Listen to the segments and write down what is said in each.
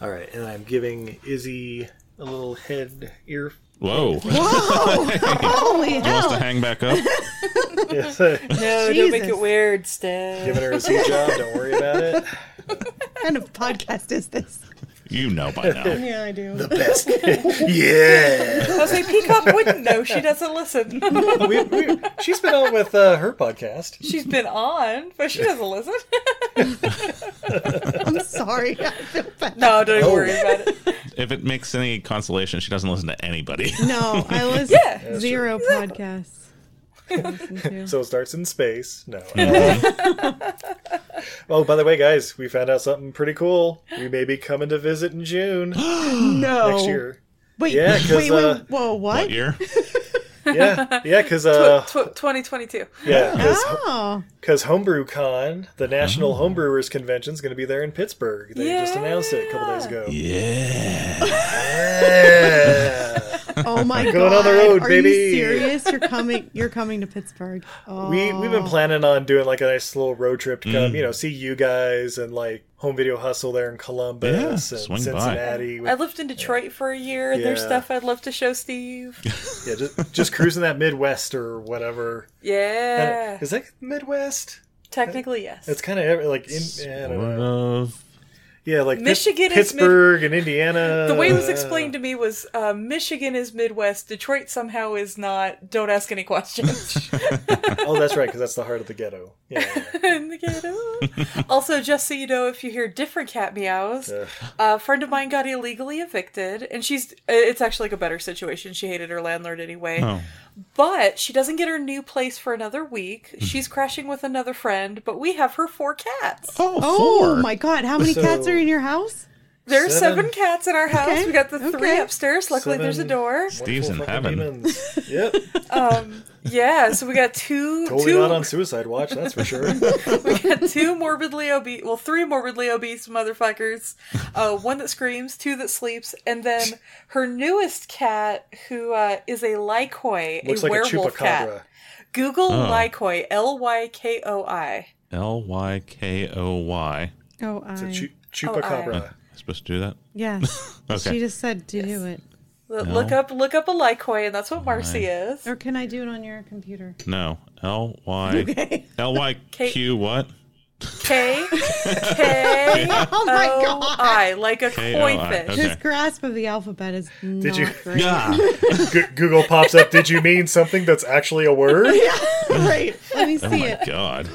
right, and I'm giving Izzy a little head ear. Whoa. Holy Wants hell! to hang back up? Yes, uh, No, Oh, don't make Jesus. it weird, Steph. giving her a C job. Don't worry about it. What kind of podcast is this? You know by now. Yeah, I do. Best. yeah. I was like, Peacock wouldn't know. She doesn't listen. We, we, she's been on with uh, her podcast. She's been on, but she doesn't listen. I'm sorry. I feel bad. no, Oh, don't even worry about it. If it makes any consolation, she doesn't listen to anybody. No, I was Yeah. zero podcasts. So it starts in space. No. oh, by the way, guys, we found out something pretty cool. We may be coming to visit in June Oh. No. next year. Wait, Yeah, 'cause, wait, wait, uh, whoa, what? What year? Yeah, yeah, because uh, Tw- 2022. yeah, because Oh, Because Homebrew Con, the National Oh. Homebrewers Convention, is going to be there in Pittsburgh. They just announced it a couple days ago. Yeah. Yeah. oh my god! going on the road, Are baby. you serious? You're coming. You're coming to Pittsburgh. Oh, we we've been planning on doing like a nice little road trip to come, you Mm. know, see you guys and like Home Video Hustle there in Columbus Yeah, and swing by. Cincinnati. I lived in Detroit for a year. There's Yeah. stuff I'd love to show Steve. yeah, just, just cruising that Midwest or whatever. Yeah. Is that Midwest? Technically, yes. It's kind of like in, yeah, I don't Sort know. of. yeah, like Pit- Michigan is mid- Pittsburgh and Indiana. the way it was explained to me was uh, Michigan is Midwest, Detroit somehow is not. Don't ask any questions. oh, that's right, because that's the heart of the ghetto. Yeah, yeah. In the ghetto. also, just so you know, if you hear different cat meows, a friend of mine got illegally evicted, and she's. It's actually like a better situation. She hated her landlord anyway. Oh. But she doesn't get her new place for another week. She's crashing with another friend, but we have her four cats. Oh, Oh four. my god! How many cats So- are in your house? There's Seven. seven, cats in our house. Okay, We got the three okay. upstairs. Luckily, there's a Seven. door. Steve's in Wonderful heaven. fucking demons. yep. Um, yeah, so we got two, Totally two, not on suicide watch, that's for sure. we got two morbidly obese, well, three morbidly obese motherfuckers. Uh, one that screams, two that sleeps, and then her newest cat, who uh, is a Lykoi, Looks a like a werewolf chupacabra. cat. Google Oh. Lykoi, L Y K O I. L Y K O Y. Oh, I. It's a chu- chupacabra. I'm supposed to do that? yeah. Okay. She just said to do it, L- Look up, look up a Lykoi, and that's what Marcy is. or can I do it on your computer? No. L Y. L Y Q what? K K Oh my O god! I, like a K-O-I, koi fish. okay. His grasp of the alphabet is not you- great. G- Google pops up. Did you mean something that's actually a word? Right. Let me Oh see my it. god.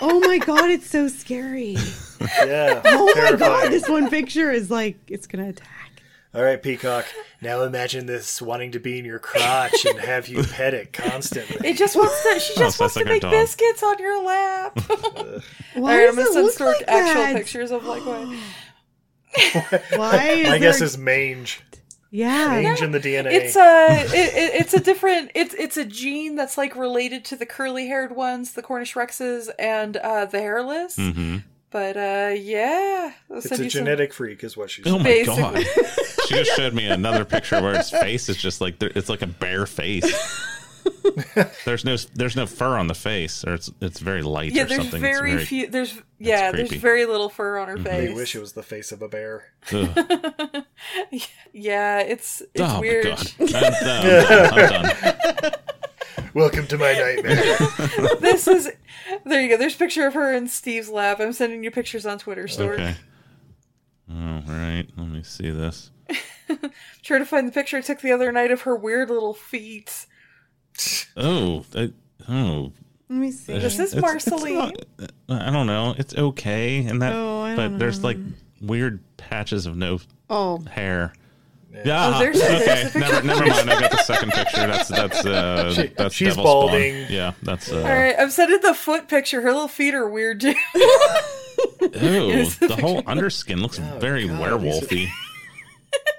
Oh my god! It's so scary. Yeah. Oh my god! terrifying. This one picture is like it's gonna attack. All right, Peacock. Now imagine this wanting to be in your crotch and have you pet it constantly. It just wants to. Oh, She just so wants that's to like our make dog. biscuits on your lap. All Why right, I'm does gonna it send look Stork like actual that? pictures of like what. Why? Is My guess there- is mange. yeah. Mange in the DNA. It's a it, it, it's a different it's it's a gene that's like related to the curly haired ones, the Cornish rexes, and uh, the hairless. Hmm. Mm-hmm. But uh, yeah, I'll It's send a you some- genetic freak, is what she's. Oh my god. Basically. She just showed me another picture where its face is just like it's like a bare face. there's no there's no fur on the face, or it's it's very light Yeah, or there's something. It's very, few. There's yeah, there's creepy. very little fur on her Mm-hmm. They face. wish it was the face of a bear. ugh. Yeah, it's it's oh weird. my god. I'm done. I'm done. I'm done. Welcome to my Oh, nightmare. this is there you go. There's a picture of her in Steve's lap. I'm sending you pictures on Twitter, Stork. Okay. All right. Let me see this. Trying to find the picture I took the other night of her weird little feet. Oh, I, oh. Let me see. This It's- is it's Marceline. not- I don't know. It's okay, and that, Oh, I but don't there's know. like weird patches of no Oh, hair. Yeah. Oh, there's- there's the okay. picture. never, never mind. I got the second picture. That's that's uh, She- that's she's devil balding. Spawn. Yeah, that's uh, All right, I'm sending the foot picture. Her little feet are weird too. Ew, the whole underskin looks very Oh, God, these are- werewolfy.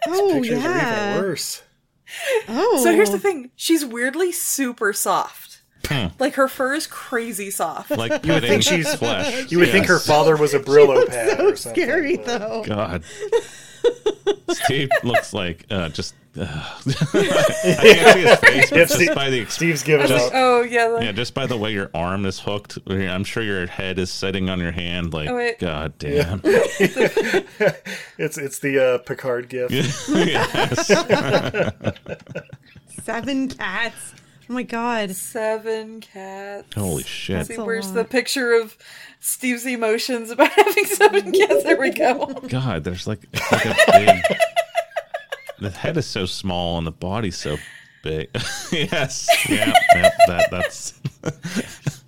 oh Pictures are even yeah. worse. Oh, so here's the thing: she's weirdly super soft. Hmm. Like her fur is crazy soft. Like you would think she's- flesh. You would think her Yes. father was a Brillo Looks pad so or something. scary but- though. God. Steve looks like uh, just. Uh, I can't see his face, but Yep, just Steve- by the exp- Steve's giving Like, up. oh yeah, like, yeah, just by the way your arm is hooked. I'm sure your head is sitting on your hand. Like, Oh, wait. God damn. It's it's the uh, Picard gift. yes. Seven cats. Oh my god. seven cats. Holy See, shit. a where's lot. the picture of Steve's emotions about having seven cats? There we go. God, there's like, it's like a big. The head is so small and the body's so big. yes. Yeah. yeah that, that's.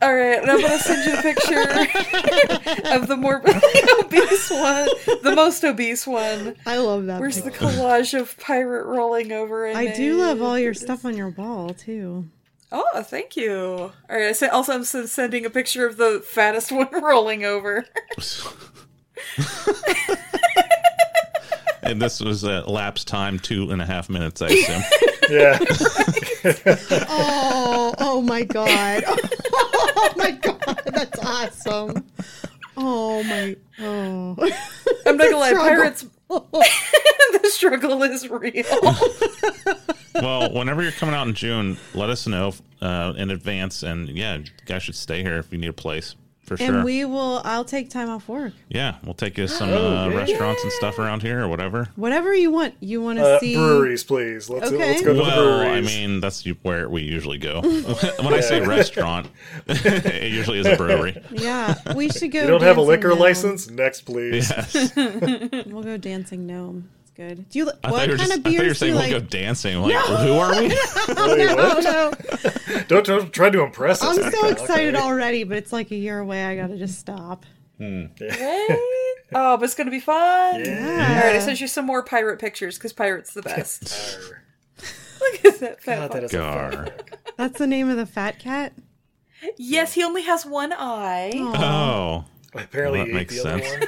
All right, and I'm gonna send you a picture of the morbidly obese one, the most obese one. I love that. Where's the picture. collage of pirate rolling over? In I do a- love all your stuff on your wall too. Oh, thank you. All right. I sent, also, I'm s- sending a picture of the fattest one rolling over. and this was uh, lapse time two and a half minutes, I assume. Yeah. Oh, oh my god. Oh my god, that's awesome. Oh my. Oh. I'm not gonna lie, Struggle. pirates. the struggle is real. well, whenever you're coming out in June, let us know uh, in advance. And yeah, you guys should stay here if you need a place for sure. And we will. I'll take time off work. yeah, we'll take you to some Oh, uh, yeah. restaurants and stuff around here or whatever. Whatever you want. You want to Uh, see breweries, please. Let's Okay. let's go to the Well, I breweries. mean, that's u- where we usually go. when I say restaurant, it usually is a brewery. Yeah, we should go. you don't have a dancing liquor gnome. license? Next, please. Yes. We'll go dancing gnome. It's good. Do you? li- I thought what you were kind just, of I thought you were beers do saying you we'll like? go dancing. Like, who are we? Wait, what? Oh no, Don't, don't try to impress us. I'm so excited already, but it's like a year away. I gotta just stop. Right? Oh, but it's gonna be fun. All right, I Yeah. sent you some more pirate pictures because pirates the best. Look at that fat. God, fuck. that is Gar. That's the name of the fat cat. Yes, he only has one eye. Oh. apparently Well, that you ate makes the other sense.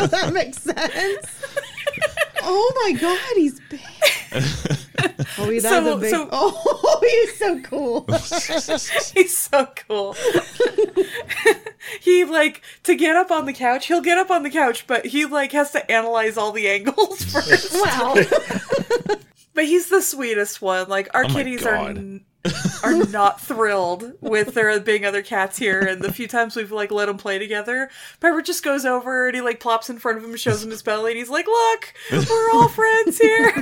one. that makes sense. Oh my god, he's big. Oh, he does So- a big. so- oh, he's so cool. He's so cool. he like to get up on the couch. He'll get up on the couch, but he like has to analyze all the angles first. Wow. But he's the sweetest one. Like our Oh my kitties are God. n- are not thrilled with there being other cats here. And the few times we've like let them play together, Piper just goes over and he like plops in front of him, and shows him his belly, and he's like, "Look, we're all friends here."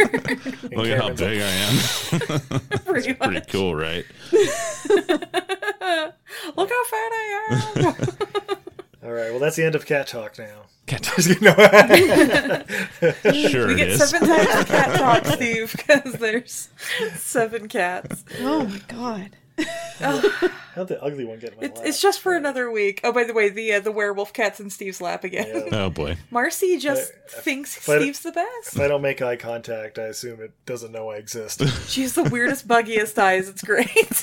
Look at how big I am. Pretty much. Pretty cool, right? Look how fat I am. All right. Well, that's the end of cat talk now. Cat No, Sure we it get is. seven times the cat talk, Steve, because there's seven cats. Oh my god. How'd the ugly one get in my It's, lap? it's just for another week. Oh, by the way, the uh, the werewolf cat's in Steve's lap again. Oh boy. Marcy just thinks but- Steve's the best. If I don't make eye contact, I assume it doesn't know I exist. She's the weirdest, buggiest eyes. It's great.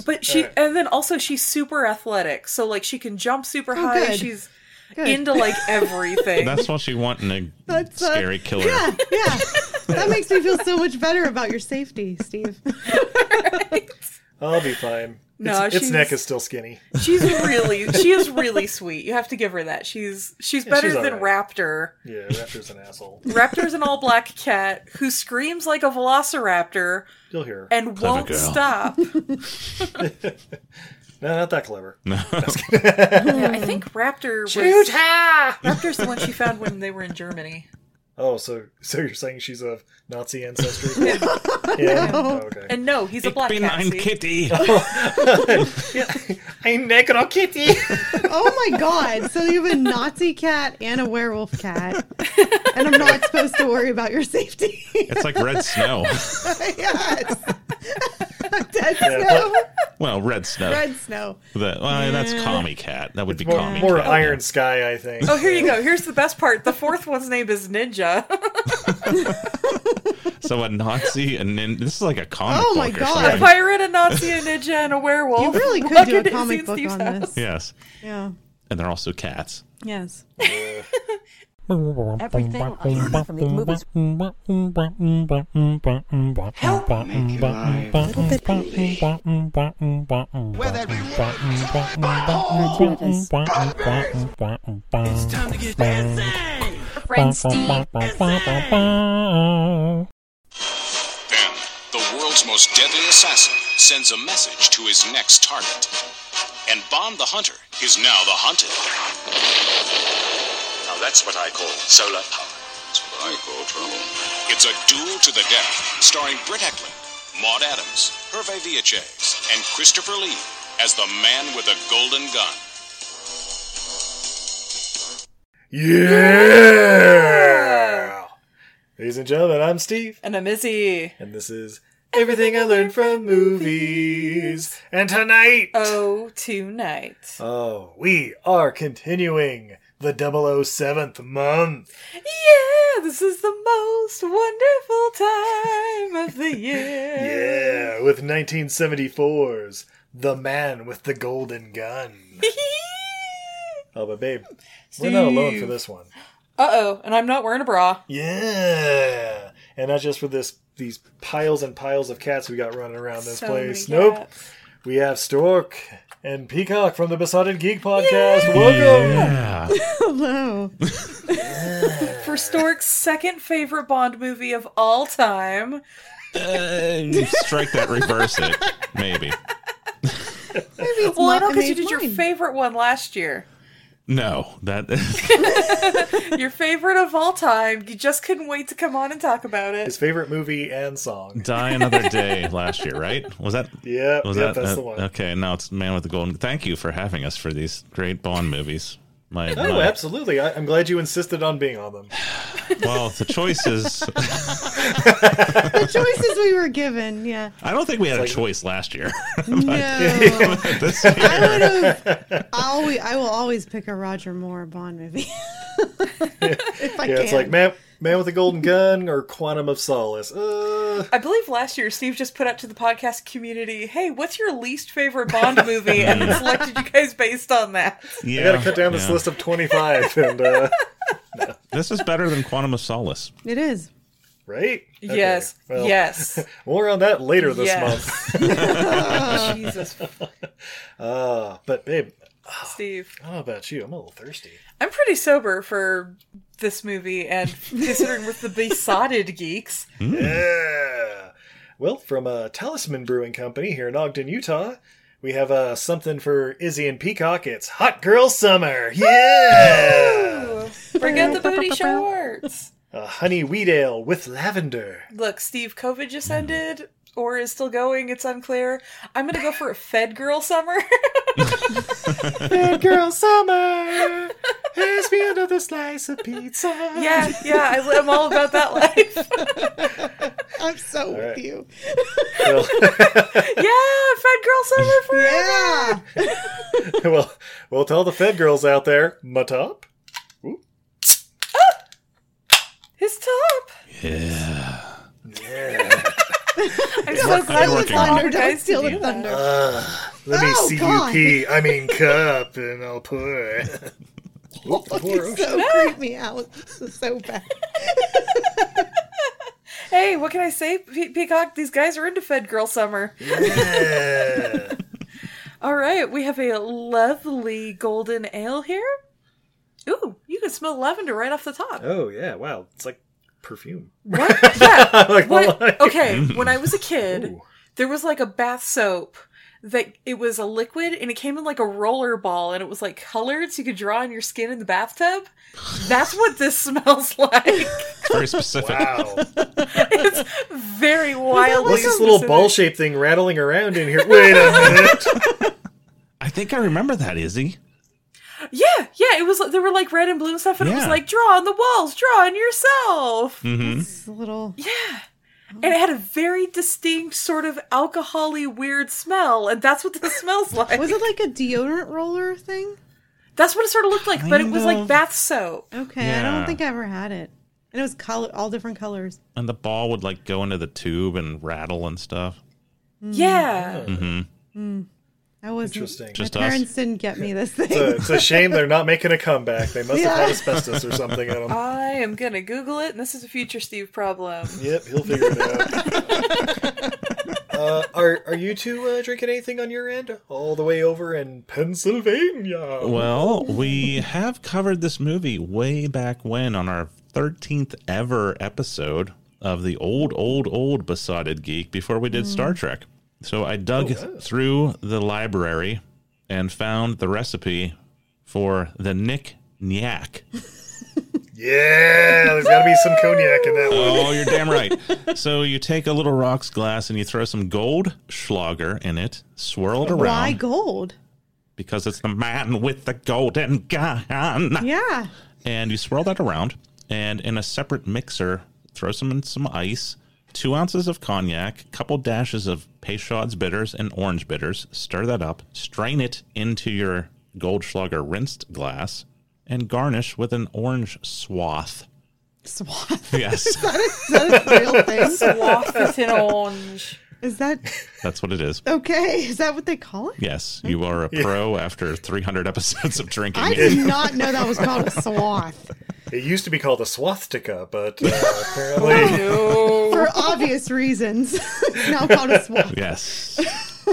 but she, and then also she's super athletic. So like she can jump super high. Oh, good. She's Good. into like everything. That's what you want in a That's, uh, scary killer. Yeah, yeah. That makes me feel so much better about your safety, Steve. I'll be fine. No, its, its she's- neck is still skinny. she's really, she is really sweet. You have to give her that. She's she's better she's all than Raptor. Yeah, Raptor's an asshole. Raptor's an all black cat who screams like a velociraptor You'll hear. her. and Clever won't girl. stop. No, not that clever. Yeah, I think Raptor was. Raptor's the one she found when they were in Germany. Oh, so so you're saying she's of Nazi ancestry? yeah. Oh, okay. And no, he's a black cat. see? kitty. I'm Negro Kitty. Oh my god! So you have a Nazi cat and a werewolf cat, and I'm not supposed to worry about your safety. It's like red snow. yes, dead Yeah, snow, Well, red snow. red snow. That- well, That's commie cat. That would be More, commie more cat. Iron Sky, I think. Oh, here you go. Here's the best part. The fourth one's name is Ninja. So a Nazi and nin- this is like a comic Oh book my or God. a something. pirate, a Nazi, a ninja, and a werewolf. You really could Welcome do a to comic Izzy and book Steve's on house. this. Yes, Yeah. and they're also cats. Yes. Everything I learned from these movies Help make it live. Little bit believe. Whether It's time to get busy. Friend Steve Ben, the world's most deadly assassin, sends a message to his next target. And Bomb the Hunter is now the hunted. Now that's what I call solar power. That's what I call trouble. It's a duel to the death, starring Britt Eklund, Maud Adams, Hervé Villachez, and Christopher Lee as the man with the golden gun. Yeah. Ladies and gentlemen, I'm Steve, And I'm Izzy. and this is everything I learned from movies. And tonight, Oh, tonight. oh, we are continuing the 007th month. Yeah, this is the most wonderful time of the year. Yeah, with 1974's The Man with the Golden Gun. Oh, but babe, we're not alone for Steve. this one. uh oh, and I'm not wearing a bra. Yeah, and not just for this these piles and piles of cats we got running around this So place. many Nope, cats. we have Stork and Peacock from the Besotted Geek Podcast. Welcome. Yeah. Hello. For Stork's second favorite Bond movie of all time. You strike that, reverse it, maybe. Maybe it's Well, I not- know because you made did your mine. favorite one last year. No, that Your favorite of all time. You just couldn't wait to come on and talk about it. His favorite movie and song. die another day last year, right? Was that? Yep, Was yep, that that's uh, the one. okay? Now it's Man with the Golden. Thank you for having us for these great Bond movies. My, Oh, my- absolutely. I, I'm glad you insisted on being on them. well, the choices. the choices we were given. Yeah. I don't think we had a choice last year. No. This year. I would have. Always, I will always pick a Roger Moore Bond movie if I Yeah, can. it's like Man, Man with a Golden Gun or Quantum of Solace. Uh, I believe last year Steve just put out to the podcast community, "Hey, what's your least favorite Bond movie?" and then selected you guys based on that. yeah, I gotta cut down this yeah. list of 25 and, uh, This is better than Quantum of Solace. it is. right? Okay, yes, well, yes, More on that later this yes. month. Jesus, Uh, but babe, Steve, I don't know about you. I'm a little thirsty. I'm pretty sober for this movie, and considering with the besotted geeks, Yeah. Well, from uh, Talisman Brewing Company here in Ogden, Utah, we have uh, something for Izzy and Peacock. It's Hot Girl Summer. Yeah. bring out the booty shorts. A honey wheat ale with lavender. Look, Steve, COVID just ended. Or is still going, it's unclear. I'm gonna go for a Fed Girl summer. Hot Girl Summer. Here's me another slice of pizza. yeah, yeah, I, I'm all about that life. I'm so with right. you. Well, yeah, Fed Girl summer Yeah. for well, well, tell the Fed girls out there, my top. his top. Yeah. I'm so glad I'm we working on Thunder, found our don't guys steal to the do that. thunder. Let me Oh, see God. you pee. I mean cup, and I'll pour. Oop, pour. It's so creep me out. This is so bad. Hey, what can I say, Pe- Peacock? These guys are into Fed Girl Summer. Yeah. All right, we have a lovely golden ale here. Ooh, you can smell lavender right off the top. Oh yeah! Wow, it's like perfume. What? Yeah. like What? what? Okay, when I was a kid, Ooh. there was like a bath soap that it was a liquid and it came in like a roller ball and it was like colored so you could draw on your skin in the bathtub. That's what this smells like. It's very specific. Wow. it's very wildly. What's this little specific. ball shaped thing rattling around in here? Wait a minute. I think I remember that, Izzy. Yeah, yeah. It was. There were like red and blue and stuff, and it was Yeah. like draw on the walls, draw on yourself. Mm-hmm. It's a little. And it had a very distinct sort of alcoholy weird smell, and that's what this smells like. Was it like a deodorant roller thing? That's what it sort of looked like, but it Kind was like of. bath soap. Okay, I Yeah. don't think I ever had it. And it was color, all different colors. And the ball would like go into the tube and rattle and stuff. Yeah. Mm-hmm. I was Interesting. Just my us. parents didn't get me this thing. It's a, it's a shame they're not making a comeback. They must have Yeah. had asbestos or something in them. I am gonna Google it, and this is a future Steve problem. Yep, he'll figure it out. Uh, are are you two uh, drinking anything on your end? All the way over in Pennsylvania. Well, we have covered this movie way back when on our 13th ever episode of the old, old, old Besotted Geek before we did Star Trek. So I dug through the library and found the recipe for the Nick Nyak. Yeah, there's got to be some cognac in that one. Oh, you're damn right. So you take a little rocks glass and you throw some gold schlager in it, swirl it around Why gold? because it's the man with the golden gun. Yeah. and you swirl that around and in a separate mixer throw some in some ice two ounces of cognac couple dashes of peychaud's bitters and orange bitters stir that up strain it into your goldschlager rinsed glass and garnish with an orange swath Swath. yes Is that a real thing? Waft is in orange. Is that that's what it is okay? Is that what they call it? yes you are a pro after 300 episodes of drinking I did not know that was called a swath It used to be called a swastika, but uh, apparently No. for obvious reasons. it's now called a swath. yes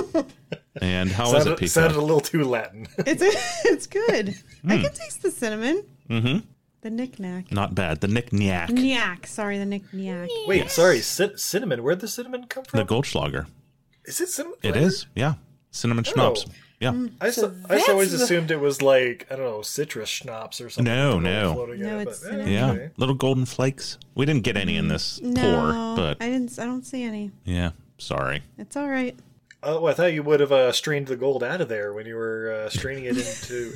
and how is it sounded, Peacock? sounded a little too Latin. It's it's good. I Hmm. can taste the cinnamon. Mm-hmm. The knickknack. not bad the nick knack Knack. Sorry, the knickknack. Wait, sorry, cin- cinnamon. Where'd the cinnamon come from? the goldschlager is it cinnamon? It is, yeah. Cinnamon Oh. schnapps. Yeah. Mm. I, s- I that's always the- assumed it was like I don't know citrus schnapps or something. No, that were no. floating in No, it, it's but, eh, cinnamon. Yeah. okay. Little golden flakes. We didn't get any in this Mm, pour, No, but I didn't. I don't see any. yeah. Sorry. It's all right. Oh, I thought you would have uh, strained the gold out of there when you were uh, straining it into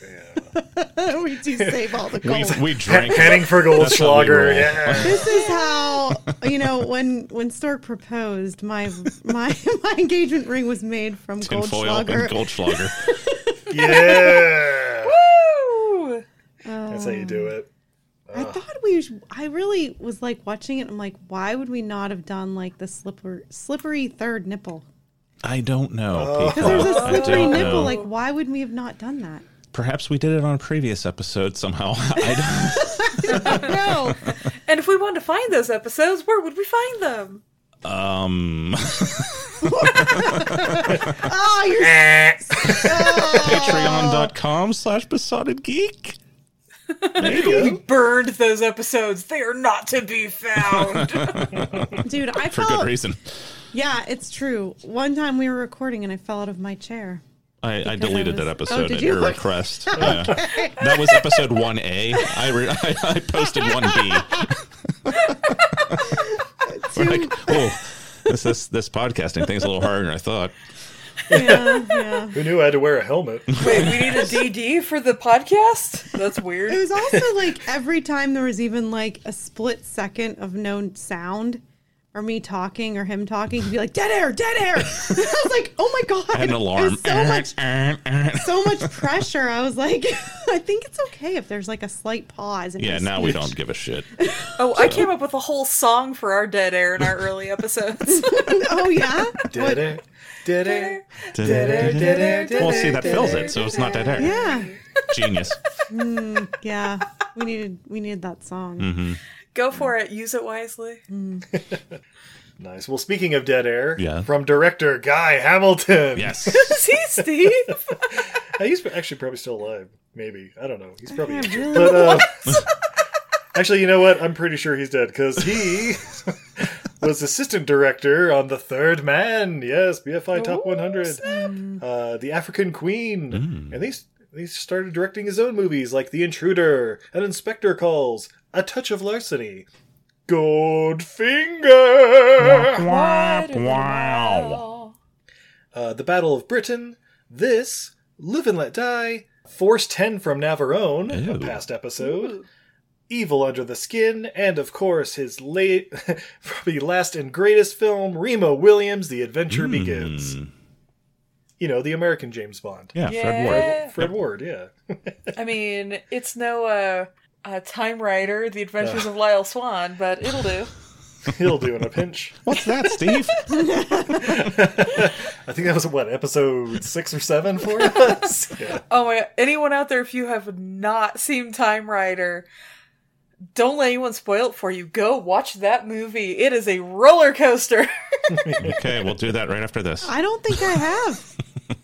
yeah. we do save all the gold. We we drank heading for Goldschlager. roll. Yeah, this is how you know when when Stork proposed. My my my engagement ring was made from gold tinfoil and schlager. goldschlager. yeah. Woo! That's how you do it. I thought we. sh- I really was like watching it. I'm like, why would we not have done like the slipper slippery third nipple? I don't know. Oh. Because there's Peacock. a Oh, I slippery don't nipple. know. Like, why would we have not done that? Perhaps we did it on a previous episode somehow. I No, And if we wanted to find those episodes, where would we find them? don't, um, oh, you're. s- patreon.com slash besotted geek. Maybe. Burned those episodes. They are not to be found. Dude, I For good fell. reason. Yeah, it's true. One time we were recording and I fell out of my chair. I, I Because I deleted was- that Oh, episode did at you? your request. Yeah. That was episode 1A. I, re- I, I posted 1B. We're like, oh, this, this, this podcasting thing's a little harder than I thought. Yeah, yeah. Who knew I had to wear a helmet? Wait, we need a DD for the podcast? That's It weird. was also like every time there was even like a split second of no sound or me talking or him talking, he'd be like, dead air, dead air. I was like, oh my God. An It was alarm. So much, so much pressure. I was like, I think it's okay if there's like a slight pause. and yeah, just- now we don't give a shit. Oh, I came up with a whole song for our dead air in our early episodes. Oh, yeah? Did it? Did it? well, see, that fills it, so it's not that air. Yeah. Genius. Yeah. We needed, we needed that song. Go for it. Use it wisely. Nice. Well, speaking of dead air, Yeah. from director Guy Hamilton. Yes. See, Steve? Uh, he's actually probably still alive. Maybe I don't know. He's probably Yeah, injured. really? But, uh, actually, you know what? I'm pretty sure he's dead because he was assistant director on The Third Man. Yes, BFI Top 100. Uh, the African Queen. And they, they started directing his own movies like The Intruder, An Inspector Calls, A Touch of Larceny, Goldfinger, wow. uh, The Battle of Britain, This, Live and Let Die, Force 10 from Navarone, Ew. a past episode. Evil Under the Skin, and of course his late, probably last and greatest film, Remo Williams, The Adventure Begins. Mm. You know, the American James Bond. Yeah, Fred Ward. Yeah. Fred Ward, yeah. I mean, it's no uh, uh, Time Rider, The Adventures of Lyle Swan, but it'll do. He'll do in a pinch. What's that, Steve? I think that was, what, episode six or seven for us? yeah. Oh my god! Anyone out there, if you have not seen Time Rider, don't let anyone spoil it for you. Go watch that movie. It is a roller coaster. okay, we'll do that right after this. I don't think I have.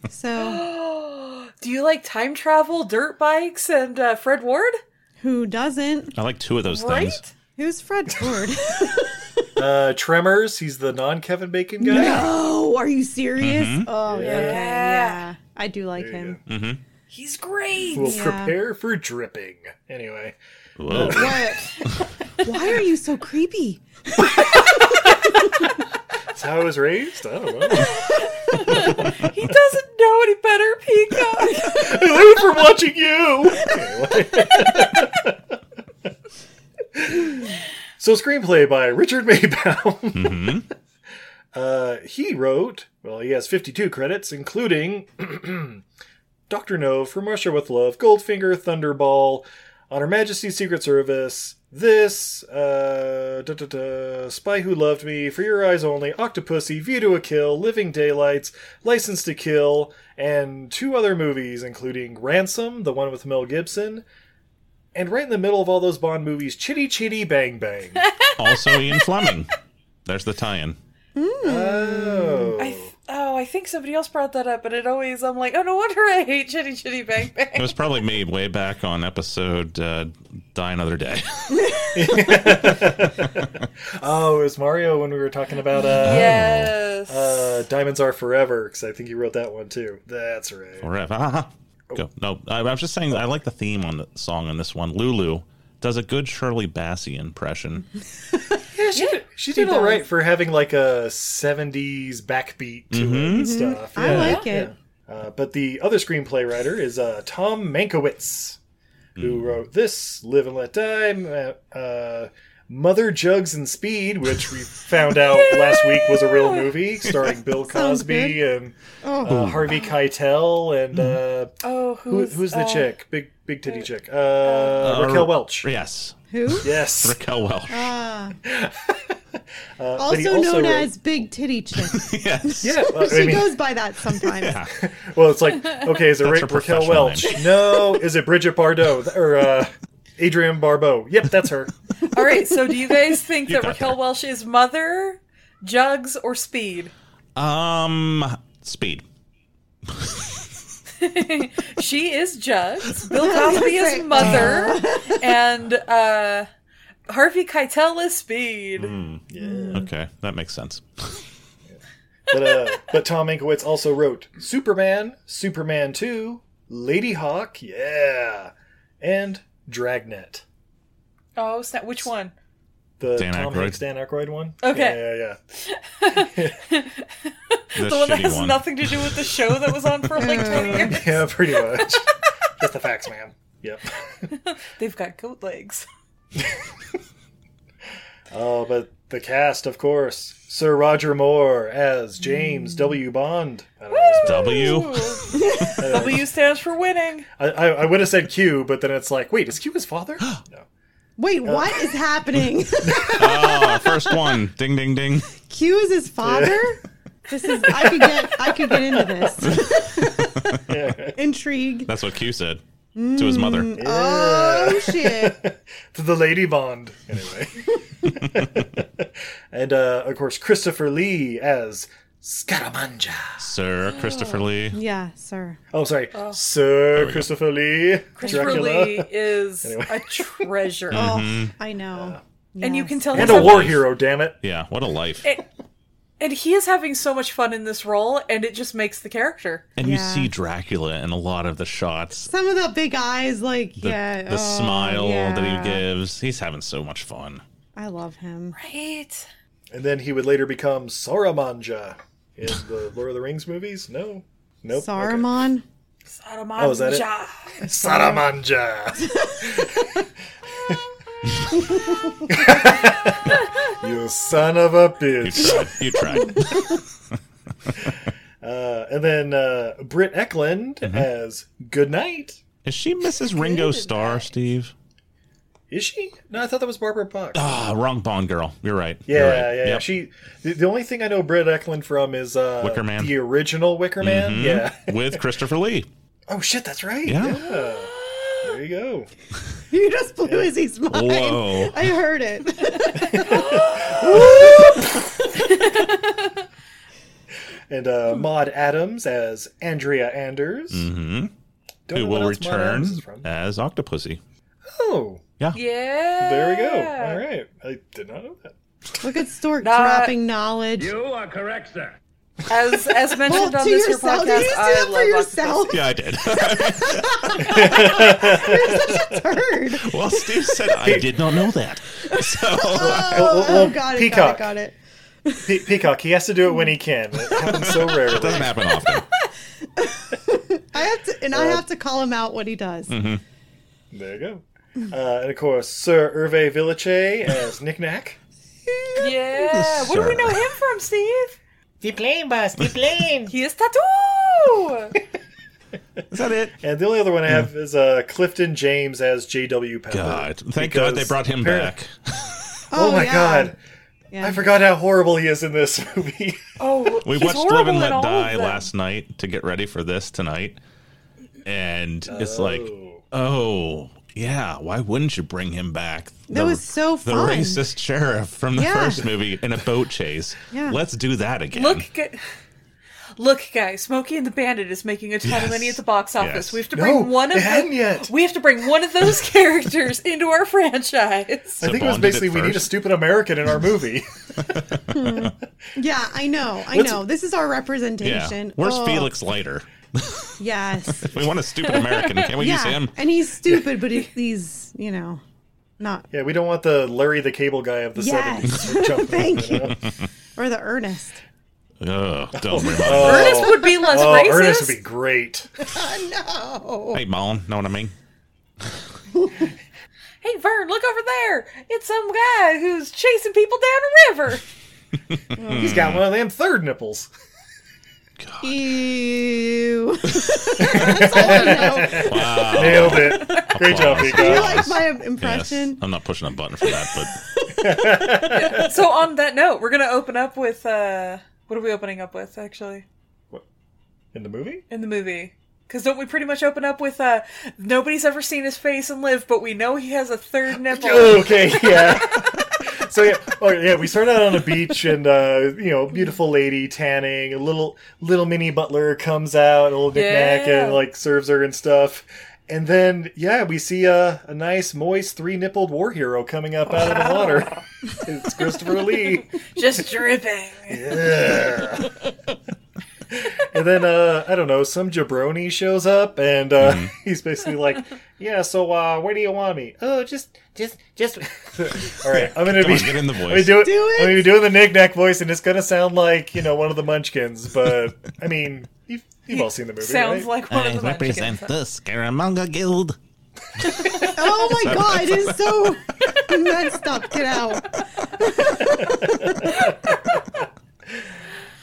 So Do you like time travel, dirt bikes, and uh, Fred Ward? who doesn't? I like two of those Right? things. Who's Fred Ford? Uh, Tremors, he's the non Kevin Bacon guy. no, are you serious? Oh, yeah. okay, yeah. I do like Mm-hmm. you him. He's great. We'll Yeah. prepare for dripping. Anyway. Whoa. Why are you so creepy? That's how I was raised? I don't know. He doesn't know any better, Peacock. I live for watching you. so screenplay by Richard Maybaum. uh, he wrote. Well, he has 52 credits, including Doctor No, From Russia with Love, Goldfinger, Thunderball, On Her Majesty's Secret Service. This, uh, duh, duh, duh, Spy Who Loved Me, For Your Eyes Only, Octopussy, View to a Kill, Living Daylights, License to Kill, and two other movies, including Ransom, the one with Mel Gibson, and right in the middle of all those Bond movies, Chitty Chitty Bang Bang. also Ian Fleming. There's the tie-in. oh. I th- oh, I think somebody else brought that up, but it always I'm like, oh no wonder I hate Chitty Chitty Bang It Bang. was probably me way back on episode uh, Die Another Day. oh, it was Mario when we were talking about uh, yes. uh, Diamonds Are Forever, because I think he wrote that one too. That's right. Forever. Ah, Go. No, I, I was just saying that I like the theme on the song on this one. Lulu does a good Shirley Bassey impression. Yeah, she did, she did all right for having like a 70s backbeat to it and stuff. I Yeah. like it. Uh, but the other screenplay writer is uh, Tom Mankiewicz, who wrote this Live and Let Die, uh, uh, Mother Jugs and Speed, which we found out last week was a real movie starring Bill Sounds Cosby and Oh. uh, Harvey Keitel and uh, oh, who, who's who's the uh, chick? Big big titty chick. Uh, Raquel Welch. Yes, Who? Yes. Raquel Welch. Ah, Uh, but he also known wrote- as Big Titty Chick. yes. Yeah, well, she I mean, goes by that sometimes. well, it's like, okay, is it That's Ra- her Raquel professional Welch? No, is it Bridget Bardot Th- or uh, Adrienne Barbeau? Yep, that's her. All right, so do you guys think that got Raquel Welsh is Mother, Jugs, or Speed? Um, Speed. She is Jugs. Bill Cosby is Mother, and uh, Harvey Keitel is Speed. Okay, that makes sense. But, uh, but Tom Mankiewicz also wrote Superman, Superman 2, Lady Hawk, yeah, and Dragnet. Oh snap! Which one? The Dan Tom Aykroyd. Hanks, Dan Aykroyd one. Okay. Yeah, yeah, yeah. The, The one that shitty has one. nothing to do with the show that was on for like twenty years. Yeah, pretty much. Just the facts, man. Yep. They've got goat legs. Oh, but the cast, of course. Sir Roger Moore as James W. Bond. I, don't know his W. W stands for winning. I, I, I would have said Q, but then it's like, wait, is Q his father? no. Wait, what is happening? Ah, first one. Ding, ding, ding. Q is his father. This is I could get I could get into this intrigue. That's what Q said to his Mm, mother. Oh shit! To the Lady Bond, anyway. and uh, of course, Christopher Lee as Scaramanga. Sir Christopher Lee. Yeah, sir. Oh, sorry, Sir Christopher Lee. Christopher Dracula. Mm-hmm. Mm. Lee is a treasure. Oh, I know. and you Yes. can tell And he's a having- war hero, damn it. Yeah, what a life. And, and he is having so much fun in this role, and it just makes the character. and you yeah. see Dracula in a lot of the shots. Some of the big eyes, like The, yeah, the oh, smile yeah. that he gives. He's having so much fun. I love him. Right. And then he would later become Saramanja in the Lord of the Rings movies? No. Nope. Okay. Saruman. Saruman. Oh, is that it? Ja. Saramanja. you son of a You bitch. tried. You tried. Uh, and then uh, Britt Eklund Mm-hmm. as Goodnight. Is she Mrs. Ringo Starr, Steve? Is she? No, I thought that was Barbara Buck. Ah, wrong Bond girl. You're right. yeah, You're right. yeah, yeah. Yep. She. The, the only thing I know Britt Eklund from is uh, Wicker Man. the original Wicker Man. Yeah. with Christopher Lee. Oh shit, that's right. Yeah. yeah. There you go. You just blew Izzy's mind. Whoa. I heard it. and uh, Maud Adams as Andrea Anders, Mm-hmm. Don't Who know what will else Maude return Adams is from. as Octopussy. Oh, Yeah. there we go. All right, I did not know that. Look at Stork Nah. dropping knowledge. As as mentioned Well, to on this here yourself. Did podcast, you do I that for love yourself? Yeah, I did. Heard. well, Steve said I did not know that. So Oh, oh, Oh, got it. Peacock, Got it. Pe- Peacock. He has to do it when he can. It happens so rarely. it doesn't happen often. Got it. I have to, and Uh-huh. I have to call him out what he does. Mm-hmm. There you go. Uh, and of course, Sir Hervé Villache as Knick Knack. Octopus. Yeah. Where do we know him from, Steve? Keep playing, boss. Keep playing. He is tattoo. Is that it? And the only other one I have is uh, Clifton James as J.W. Pepper. God, thank Because God they brought him apparently- back. Oh, my yeah. God. Yeah. I forgot how horrible he is in this movie. Oh, We he's watched horrible Live and in all Let of Die them. last night to get ready for this tonight, and it's like, oh yeah, why wouldn't you bring him back? That was so The fun. racist sheriff from the Yeah. first movie in a boat chase. Yeah. Let's do that again. Look, gu- look, guys! Smokey and the Bandit is making a ton Yes. of money at the box office. Yes. We have to No, bring one of it hadn't them. yet. We have to bring one of those characters into our franchise. I think it was Bond did it basically we need a first. stupid American in our movie. Yeah, I know. I Let's- know. This is our representation. yeah. Where's Oh, Felix Leiter? Yes. We want a stupid American. Can we use yeah. him? And he's stupid, but he, he's, you know, not. yeah, we don't want the Larry the Cable Guy of the Yes. 70s. jumping, Thank you know? Or the Ernest. Ugh, don't remind me. Oh, Ernest would be less oh, racist. Ernest would be great. No. Hey, Mom, know what I mean? Hey, Vern, look over there! It's some guy who's chasing people down a river. He's got Hmm. one of them third nipples. Ew. That's all I know. Wow. Nailed it. Great job, Applause. You Peacock. like my Yes. impression? I'm not pushing a button for that, but so, on that note, we're gonna open up with uh, what are we opening up with actually In the movie? in the movie? Because don't we pretty much open up with uh, nobody's ever seen his face and lived, but we know he has a third nipple. Okay, yeah. So yeah, oh, yeah, we start out on a beach, and uh, you know, beautiful lady tanning. A little little mini butler comes out, a little knickknack, Yeah. and like serves her and stuff. And then yeah, we see a, a nice moist three nippled war hero coming up out of the water. it's Christopher Lee. just dripping. And then uh, I don't know, some jabroni shows up, and uh, Mm-hmm. he's basically like, "Yeah, so uh, where do you want me? Oh, just Just, just. All right, I'm gonna come be on, get in the I'm gonna voice. do it. Do it. I'm gonna be doing the Nick Nack voice, and it's gonna sound like you know one of the Munchkins. But I mean, you've, you've all seen the movie, Sounds right? like one of the Munchkins. the Scaramanga Guild. Oh my god, it is so messed up. Get out.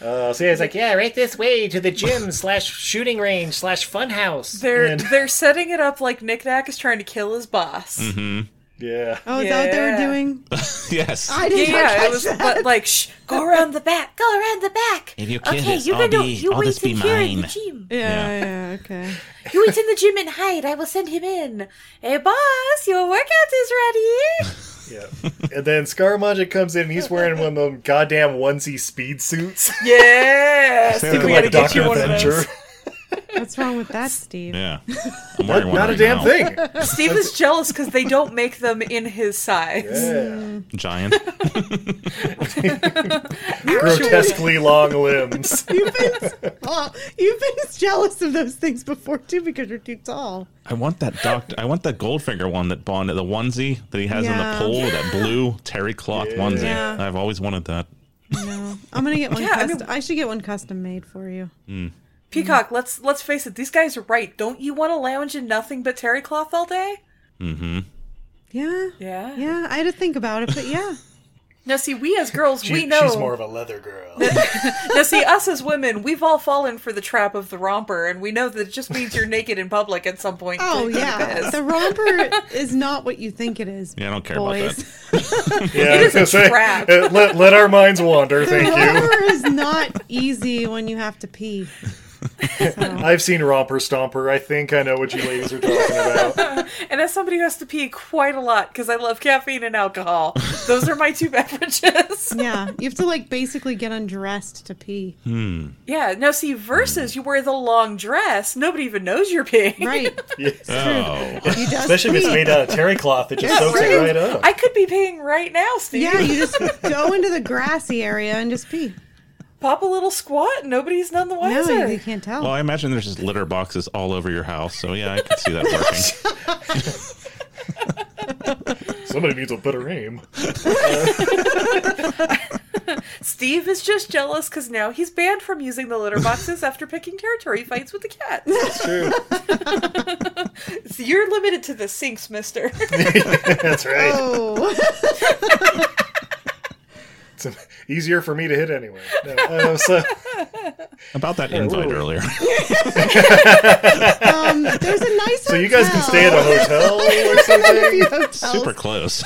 uh, so yeah, it's like yeah, Yeah, right this way to the gym slash shooting range slash fun house. They're And- they're setting it up like Nick Nack is trying to kill his boss. Mm-hmm. yeah, Oh, is that what they were Yeah. doing? Yes. I Yeah, didn't yeah, catch it was that. but like shh, go around the back, go around the back. If you kill okay, this, you I'll can do be- you I'll wait just be in here in the mine. gym. yeah, yeah, okay. You wait in the gym and hide. I will send him in. Hey boss, your workout is ready. yeah. And then Scaramanga comes in, and he's wearing one of them goddamn onesie speed suits. yes, Sounds we like gotta get you Dr. one of those. Venture. What's wrong with that, Steve? Yeah. I'm wearing one Not a right damn now. thing. Steve is jealous because they don't make them in his size. Yeah. Giant. Grotesquely long limbs. You've been oh, you've been jealous of those things before too because you're too tall. I want that doc. I want that Goldfinger one that Bond, the onesie that he has Yeah. in the pool, that blue terry cloth onesie. Yeah. I've always wanted that. No, I'm gonna get one. Yeah, I custom. I, mean- should get one custom made for you. Peacock, let's let's face it, these guys are right. Don't you want to lounge in nothing but terry cloth all day? Yeah, Yeah. yeah. I had to think about it, but yeah, Now see, we as girls, She- we know. She's more of a leather girl. now see, us as women, we've all fallen for the trap of the romper, and we know that it just means you're naked in public at some point. oh It yeah. is. The romper is not what you think it is. Yeah, I don't care boys. about that. Yeah, It I is was gonna a trap. uh, let, let our minds wander, The thank you. romper is not easy when you have to pee. I've seen Romper Stomper. I think I know what you ladies are talking about. And as somebody who has to pee quite a lot because I love caffeine and alcohol, those are my two beverages. Yeah, you have to like basically get undressed to pee. yeah. Now see, versus you wear the long dress, nobody even knows you're peeing. Right. It's true. You just Especially if it's pee. made out of terry cloth, it just soaks it right up. I could be peeing right now, Steve. Yeah, you just go into the grassy area and just pee. Pop a little squat, nobody's none the No, wiser. you, you can't tell. Well, I imagine there's just litter boxes all over your house. So yeah, I could see that working. Somebody needs a better aim. Steve is just jealous because now he's banned from using the litter boxes after picking territory fights with the cats. That's true. You're limited to the sinks, mister. That's right. oh, It's easier for me to hit anyway. No, uh, so, About that invite whoa. earlier. um, there's a nice. so you guys can stay at a hotel or something. Super close.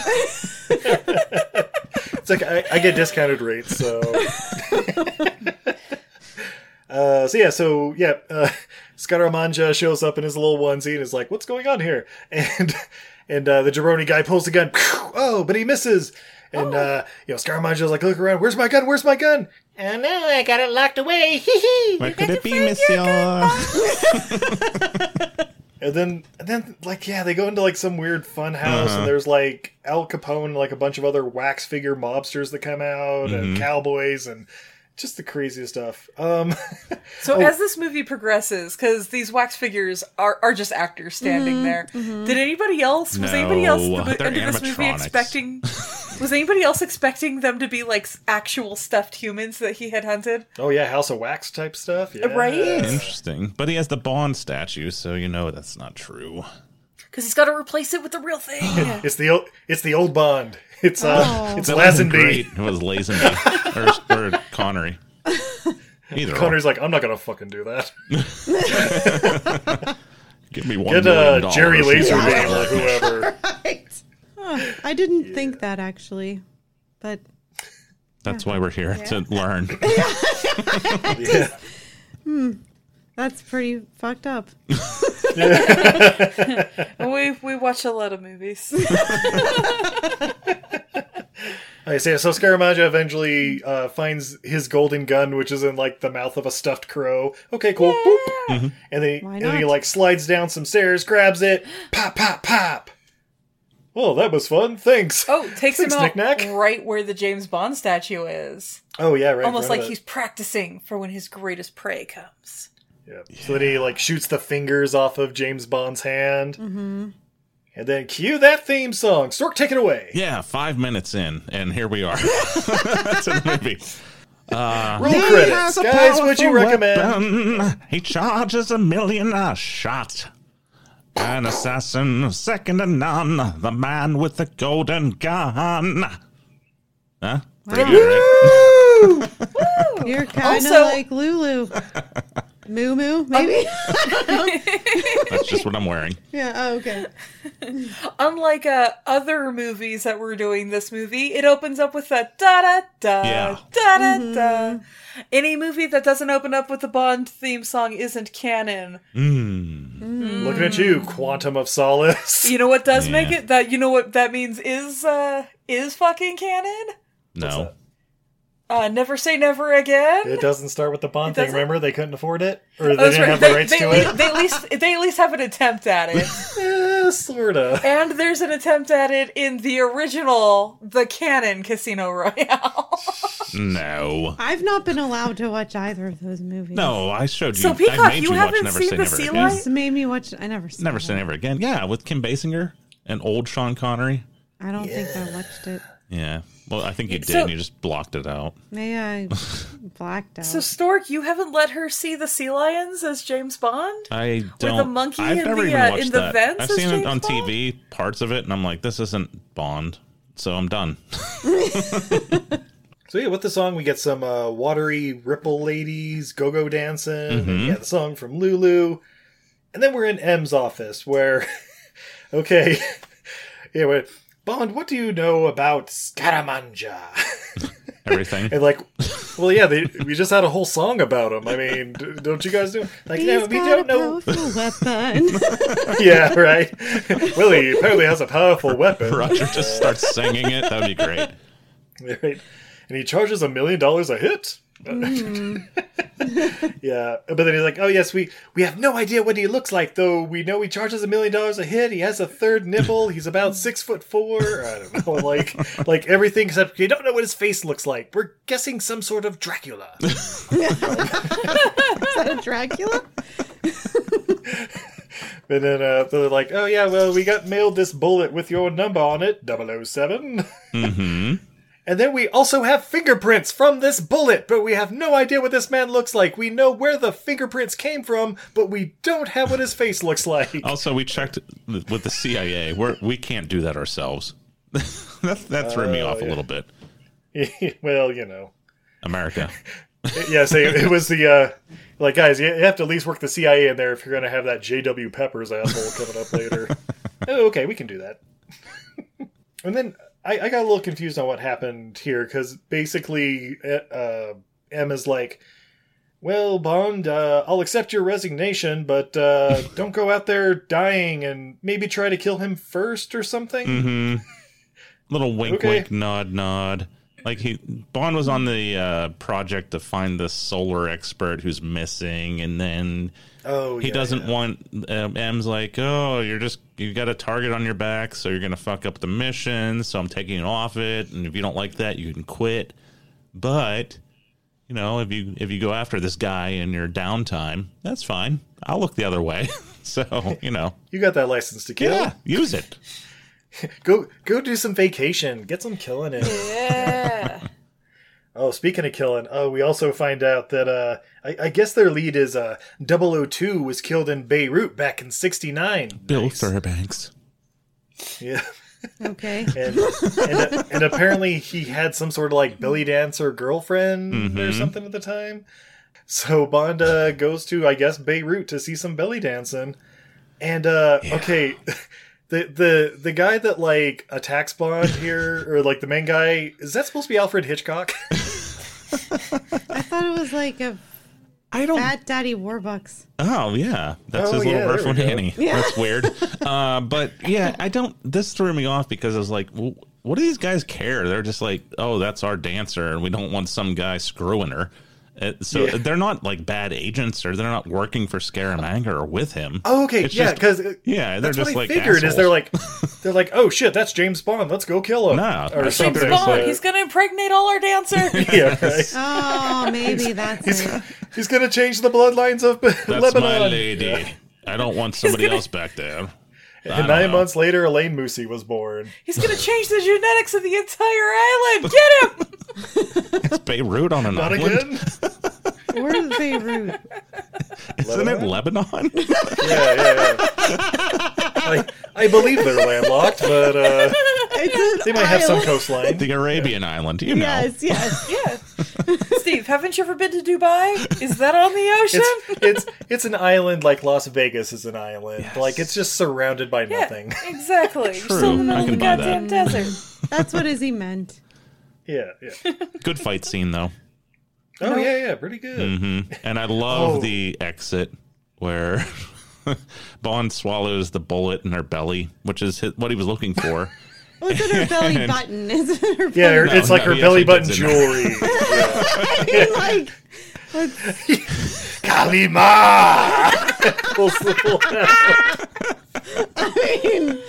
It's like I, I get discounted rates, so. Uh, so yeah, so yeah, uh, Scaramanga shows up in his little onesie and is like, "What's going on here?" And and uh, the jabroni guy pulls the gun. Oh, but he misses. And uh, you know, Scaramanga's like, "Look around. Where's my gun? Where's my gun?" Oh no, I got it locked away. Hee hee. Where could it be, Monsieur? And then, and then, like, yeah, they go into like some weird fun house, and there's like Al Capone, and, like a bunch of other wax figure mobsters that come out, and cowboys, and just the craziest stuff. Um, So Oh. as this movie progresses, because these wax figures are, are just actors standing Mm-hmm. there. Did anybody else was anybody else No, at the they're end of this movie animatronics. expecting was anybody else expecting them to be like s- actual stuffed humans that he had hunted? oh yeah, House of Wax type stuff, yeah. Uh, Right? Interesting. But he has the Bond statue, so you know that's not true. Because he's got to replace it with the real thing. It's the old, it's the old Bond. It's uh, Oh. it's That wasn't Lazenby. great. It was Lazenby or, or Connery. Either Connor's like, I'm not gonna fucking do that. or. Give me one Get million uh, dollars. Jerry Laserbeam or whoever. Right. Huh, I didn't think that actually, but That's why we're here to learn. yeah. that's pretty fucked up. we we watch a lot of movies. I say so. Scaramanga eventually uh, finds his golden gun, which is in like the mouth of a stuffed crow. Okay, cool. Boop. Mm-hmm. And then he, Why and then he not? like slides down some stairs, grabs it, pop, pop, pop. Oh, that was fun. Thanks. Oh, takes him Thanks, out knick-knack. right where the James Bond statue is. Oh yeah, right. in Almost front like of he's it. practicing for when his greatest prey comes. Yep. So then he like shoots the fingers off of James Bond's hand, mm-hmm. and then cue that theme song. Stork, take it away. Yeah, five minutes in, and here we are. That's the movie. Roll credits, guys. Would you recommend? recommend? He charges a million a shot. An assassin, second to none. The man with the golden gun. Huh? Pretty good, right? You're kind of Also- like Lulu, Moo Moo, maybe. That's just what I'm wearing. yeah. Oh, okay. Unlike uh, other movies that were doing this movie, it opens up with a da da da Yeah. da da da. Any movie that doesn't open up with the Bond theme song isn't canon. Mm. Looking at you, Quantum of Solace. You know what does make Yeah. it that you know what that means is uh is fucking canon? No. Uh, never say never again. It doesn't start with the Bond It thing. doesn't- Remember, they couldn't afford it, or they Oh, that's didn't right. have they, the rights they to at it. least- they at least they at least have an attempt at it. Eh, sorta. And there's an attempt at it in the original, the canon Casino Royale. No. I've not been allowed to watch either of those movies. No, I showed you. So, I Peacock, made you you, watch haven't Never seen Say The Never Sea Again. Lion? This made me watch. I never saw. Never it. Say Never Again. Yeah, with Kim Basinger and old Sean Connery. I don't think I watched it. Yeah. Well, I think you did. So- and you just blocked it out. Maybe I blacked out. So Stork, you haven't let her see the sea lions as James Bond. I the don't. monkey I've in never the, even uh, watched in the that. vents I've as seen it James on Bond? TV, parts of it, and I'm like, this isn't Bond. So I'm done. So yeah, with the song we get some uh, watery ripple ladies go-go dancing. and Yeah, the song from Lulu, and then we're in M's office where, okay, yeah, wait, Bond, what do you know about Scaramanga? Everything. and like, well, yeah, they, we just had a whole song about him. I mean, d- don't you guys know? Like, He's no, we got a don't know. powerful weapon. yeah, right. Willie apparently has a powerful weapon. Roger just starts singing it. That would be great. right? And he charges a million dollars a hit. yeah, but then he's like, "Oh yes, we we have no idea what he looks like, though. We know he charges a million dollars a hit. He has a third nipple. He's about six foot four. I don't know, like like everything except you don't know what his face looks like. We're guessing some sort of Dracula. Is that a Dracula? and then uh, so they're like, "Oh yeah, well we got mailed this bullet with your number on it, 007. Mm-hmm. And then we also have fingerprints from this bullet, but we have no idea what this man looks like. We know where the fingerprints came from, but we don't have what his face looks like. Also, we checked th- with the CIA. We're, we can't do that ourselves. that, that threw me off a little bit. well, you know. America. Yeah, so it was the, uh, like, guys, you you have to at least work the CIA in there if you're going to have that J.W. Peppers asshole coming up later. oh, okay, we can do that. and then I, I got a little confused on what happened here because basically, uh, uh, M is like, "Well, Bond, uh, I'll accept your resignation, but uh, don't go out there dying and maybe try to kill him first or something." hmm Little wink, Okay. wink, nod, nod. Like he Bond was on the uh, project to find the solar expert who's missing, and then Oh, he yeah, doesn't yeah. want um, M's like, oh, you're just you got a target on your back, so you're gonna fuck up the mission. So I'm taking it off it, and if you don't like that, you can quit. But you know, if you if you go after this guy in your downtime, that's fine. I'll look the other way. so you know, You got that license to kill. yeah, use it. Go go do some vacation. Get some killing in. Yeah. Oh, speaking of killing, oh, we also find out that uh, I, I guess their lead is uh, 002 was killed in Beirut back in '69. Bill Fairbanks. Yeah, Okay. and and, and apparently he had some sort of like belly dancer girlfriend or Mm-hmm. something at the time. So Bond uh, goes to I guess Beirut to see some belly dancing, and uh, okay. The, the the guy that like attacks Bond here, or like the main guy, is that supposed to be Alfred Hitchcock? I thought it was like a I don't Fat Daddy Warbucks. Oh yeah, that's Oh, his little yeah, there Earthworm we go. Annie. That's weird. uh, but yeah, I don't. This threw me off because I was like, well, "What do these guys care?" They're just like, "Oh, that's our dancer, and we don't want some guy screwing her." Uh, so Yeah. they're not like bad agents, or they're not working for Scaramanga or with him. Oh, okay, It's yeah, just- because yeah, they're that's just what like I figured assholes. is they're like they're like, oh shit, that's James Bond. Let's go kill him. No, or that's something. James like Bond, that. he's gonna impregnate all our dancers. yeah, right. Oh, maybe that's it. He's gonna change the bloodlines of "That's Lebanon. my lady. I don't want somebody else back there." I And don't nine know. months later, Elaine Moosey was born. He's gonna change the genetics of the entire island. Get him. It's Beirut on an Not island. again. Where's Beirut? Isn't it Lebanon? yeah, yeah. yeah. I, I believe they're landlocked, but uh, It's an they might have some island. coastline. the Arabian island, you know. Yes, yes. Yeah. Steve, haven't you ever been to Dubai? Is that on the ocean? It's it's it's an island like Las Vegas is an island. Like it's just surrounded by yeah, nothing. exactly. You're True, still in the I middle of the can buy that. goddamn desert. That's what Izzy meant. Yeah, yeah. Good fight scene though. Oh yeah, yeah. Pretty good. Mm-hmm. And I love Oh. the exit where Bond swallows the bullet in her belly, which is his, what he was looking for. What's Oh, in her belly button? Is it her Yeah, belly it's like Oh, no, her he belly actually button puts it in jewelry. I mean, like, Kalima! I mean,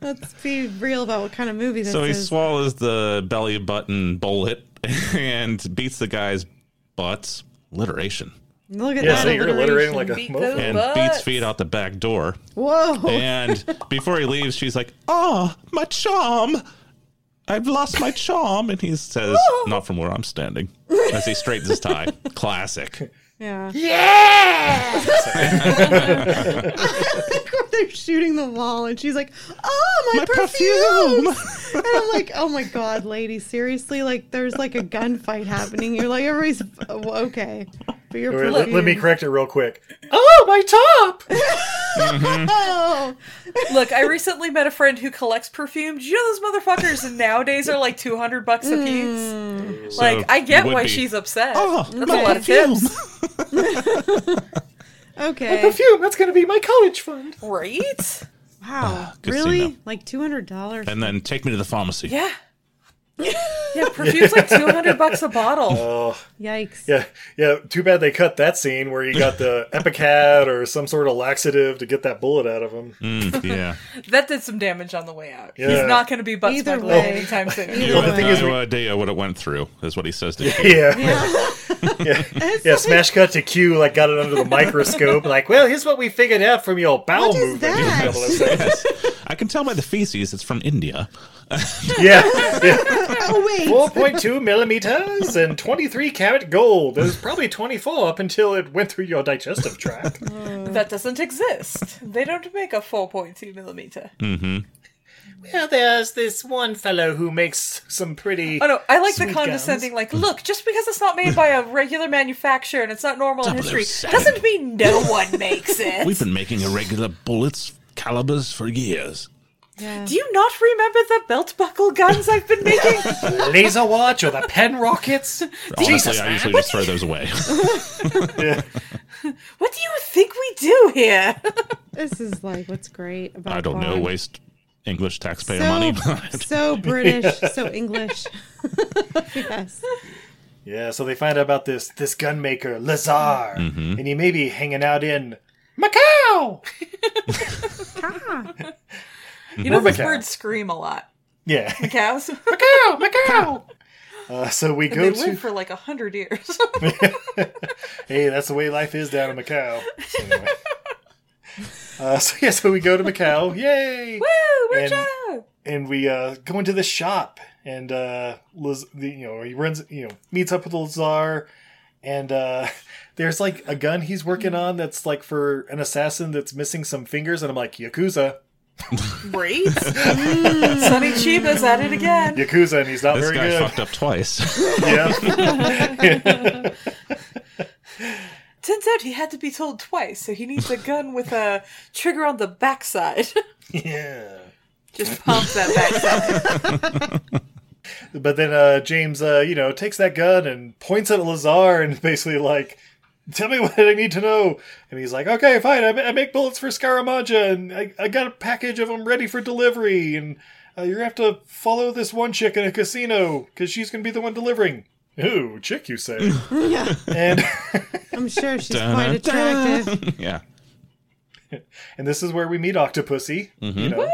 let's be real about what kind of movie this So he is. swallows the belly button bullet and beats the guy's butts. Literation. Look at yeah, that. so you're alliterating like a Beat mofo. those- And beats Butts. Oh. feet out the back door. Whoa. And before he leaves, she's like, "Ah, my charm! I've lost my charm." And he says, Oh. "Not from where I'm standing." As he straightens his tie. Classic. yeah. Yeah! Like where they're shooting the wall, and she's like, "Oh, my, My perfume!" perfume. and I'm like, "Oh my god, lady, seriously! Like, there's like a gunfight happening. You're like, everybody's oh, okay, but you're Wait, let, let me correct it real quick. Oh, my top! Oh, Look, I recently met a friend who collects perfume. Do you know those motherfuckers nowadays are like 200 bucks a piece? Mm. So Like, I get would why be- she's upset. Oh, That's my a lot of tips. okay, Phew, that's going to be my college fund. Right? wow, casino. really? Like two hundred dollars? And then take me to the pharmacy. Yeah. Yeah, perfume's like 200 bucks a bottle. Oh, Yikes! Yeah, yeah. Too bad they cut that scene where you got the Epicat or some sort of laxative to get that bullet out of him. Mm, yeah. That did some damage on the way out. Yeah. He's not going to be butt Either smuggling way. anytime soon. Either You Well, have the thing no is we- idea what it went through, is what he says to you. Yeah, It's yeah. like, Smash cut to Q, like got it under the microscope. Like, well, here's what we figured out from your bowel What is movement. that? I can tell by the feces it's from India. yeah, yeah. oh wait, Four point two millimeters and twenty three karat gold. It was probably twenty four up until it went through your digestive tract. That doesn't exist. They don't make a 4.2 millimeter. Hmm. yeah, there's this one fellow who makes some pretty. Oh no, I like the Sweet condescending, like, look, just because it's not made by a regular manufacturer and it's not normal in history 007. doesn't mean no one makes it. We've been making irregular bullets calibers for years. Do you not remember the belt buckle guns I've been making? laser watch or the pen rockets. Honestly, Jesus, I man. Oh, usually just throw those away. what do you think we do here? this is like what's great about I don't know, Bond. waste English taxpayer so, money. so British, so English. yes. Yeah, so they find out about this this gun maker Lazar, and he may be hanging out in Macau. You know, this Macau. word scream a lot. Yeah, Cows? Macau, Macau. Uh, so we they go to live for like a hundred years. hey, that's the way life is down in Macau. Anyway. uh, so yeah, so we go to Macau, yay! Woo, And- watch out! and we uh, go into the shop, and uh, Liz, the, you know he runs, you know, meets up with Lazar, and uh, there's like a gun he's working Mm-hmm. on that's like for an assassin that's missing some fingers, and I'm like Yakuza. Great. Sonny Chiba's at it again. Yakuza, and he's not this very guy good. fucked up twice. Yeah, Turns out he had to be told twice, so he needs a gun with a trigger on the backside. yeah. Just pump that backside. But then uh, James, uh, you know, takes that gun and points it at Lazar and basically like, "Tell me what I need to know." And he's like, "Okay, fine. I, ma- I make bullets for Scaramanga, and I, I got a package of them ready for delivery. And uh, you're gonna have to follow this one chick in a casino because she's gonna be the one delivering." Ooh, chick, you say? Yeah. and I'm sure she's Dun, quite dun, attractive. yeah. and this is where we meet Octopussy. You know,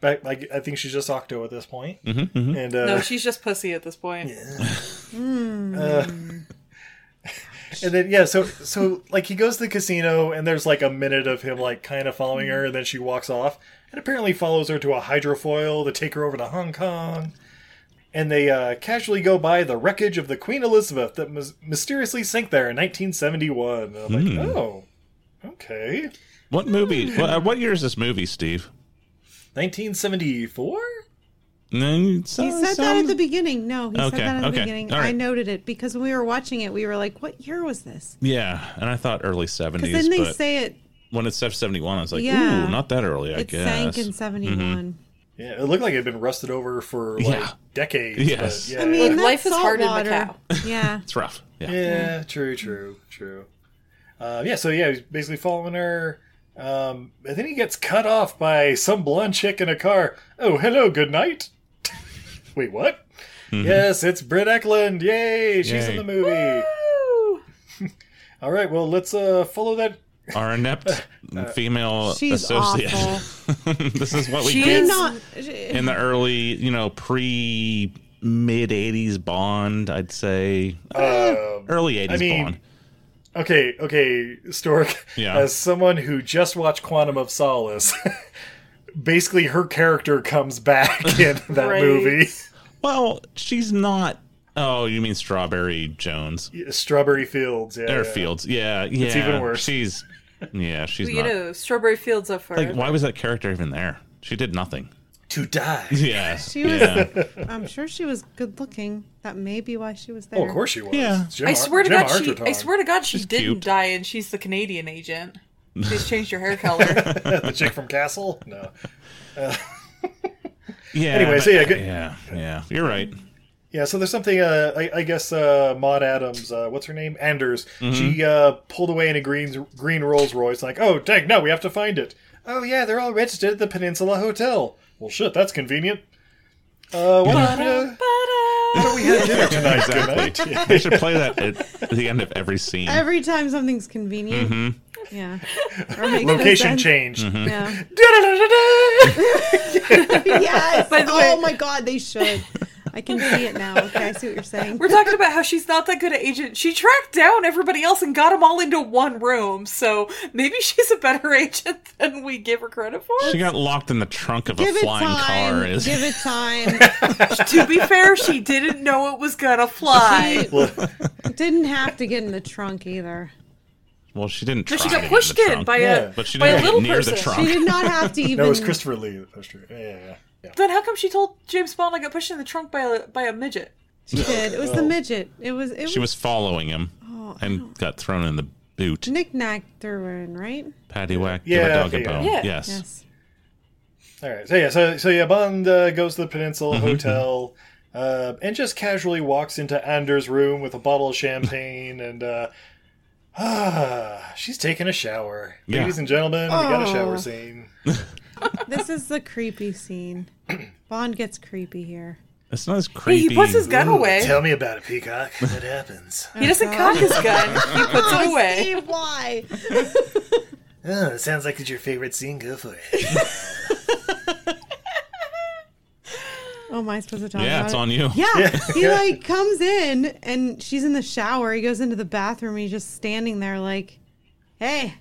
But I, I think she's just Octo at this point. And uh, No, she's just pussy at this point. And then yeah, so so like he goes to the casino and there's like a minute of him like kind of following her and then she walks off and apparently follows her to a hydrofoil to take her over to Hong Kong. And they uh, casually go by the wreckage of the Queen Elizabeth that mys- mysteriously sank there in 1971. And I'm Hmm. like, oh, okay, What movie? What, uh, what year is this movie, Steve? 1974. He He said that at the beginning. No, he Okay, said that at the okay, beginning. all right. I noted it because when we were watching it, we were like, "What year was this?" Yeah, and I thought early Because seventies, then they but say it when it's seventy one, I was like, Yeah. ooh, not that early, I it guess. Mm-hmm. sank in '71. Yeah, it looked like it had been rusted over for like Yeah. decades. Yes. but, yeah. I mean, Look, life life is is hard in water. Yeah. it's rough. Yeah. Yeah, true, true, true. Uh, yeah, so yeah, he's basically following her. Um, and then he gets cut off by some blonde chick in a car. Oh, hello, good night. Wait, what? Yes, it's Britt Eklund. Yay, she's Mm-hmm. Yay. in the movie. Woo! All right, well, let's uh follow that. Our inept Uh, female She's associate. this is what we She get is- Not, in the early, you know, pre mid '80s Bond. I'd say Eh, Um, early '80s I mean, Bond. okay, okay, Stork. Yeah. As someone who just watched Quantum of Solace, basically her character comes back in that Right. movie. Well, she's not. Oh, you mean Strawberry Jones Strawberry Fields. Yeah. or Fields? Yeah, yeah. even worse. She's yeah, she's You not. know, Strawberry Fields up for like, why was that character even there? She did nothing. To die. Yeah, She was- yeah. I'm sure she was good looking. That may be why she was there. Oh, of course she was. Yeah. Jim I Ar- swear to Jim God, she. I Arterton. swear to God, she She's didn't cute. die, and she's the Canadian agent. She's changed her hair color. the chick from Castle. No. Yeah. Anyway, but- so yeah, good- yeah, yeah. You're right. Yeah, so there's something. Uh, I, I guess uh, Maud Adams, uh, what's her name? Anders. She uh, pulled away in a green green Rolls Royce. Like, oh dang, no, we have to find it. Oh yeah, they're all registered at the Peninsula Hotel. Well, shit, that's convenient. Uh, why don't we, uh, why don't we have dinner tonight? Exactly. Goodnight? they should play that at the end of every scene. Every time something's convenient. Mm-hmm. Yeah. Or makes no Location sense. change. Yeah. Da-da-da-da-da! yes. By the oh way- my God, they should. I can see it now. Okay, I see what you're saying. We're talking about how she's not that good at agent. She tracked down everybody else and got them all into one room. So maybe she's a better agent than we give her credit for. She got locked in the trunk of Give a it flying time. car. Is Give it time. to be fair, she didn't know it was gonna fly. She didn't have to get in the trunk either. well, she didn't. Try No, to she got get in pushed the in trunk, by Yeah. a but she by didn't a get little near person. the She trunk. did not have to even. No, it was Christopher Lee. That's true. Yeah, yeah, yeah. Then how come she told James Bond I got pushed in the trunk by a by a midget? She did. It was the midget. It was. It Oh. She was was. following him Oh, and got thrown in the boot. Knick knack threw her in, right? Paddy whack, Yeah, give a dog a yeah. bone. Yeah. Yes. Yes. All right. So yeah. So so yeah. Bond uh, goes to the Peninsula Hotel uh, and just casually walks into Anders' room with a bottle of champagne and. Uh, Ah, she's taking a shower. Yeah. Ladies and gentlemen, we got a Oh. shower scene. This is the creepy scene. Bond gets creepy here. It's not as creepy. He puts his gun away. Tell me about it, Peacock. What happens? He doesn't cock his gun. He puts it Oh, away. Steve, why? oh, it sounds like it's your favorite scene. Go for it. Oh, am I supposed to talk Yeah, about it's it? on you. Yeah, he like comes in and she's in the shower. He goes into the bathroom. He's just standing there, like, "Hey,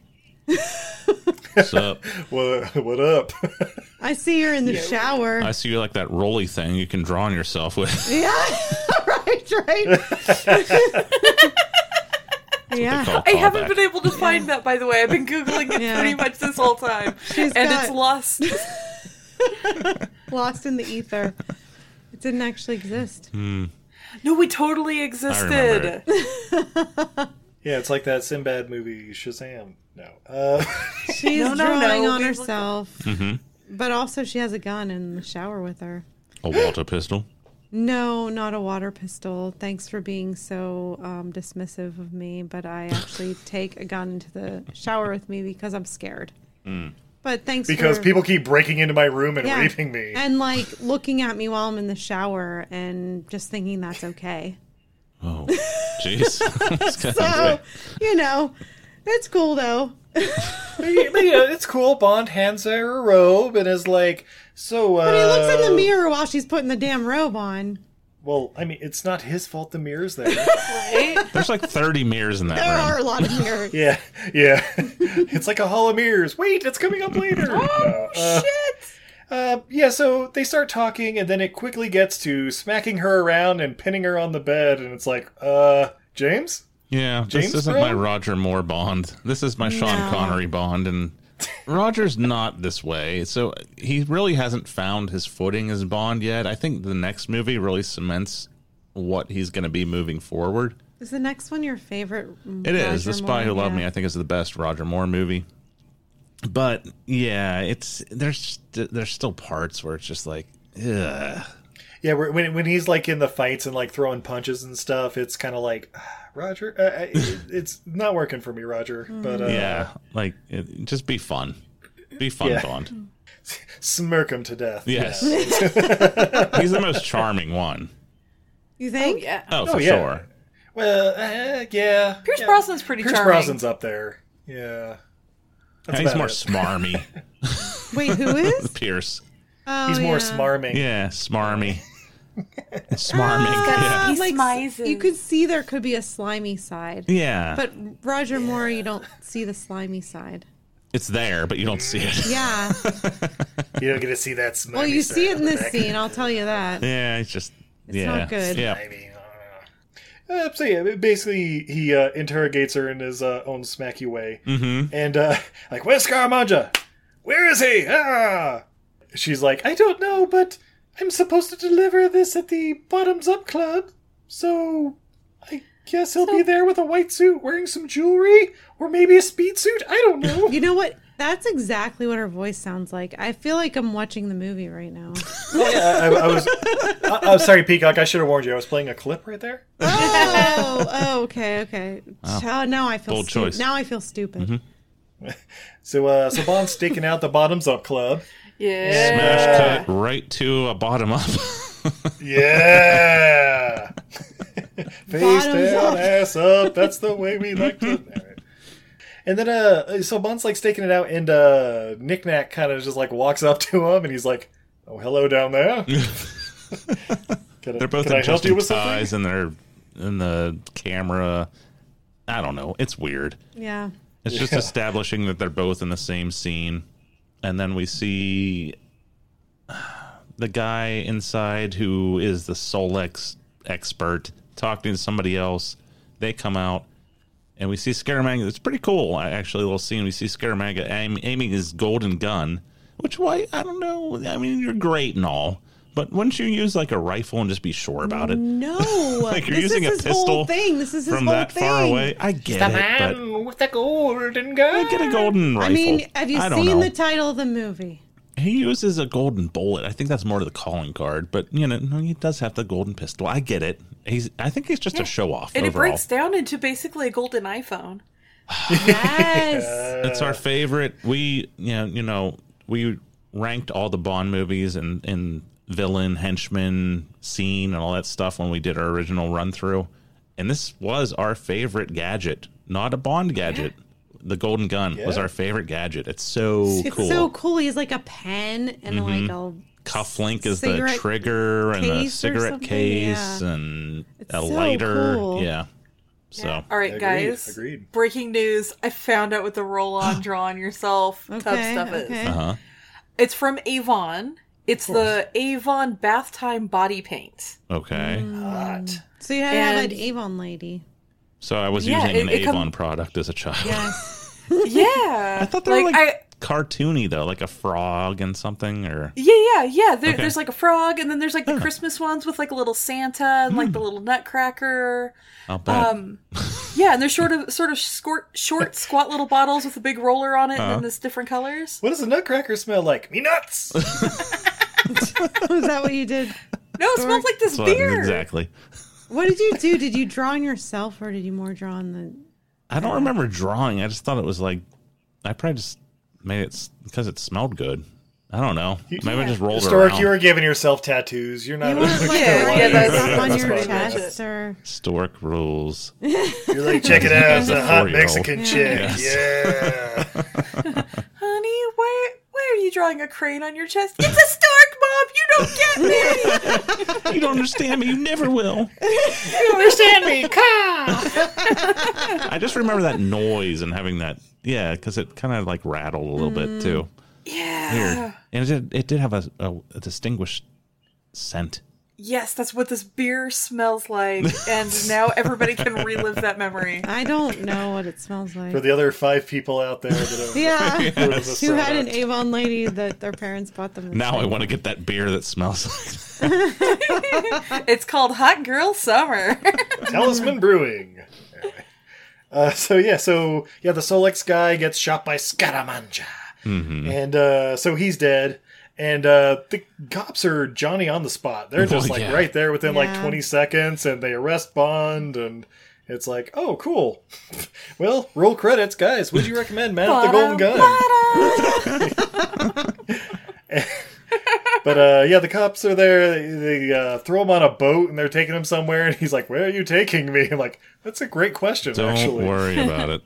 So What, what up? I see you're in the shower." I see you like that roly thing you can draw on yourself with. Yeah, right, right. yeah, Call I haven't callback. been able to find that, by the way. I've been googling it Yeah. pretty much this whole time, She's and got- it's lost. lost in the ether. It didn't actually exist. No, we totally remember existed. yeah, it's like that Sinbad movie, Shazam. No. Uh, She's No, no, drawing no, on we look- herself, but also she has a gun in the shower with her. A Walter pistol. No, not a water pistol. Thanks for being so um, dismissive of me, but I actually take a gun into the shower with me because I'm scared. Mm. But thanks because for, people keep breaking into my room and Yeah. raping me. and like looking at me while I'm in the shower and just thinking that's okay. Oh, jeez. It's kinda So like- you know, it's cool though. But, you know, it's cool. Bond hands her a robe and is like, so. Uh, But he looks in the mirror while she's putting the damn robe on. Well, I mean, it's not his fault the mirror's there. There's like 30 mirrors in that There room. are a lot of mirrors. yeah, yeah. it's like a hall of mirrors. Wait, it's coming up later. oh, Shit. Uh, yeah, so they start talking, and then it quickly gets to smacking her around and pinning her on the bed, and it's like, uh, James? Yeah, James this isn't Brown? my Roger Moore Bond. This is my Sean No. Connery Bond, and Roger's not this way. So he really hasn't found his footing as Bond yet. I think the next movie really cements what he's going to be moving forward. Is the next one your favorite? It is The Spy Who Loved Me. I think is the best Roger Moore movie. But yeah, it's there's there's still parts where it's just like, ugh. Yeah, where- when, when he's like in the fights and like throwing punches and stuff, it's kind of like, "Ah, Roger, uh, I- it, it's not working for me, Roger. But uh, Mm. yeah, like it, just be fun, be fun Yeah. Bond. smirk him to death. Yes, he's the most charming one. You think? Yeah. Oh, Oh, for yeah. sure. Well, uh, yeah. Pierce yeah. Brosnan's pretty Pierce charming. Brosnan's up there. Yeah. That's he's about more it. smarmy. Wait, who is? Pierce. Oh, He's more yeah. smarming. Yeah, smarmy. smarming. yeah. Ah, He like, smizes. You could see there could be a slimy side. Yeah. But Roger Moore, you don't see the slimy side. it's there, but you don't see it. Yeah. You don't get to see that smarmy. well, you see it in this side. scene. I'll tell you that. Yeah, it's just. yeah. not good. Yeah. I mean, uh, so yeah, basically he uh, interrogates her in his uh, own smacky way, mm-hmm. and uh, like, "Where's Scaramanga? Where is he?" Ah! She's like, "I don't know, but I'm supposed to deliver this at the Bottoms Up Club, so I guess he'll be there with a white suit, wearing some jewelry, or maybe a speed suit. I don't know." You know what? That's exactly what her voice sounds like. I feel like I'm watching the movie right now. oh, yeah, I, I was. I, I'm sorry, Peacock. I should have warned you. I was playing a clip right there. oh, oh, okay, okay. Oh, now I feel Bold stu- choice. Mm-hmm. Now I feel stupid. So, uh, so Bond's staking out the Bottoms Up Club. Yeah. Smash cut uh, right to a bottom up. Yeah. Face Bottoms down, up. ass up. That's the way we like to. Alright. And then, uh, so Bond's like staking it out, and uh, Knick Knack kind of just like walks up to him, and he's like, "Oh, hello down there." Can I- They're both can I help you adjusting with something? size and they're in the camera. I don't know. It's weird. Yeah. It's just establishing that they're both in the same scene. And then we see the guy inside who is the Solex expert talking to somebody else. They come out and we see Scaramanga. It's pretty cool, I- actually, a little scene. We see Scaramanga aim, aiming his golden gun, which, why, I don't know. I mean, you're great and all, but wouldn't you use like a rifle and just be sure about it? No. Like you're this using is a his pistol whole thing. This is his from whole that thing. far away. I get The it, but man with the golden gun. I get a golden I rifle. mean, have you I don't seen know. the title of the movie? He uses a golden bullet. I think that's more to the calling card, but you know, no, he does have the golden pistol. I get it. He's. I think he's just a show off And it overall. breaks down into basically a golden iPhone. Yes. it's our favorite. We you know you know we ranked all the Bond movies and and villain henchman scene and all that stuff when we did our original run through, and this was our favorite gadget, not a Bond gadget. The golden gun was Yeah. our favorite gadget. It's so it's cool. Mm-hmm. so cool. He has like a pen and like a cufflink is the cigarette trigger and a case or cigarette something, case yeah. and It's a so lighter. cool. Yeah. So All right, Agreed, guys. agreed. Breaking news. I found out what the roll on draw on yourself tough Okay, stuff okay. is. Uh-huh. It's from Avon. It's the Avon bath time body paint. okay. Mm. Hot. So you had to have And- an Avon lady. So I was Yeah, using it- an it come- Avon product as a child. Yes. Yeah. I thought they were like I, cartoony though, like a frog and something or yeah, yeah, yeah. There, Okay. Oh. There's like a frog, and then there's like the Christmas ones with like a little Santa and like Hmm. the little Nutcracker. I'll bet. Um, yeah, and they're short of sort of short, short, squat little bottles with a big roller on it, and Uh-huh. then this different colors. What does a nutcracker smell like? Me nuts. Is that what you did? No, it smells like this So, beer. exactly. What did you do? Did you draw on yourself or did you more draw on the I don't remember drawing. I just thought it was like I probably just made it s- because it smelled good. I don't know. Maybe I just rolled it Historic, around. you were giving yourself tattoos. You're not. You weren't like Yeah, writing yeah, that's- stuff on that's your fine. chest or Historic rules. You're like, check it out, it's a hot Four-year-old. Mexican chick. Yeah. Honey, why why are you drawing a crane on your chest? It's a stork, Mom. You don't get me. you don't understand me. You never will. You understand me? Ka! I just remember that noise and having that. Yeah, because it kind of like rattled a little bit too. yeah. Weird. And it did, it did have a, a, a distinguished scent. Yes, that's what this beer smells like, and now everybody can relive that memory. I don't know what it smells like. For the other five people out there that are yeah. heard of this Who had an product. Avon lady that their parents bought them? Now I want to get that beer that smells like It's called Hot Girl Summer. Talisman Brewing. Uh, so yeah, so yeah, the Solex guy gets shot by Scaramanga, and uh, so he's dead. And uh, the cops are Johnny on the spot. They're just Well, like yeah. right there within like Yeah. twenty seconds, and they arrest Bond, and it's like, oh, cool. well, roll credits, guys. Would you recommend Man with the Golden Gun? But uh, yeah, the cops are there. They, they uh, throw him on a boat and they're taking him somewhere. And he's like, "Where are you taking me?" I'm like, "That's a great question, Don't actually." worry about it.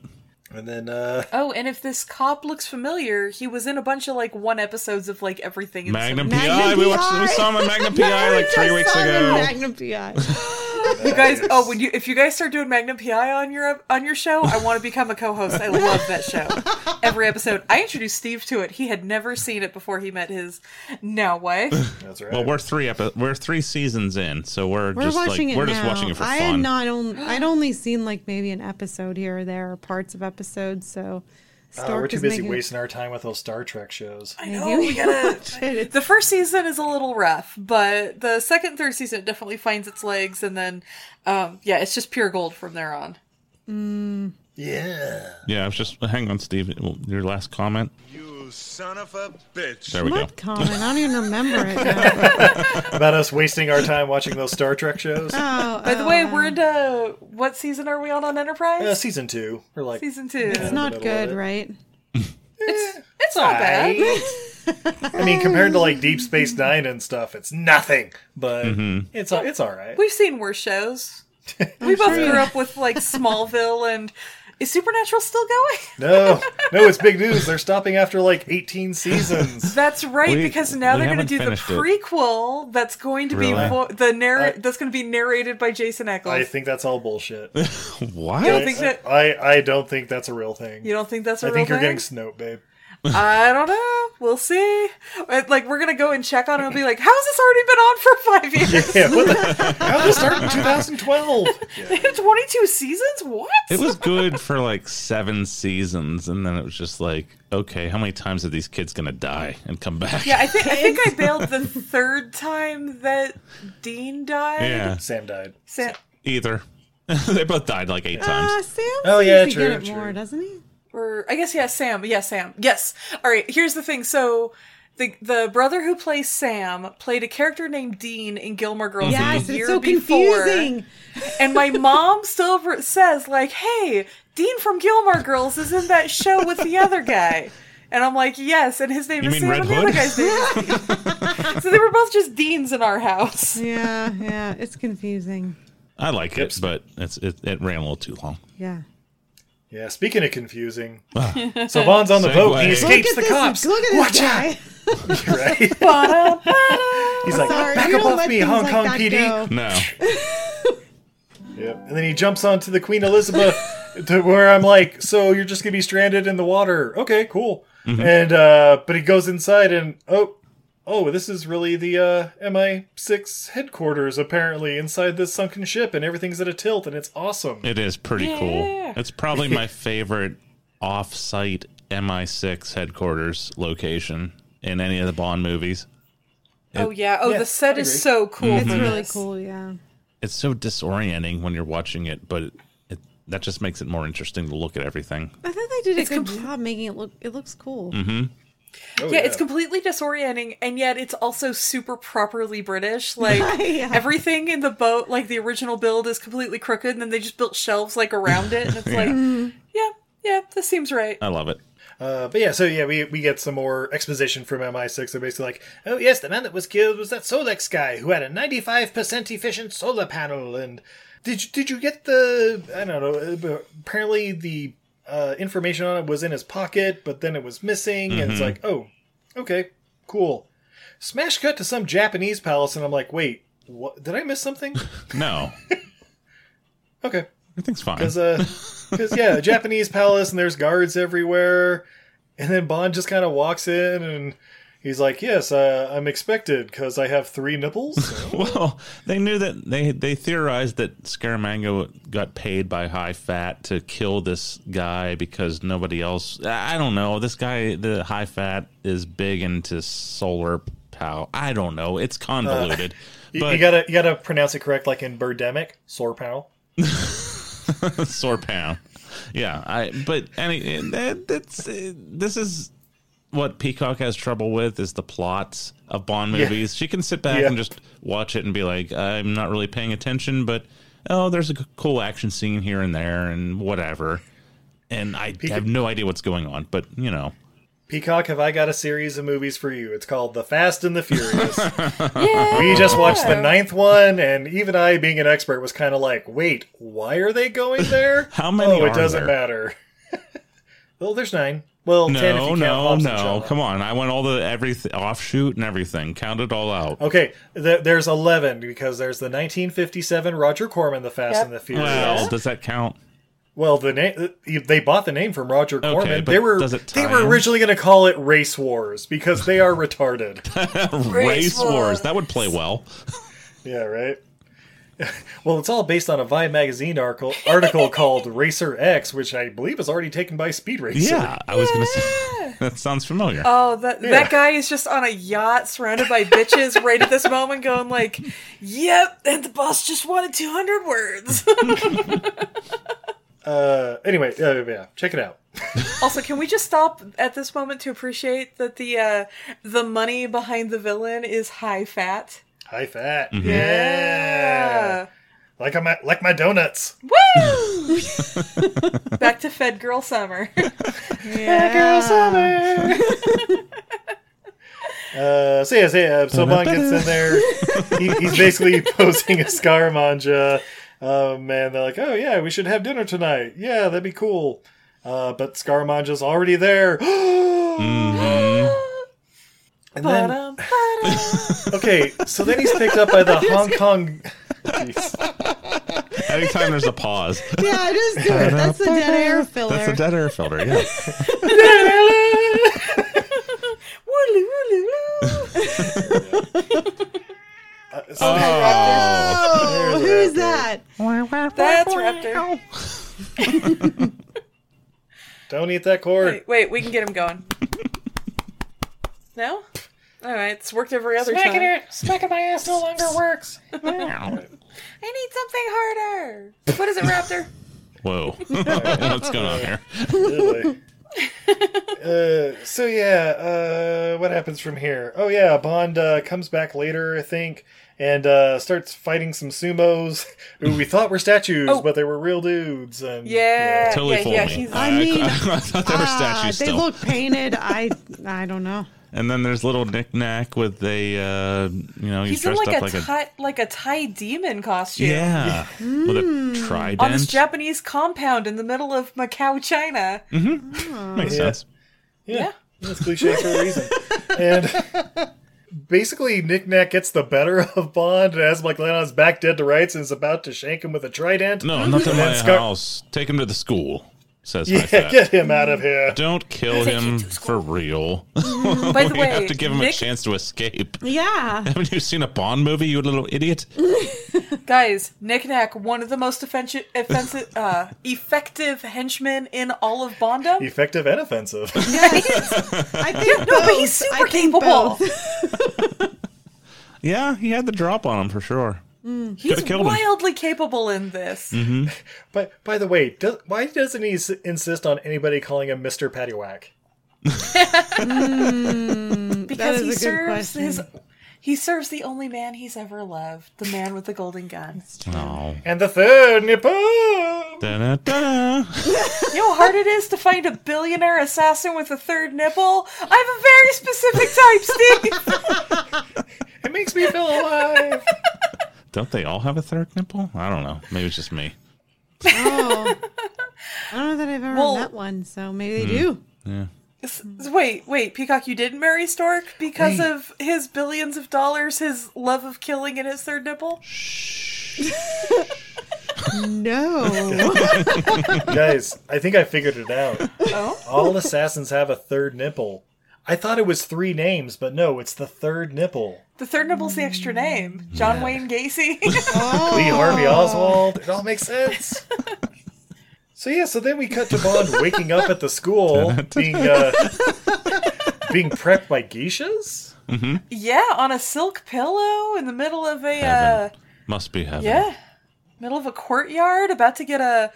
And then uh, Oh, and if this cop looks familiar, he was in a bunch of like one episodes of like everything. in the Magnum, Magnum PI. We watched. We PI. saw him on Magnum PI like three weeks ago. Magnum PI. Simpsons. You guys, oh, when you if you guys start doing Magnum PI on your on your show, I want to become a co-host. I love that show. Every episode, I introduced Steve to it. He had never seen it before he met his now wife. that's right. Well, we're three epi- we're three seasons in, so we're, We're just like watching it we're now. just watching it for I had fun. not on, I'd only seen like maybe an episode here or there, or parts of episodes. So Uh, Stork we're too is busy making- wasting our time with those Star Trek shows. I know we gotta. It- The first season is a little rough, but the second, third season it definitely finds its legs, and then, um, yeah, it's just pure gold from there on. Yeah. yeah, I was just hang on, Steve. Your last comment. You son of a bitch. There we go. What comment? I don't even remember it. Now. About us wasting our time watching those Star Trek shows. Uh, Oh, By the way, we're into what season are we on on Enterprise? Uh, season two. We're like, Season two. it's It's, not middle of good, it. right? it's not bad. I mean, compared to like Deep Space Nine and stuff, it's nothing. But Mm-hmm. it's a- it's all right. We've seen worse shows. we both grew up with like Smallville and is Supernatural still going? No, no, it's big news. They're stopping after like 18 seasons. That's right, We- because now we they're going haven't to do the finished it. prequel that's going to Really? be vo- the narr- I- that's going to be narrated by Jason Eccles. I think that's all bullshit. What? you don't think that I I don't think that's a real thing. you don't think that's a I real think you're thing? getting snoped, babe. I don't know. We'll see. Uh, Like we're gonna go and check on it and be like, how's this already been on for five years? Yeah, what the, how did it start in 2012? Yeah. Twenty two seasons? What? It was good for like seven seasons, and then it was just like, okay, how many times are these kids gonna die and come back? Yeah, I think I think I bailed the third time that Dean died. Yeah, Sam died. Sa- either. they both died like eight Uh, times. Sam Oh, seems yeah, to true, get it true. more, doesn't he? or I guess yeah, Sam. Yeah, Sam. Yes. All right. Here's the thing. So the the brother who plays Sam played a character named Dean in Gilmore Girls Yes, the it's year so before. confusing. And my mom still re- says like, "Hey, Dean from Gilmore Girls is in that show with the other guy." And I'm like, "Yes." And his name You is mean Sam. Red and the Hood? other guy's name. Is Dean. so they were both just Deans in our house. Yeah, yeah, it's confusing. I like it, but it's it, it ran a little too long. Yeah. Yeah, speaking of confusing, Savon's on the boat. and He Segue. Look escapes the cops. Look at this Watch guy. out! Right? Ba-da, ba-da. He's like, Sorry, back you up don't off let me, things Hong like Kong that PD. go. No, Yep. And then he jumps onto the Queen Elizabeth to where I'm like, so you're just gonna be stranded in the water. Okay, cool. Mm-hmm. And uh but he goes inside and oh oh, this is really the uh MI six headquarters apparently inside this sunken ship and everything's at a tilt and it's awesome. it is pretty cool. It's probably my favorite off-site MI6 headquarters location in any of the Bond movies. Oh yeah. Oh, Yeah, the set I is agree. so cool. It's Mm-hmm. for really this. cool, yeah. It's so disorienting when you're watching it, but it, it that just makes it more interesting to look at everything. I thought they did a good job making it look it looks cool. Oh, yeah, it's completely disorienting, and yet it's also super properly British. Like Yeah. everything in the boat, like the original build is completely crooked, and then they just built shelves like around it, and it's like, yeah, yeah, this seems right. I love it. Uh, but yeah, so yeah, we, we get some more exposition from MI6. They're basically like, oh yes, the man that was killed was that Solex guy who had a 95% efficient solar panel. And did you, did you get the, I don't know, uh, b- apparently the uh, information on it was in his pocket, but then it was missing. And it's like, oh, okay, cool. Smash cut to some Japanese palace, and I'm like, wait, what? Did I miss something? No, okay. everything's fine. Because uh, yeah, a Japanese palace and there's guards everywhere, and then Bond just kind of walks in and he's like, "Yes, uh, I'm expected because I have three nipples." Well, they knew that they they theorized that Scaramango got paid by High Fat to kill this guy because nobody else. I I don't know. This guy, the High Fat, is big into solar power. I don't know. It's convoluted. You- but you gotta you gotta pronounce it correct, like in Birdemic, Sorpow. sore pound. Yeah, I. But any that, that's uh, this is what Peacock has trouble with is the plots of Bond movies. She can sit back Yeah. and just watch it and be like, I'm not really paying attention, but oh, there's a c- cool action scene here and there and whatever, and I have no idea what's going on. But you know, Peacock, have I got a series of movies for you? It's called The Fast and the Furious. Yeah. we just watched the ninth one, and even I, being an expert, was kind of like, "Wait, why are they going there? How many Oh, it are doesn't there? matter." well, there's nine. Well, ten if you No, count no, Hobbs and no. Shaw. Come on. I want all the everything offshoot and everything. Count it all out. Okay, th- there's eleven because there's the 1957 Roger Corman, The Fast Yep. and the Furious. Well, does that count? Well, the name they bought the name from Roger Okay, Corman. but they were does it they tie were in? originally going to call it Race Wars because they are retarded. Race, wars. wars. That would play well. Yeah, right. well, it's all based on a Vibe magazine article article called Racer X, which I believe is already taken by Speed Racer. Yeah, I was gonna say that sounds familiar. Oh, that that guy is just on a yacht surrounded by bitches right at this moment, going like, "Yep," and the boss just wanted two hundred words. Uh, anyway, uh, yeah, check it out. also, can we just stop at this moment to appreciate that the uh, the money behind the villain is high fat? High fat. Mm-hmm. Yeah. Uh, Like my like my donuts. Woo! Back to Fed Girl Summer. Uh, so yeah, so, yeah, so Mon gets in there. He, he's basically posing as Scaramanga. Um, and they're like, oh yeah, we should have dinner tonight. Yeah, that'd be cool. Uh, but Scaramanga's already there. And then- Ba-dum, ba-dum. Okay, so then he's picked up by the Hong Kong. Jeez. Anytime there's a pause, Yeah, just do it. That's the dead air filler. that's a dead air filter. Yeah. Woodley, woodley, woo. Uh, Oh, oh, who's that? That's Raptor. Don't eat that cord. Wait, wait, we can get him going. No? Alright, it's worked every other Smacking time. her, smacking my ass no longer works. I need something harder. What is it, Raptor? whoa! What's going on here? Really. uh, so yeah, uh, what happens from here? Oh yeah, Bond uh, comes back later, I think, and uh, starts fighting some sumos who we thought were statues, Oh. but they were real dudes. And Yeah. Totally yeah, fooled yeah, me. he's- I mean, I thought they were ah, Uh, statues they still. look painted. I I don't know. and then there's little knickknack with a, uh, you know, he's, He's in dressed like a, up like a, Thai, like a Thai demon costume. yeah, with a trident. On this Japanese compound in the middle of Macau, China. Makes sense. Yeah. It's cliche for a reason. and basically, Nick Nack gets the better of Bond and has him like laying on his back dead to rights and is about to shank him with a trident. No, not to And then my Scar- house. Take him to the school. Says Yeah, High Fat. get him out of here. Don't kill him for real. By the we way, have to give him Nick- a chance to escape. Yeah. Haven't you seen a Bond movie, you little idiot? Guys, Nick Nack, one of the most offensive, offensive uh, effective henchmen in all of Bondom. Effective and offensive. I think No, but he's both. I super think capable. both. Yeah, he had the drop on him for sure. He's killed him. Mm-hmm. wildly capable in this. But by the way, does, why doesn't he s- insist on anybody calling him Mister Paddywhack? is because he a good serves question. his he serves the only man he's ever loved, the man with the golden gun. Oh. And the third nipple. Da-da-da. You know how hard it is to find a billionaire assassin with a third nipple? I'm a very specific type, Steve! It makes me feel alive. Don't they all have a third nipple? I don't know. Maybe it's just me. Oh. I don't know that I've ever Well- met one, so maybe they hmm. do. S- wait, wait, Peacock, you didn't marry Stork because of his billions of dollars, his love of killing, and his third nipple? No. Guys, I think I figured it out. Oh? All assassins have a third nipple. I thought it was three names, but no, it's the third nipple. The third nipple's the extra name. John Wayne Gacy. Lee Harvey Oswald. It all makes sense. so yeah, so then we cut to Bond waking up at the school, being uh, being prepped by geishas. yeah, on a silk pillow in the middle of a. Uh, Heaven. Must be heaven. Yeah. Middle of a courtyard, about to get a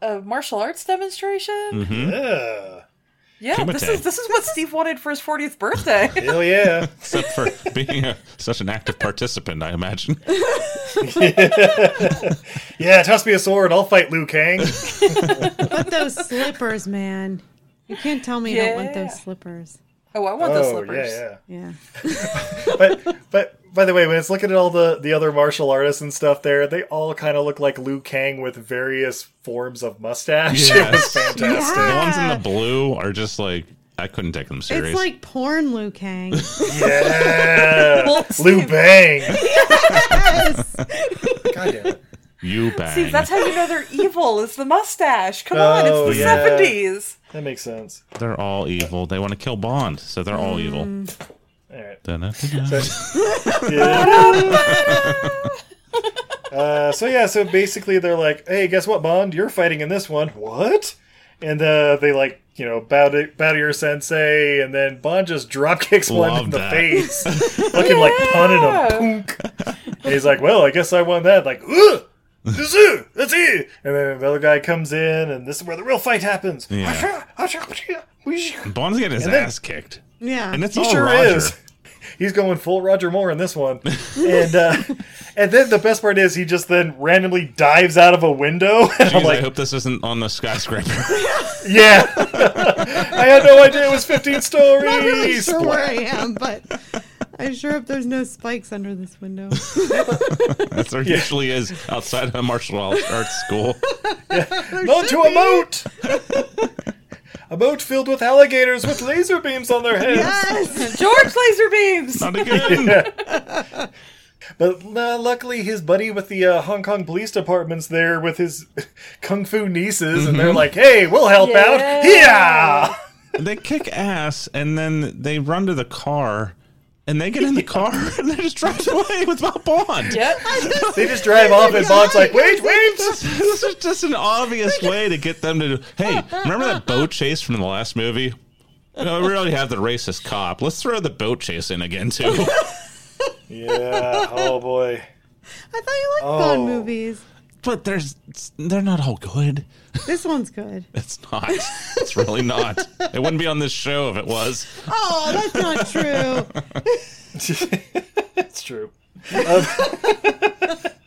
a martial arts demonstration. Mm-hmm. Yeah, Yeah, this Kumite. is this is what Steve wanted for his 40th birthday. hell yeah. Except for being a, such an active participant, I imagine. Yeah, toss me a sword. I'll fight Liu Kang. but those slippers, man. You can't tell me you don't want those slippers. Oh, I want those slippers. yeah, Yeah. yeah. But but by the way, when it's looking at all the the other martial artists and stuff there, they all kind of look like Liu Kang with various forms of mustache. It was Yes. fantastic. The ones in the blue are just like I couldn't take them serious. It's like porn Liu Kang. Yeah, Well, Liu Steve, Bang. yes. God damn it. you bang. Steve, that's how you know they're evil. Is the mustache? Come on, Oh, it's the yeah. seventies. That makes sense. They're all evil. They want to kill Bond, so they're all evil. Mm. All right. Da-na-da-da. Uh, so yeah, so basically they're like, "Hey, guess what, Bond? You're fighting in this one. What?" And uh, they like, you know, bow to, bow to your sensei, and then Bond just drop kicks one Love in the that. face, looking like punning him. Poonk. And he's like, "Well, I guess I won that." Like, Ugh! That's it. That's it. And then the other guy comes in, and this is where the real fight happens. Yeah. Bond's getting his And then- ass kicked, Yeah. and it's He all sure Oh, Roger. is. He's going full Roger Moore in this one, and uh, and then the best part is he just then randomly dives out of a window, and Jeez, I'm like, I hope this isn't on the skyscraper. yeah, I had no idea it was 15 stories. I'm not really sure where I am, but I sure hope there's no spikes under this window. That's there usually is outside of a martial arts school. Not to a moat, a moat filled with alligators with laser beams on their heads. yes. George laser beams. Not again. But uh, luckily, his buddy with the uh, Hong Kong police department's there with his kung fu nieces, and Mm-hmm. they're like, "Hey, we'll help out." Yeah. They kick ass and then they run to the car and they get in the car and they're just drives away without Bond. Yep. They just drive off, and Bond's like, "Wait, wait!" This is just an obvious way to get them to. Hey, remember that boat chase from the last movie? No, we already have the racist cop. Let's throw the boat chase in again too. Yeah. Oh boy. I thought you liked Bond Oh. movies. But there's, they're not all good. This one's good. It's not. It's really not. It wouldn't be on this show if it was. Oh, that's not true. it's true. Um,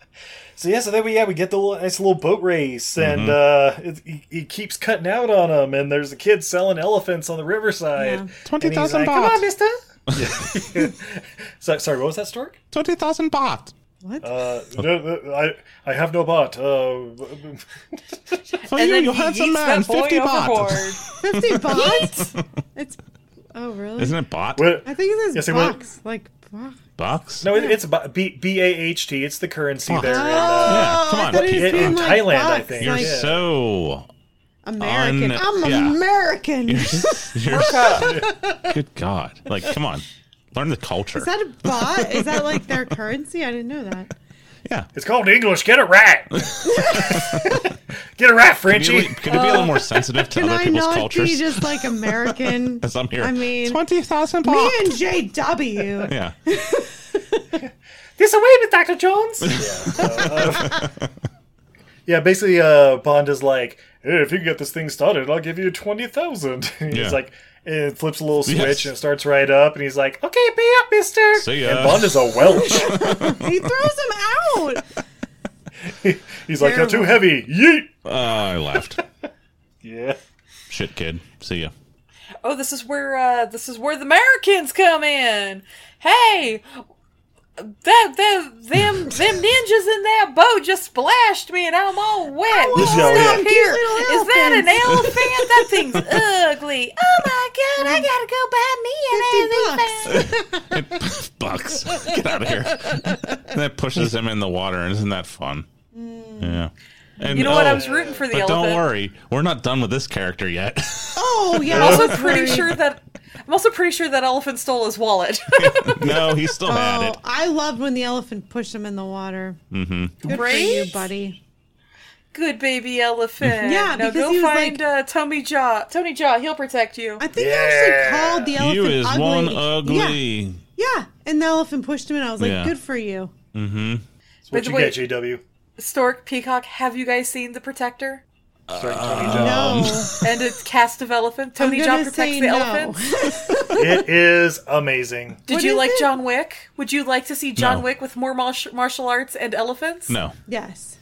so yeah, so then we yeah we get the little, nice little boat race, and uh, it, he, he keeps cutting out on them, and there's a kid selling elephants on the riverside. Yeah. And he's 20,000 like, Come baht. on, Mister. Yeah. so, sorry, what was that, Stork? Twenty thousand baht. What? Uh, no, no, I I have no bot. Uh, For And you, then you he handsome yeets man, that boy fifty baht. overboard. 50 baht? it's. Oh, really? Isn't it bot? what- I think it says Yes, it was- box. Like, box. Box? no, it, it's ba- B B A H T. It's the currency Oh. there. In, uh, Yeah, come I on. thought he was In- being in like Thailand, I box, think. You're like Yeah. so. American. on- I'm yeah. American. You're, Is you're- good God! Like, come on, learn the culture. that a bot? Is that like their currency? I didn't know that. yeah. it's called English. Get it right. Get Could it right, it be, Frenchie. could it be a little more sensitive to Can other I people's not be cultures? just like American? As I'm here. I mean, twenty thousand me baht. and JW. yeah. This away with Doctor Jones. yeah. uh, uh, yeah. Basically, uh, Bond is like, "Hey, if you can get this thing started, I'll give you twenty thousand. He's Yeah. like. And flips a little switch Yes. and it starts right up, and he's like, "Okay, pay up, Mister." See ya. And Bond is a Welsh. He throws him out. He's like, "They're too heavy." Yeet. Uh, I left. Yeah. Shit, kid. See ya. oh, this is where uh, this is where the Americans come in. Hey, that that them them ninjas in that boat just splashed me, and I'm all wet. was What's Yeah, yeah. up Cute here? little Is that an elephant? that thing's ugly. Oh my god, I gotta go buy me an elephant. Bucks. Get out of here. And that pushes him in the water, and isn't that fun? Mm. Yeah. And, You know what? I oh, was rooting for the But elephant. don't worry, we're not done with this character yet. Oh yeah. I'm also that's pretty right. sure that I'm also pretty sure that elephant stole his wallet. no, he still had Oh, it. I loved when the elephant pushed him in the water. Mm-hmm. Good for you, Right? buddy. Good baby elephant. Yeah, now because go he was find like- uh, Tony Jaw. Tony Jaw, he'll protect you. I think they Yeah. actually called the elephant You is Oh, ugly. one Yeah, ugly. yeah. And the elephant pushed him, and I was like, Yeah. "Good for you." That's what By the you way- get, JW. Stork, Peacock, have you guys seen The Protector? Starting Uh. Tony Um, Jaa. No, And it's cast of elephant. Tony I'm Jaw gonna protects say the no. elephant. It is amazing. Did What you is like it? John Wick? Would you like to see John No. Wick with more marsh- martial arts and elephants? No, Yes.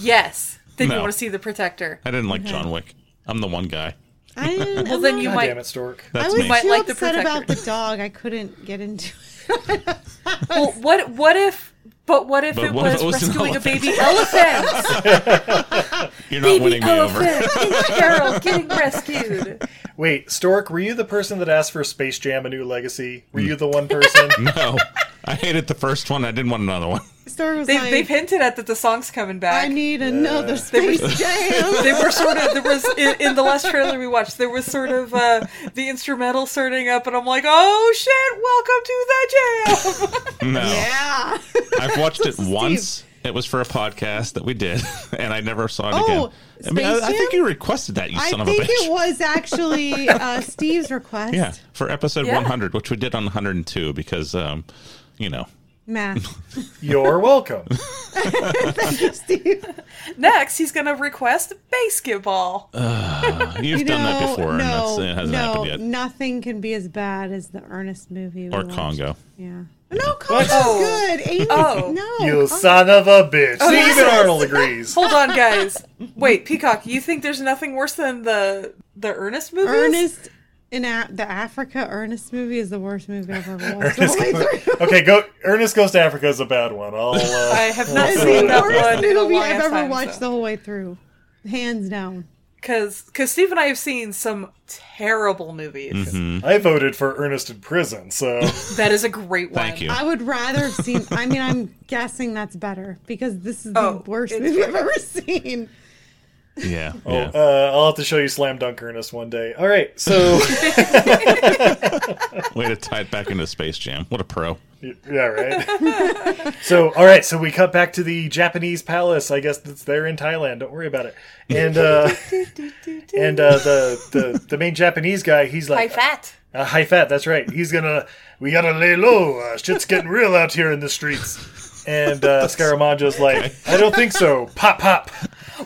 Yes. Then No. you want to see The Protector. I didn't like John Wick. I'm the one guy. I didn't. Well, I'm then not- you God might- damn it, Stork. I That's was me. too Might like the upset about protector. the dog. I couldn't get into. Well, what what if? But what if But it what if was it was an rescuing a elephant? baby elephant? You're not baby winning me over. elephant in peril, getting rescued. Wait, Stork, were you the person that asked for Space Jam: A New Legacy? Were you the Hmm. one person? No, I hated the first one. I didn't want another one. Star was They, like, they've hinted at that the song's coming back. I need another space Oh. jam. they were sort of there was in, in the last trailer we watched there was sort of uh, the instrumental starting up and i'm like oh shit welcome to the jam No, yeah. I've watched it is once. It was for a podcast that we did, and I never saw it Oh, again. I mean, I, Space I think Jam? you requested that, you I son of a think bitch. it was actually uh, Steve's request. Yeah, for episode Yeah. 100, which we did on 102 because, um, you know, Math. You're welcome. Thank you, Steve. next he's gonna request basketball you've done that before, and that's, it hasn't no, happened yet. nothing can be as bad as the Ernest movie. we Or watched. Congo. Yeah. No, Congo's Oh. good. Amy, Oh. no. you Congo- son of a bitch. See, yes. even Arnold agrees. hold on guys wait peacock you think there's nothing worse than the the ernest movies Ernest in a- the Africa Ernest movie is the worst movie I've ever watched. all the way through. Okay, go. Ernest Goes to Africa is a bad one. I'll. i Uh, have not It's the seen that worst one in a long movie I've ever time, watched the so. whole way through, hands down. because because steve and i have seen some terrible movies Mm-hmm. I voted for Ernest in prison, so That is a great one Thank you. I would rather have seen. I mean, I'm guessing that's better because this is the Oh, worst it's movie I've ever seen. yeah. Oh, yeah. uh, I'll have to show you Slam Dunk Ernest one day. All right, so Way to tie it back into Space Jam. What a pro. yeah, right. so all right, so we cut back to the Japanese palace. I guess that's there in Thailand. Don't worry about it. And uh, and uh, the, the the main Japanese guy, he's high like fat Uh, high fat, that's right. He's gonna. We gotta lay low. Uh, shit's getting real out here in the streets. And uh, Scaramanga's like, I don't think so. Pop, pop.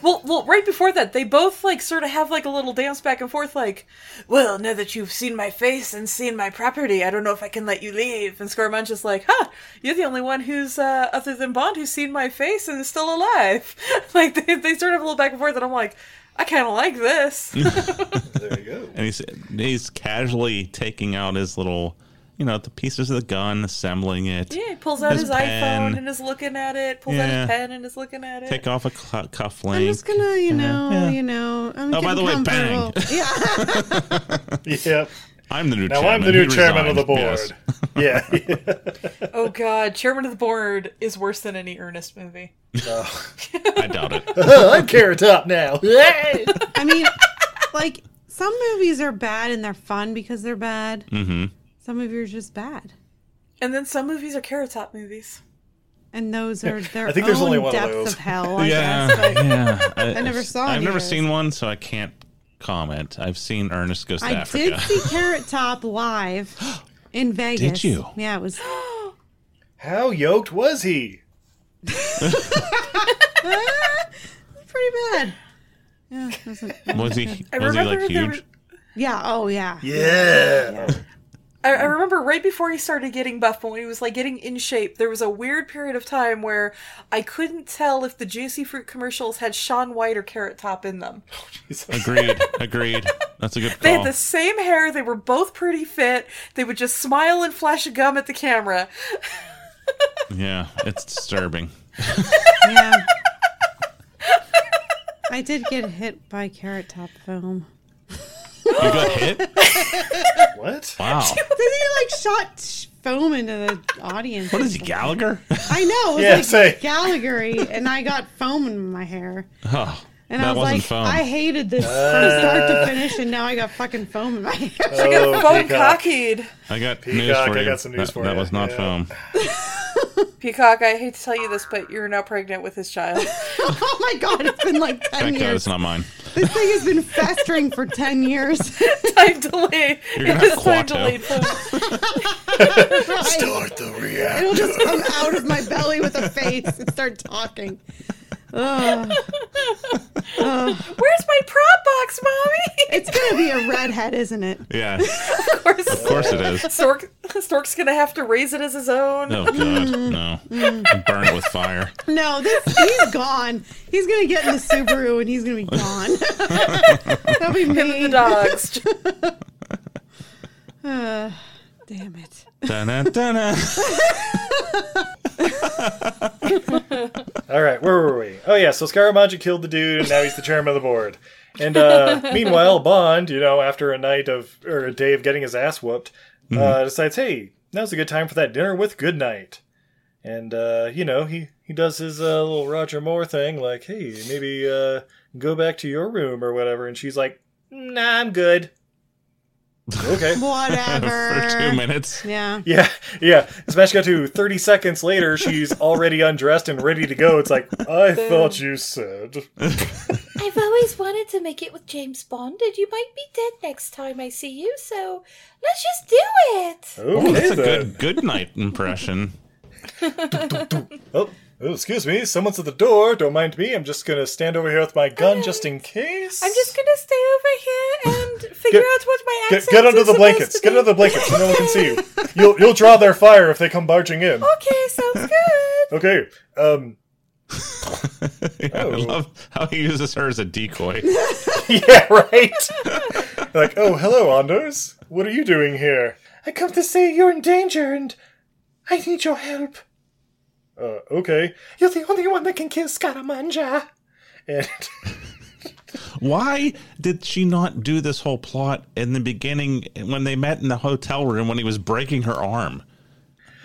Well, well, right before that, they both like sort of have like a little dance back and forth, like, "Well, now that you've seen my face and seen my property, I don't know if I can let you leave." And Scaramouche's like, "Huh, you're the only one who's uh, other than Bond who's seen my face and is still alive." like they, they sort of a little back and forth, and I'm like, "I kind of like this." There you go. And he's, he's casually taking out his little, you know, the pieces of the gun, assembling it. yeah, he pulls out his, His pen. iPhone and is looking at it. Pulls out Yeah. his pen and is looking at it. Take off a cu- cuff I'm link. just gonna, you know, Yeah. you know. I'm Oh, by the way, getting bang. comfortable. Yeah. Yep. I'm the new Now chairman. I'm the new He chairman of the board. resigned. Yes. Yeah. Oh God, Chairman of the Board is worse than any Ernest movie. I doubt it. I'm Carrot Top now. Yay! I mean, like some movies are bad and they're fun because they're bad. Mm-hmm. Some of you are just bad, And then some movies are Carrot Top movies. and those are their I think own there's only one of depth of, those. hell. I yeah, guess. But yeah. I, never saw I've any never of those. seen one, so I can't comment. I've seen Ernest Goes to I Africa. did see Carrot Top live in Vegas. you? Yeah, it was. How yoked was he? pretty bad. Yeah, it wasn't- was he? I Was he remember like there huge? were- yeah. Oh, yeah. Yeah. I, I remember right before he started getting buff, but when he was like getting in shape, there was a weird period of time where I couldn't tell if the juicy fruit commercials had Sean White or Carrot Top in them. Agreed. Agreed. That's a good They call. had the same hair. They were both pretty fit. They would just smile and flash a gum at the camera. Yeah, it's disturbing. Yeah. I did get hit by Carrot Top foam. You got hit? What? Wow. Then he like shot sh- foam into the audience. What is he, Gallagher? I know. It was Yeah, like say. Gallaghery, and I got foam in my hair. Oh, And that I was wasn't like, foam. I hated this from start to finish, and now I got fucking foam in my hair. I got Oh, phone Peacock. cockied. I got Peacock, news for I you. got some news that, for that you. was not Yeah. foam. Peacock, I hate to tell you this, but you're now pregnant with his child. oh my god, it's been like ten Thank God years. it's not mine. This thing has been festering for ten years. time delayed. You're gonna It have is time Quato. delayed. Right. Start the react. It'll just come out of my belly with a face and start talking. Ugh. Where's my prop box, mommy? It's gonna be a redhead, isn't it? Yeah, of course, of course it is. Stork Stork's gonna have to raise it as his own. Oh god, Mm. no! Burn it with fire. No, this he's gone. He's gonna get in the Subaru and he's gonna be gone. That'll be Him and the me. dogs. Uh, damn it. Dun-dun, dun-dun. All right, where were we? Oh yeah, so Scaramanga killed the dude, and now he's the chairman of the board. And uh, meanwhile, Bond, you know, after a night of or a day of getting his ass whooped, uh, decides, hey, now's a good time for that dinner with Goodnight. And uh, you know, he he does his uh, little Roger Moore thing, like, hey, maybe uh, go back to your room or whatever. And she's like, nah, I'm good. Okay. Whatever. For two minutes. Yeah. Yeah, yeah. Smash got to 30 seconds later, she's already undressed and ready to go. It's like, I thought you said. I've always wanted to make it with James Bond, and you might be dead next time I see you, so let's just do it! Okay, Oh, That's a then. good good night impression. Oh, oh, excuse me. Someone's at the door. Don't mind me. I'm just gonna stand over here with my gun just in case. I'm just gonna stay over here and figure Get- out what my get, accent get under is the supposed blankets. to Get be. under the blankets. so No one can see you. You'll you'll draw their fire if they come barging in. Okay, sounds good. Okay. Um. Yeah, I love how he uses her as a decoy. Yeah. Right. like, oh, hello, Anders. What are you doing here? I come to say you're in danger and I need your help. Uh. Okay. You're the only one that can kill Scaramanga. And Why did she not do this whole plot in the beginning when they met in the hotel room when he was breaking her arm?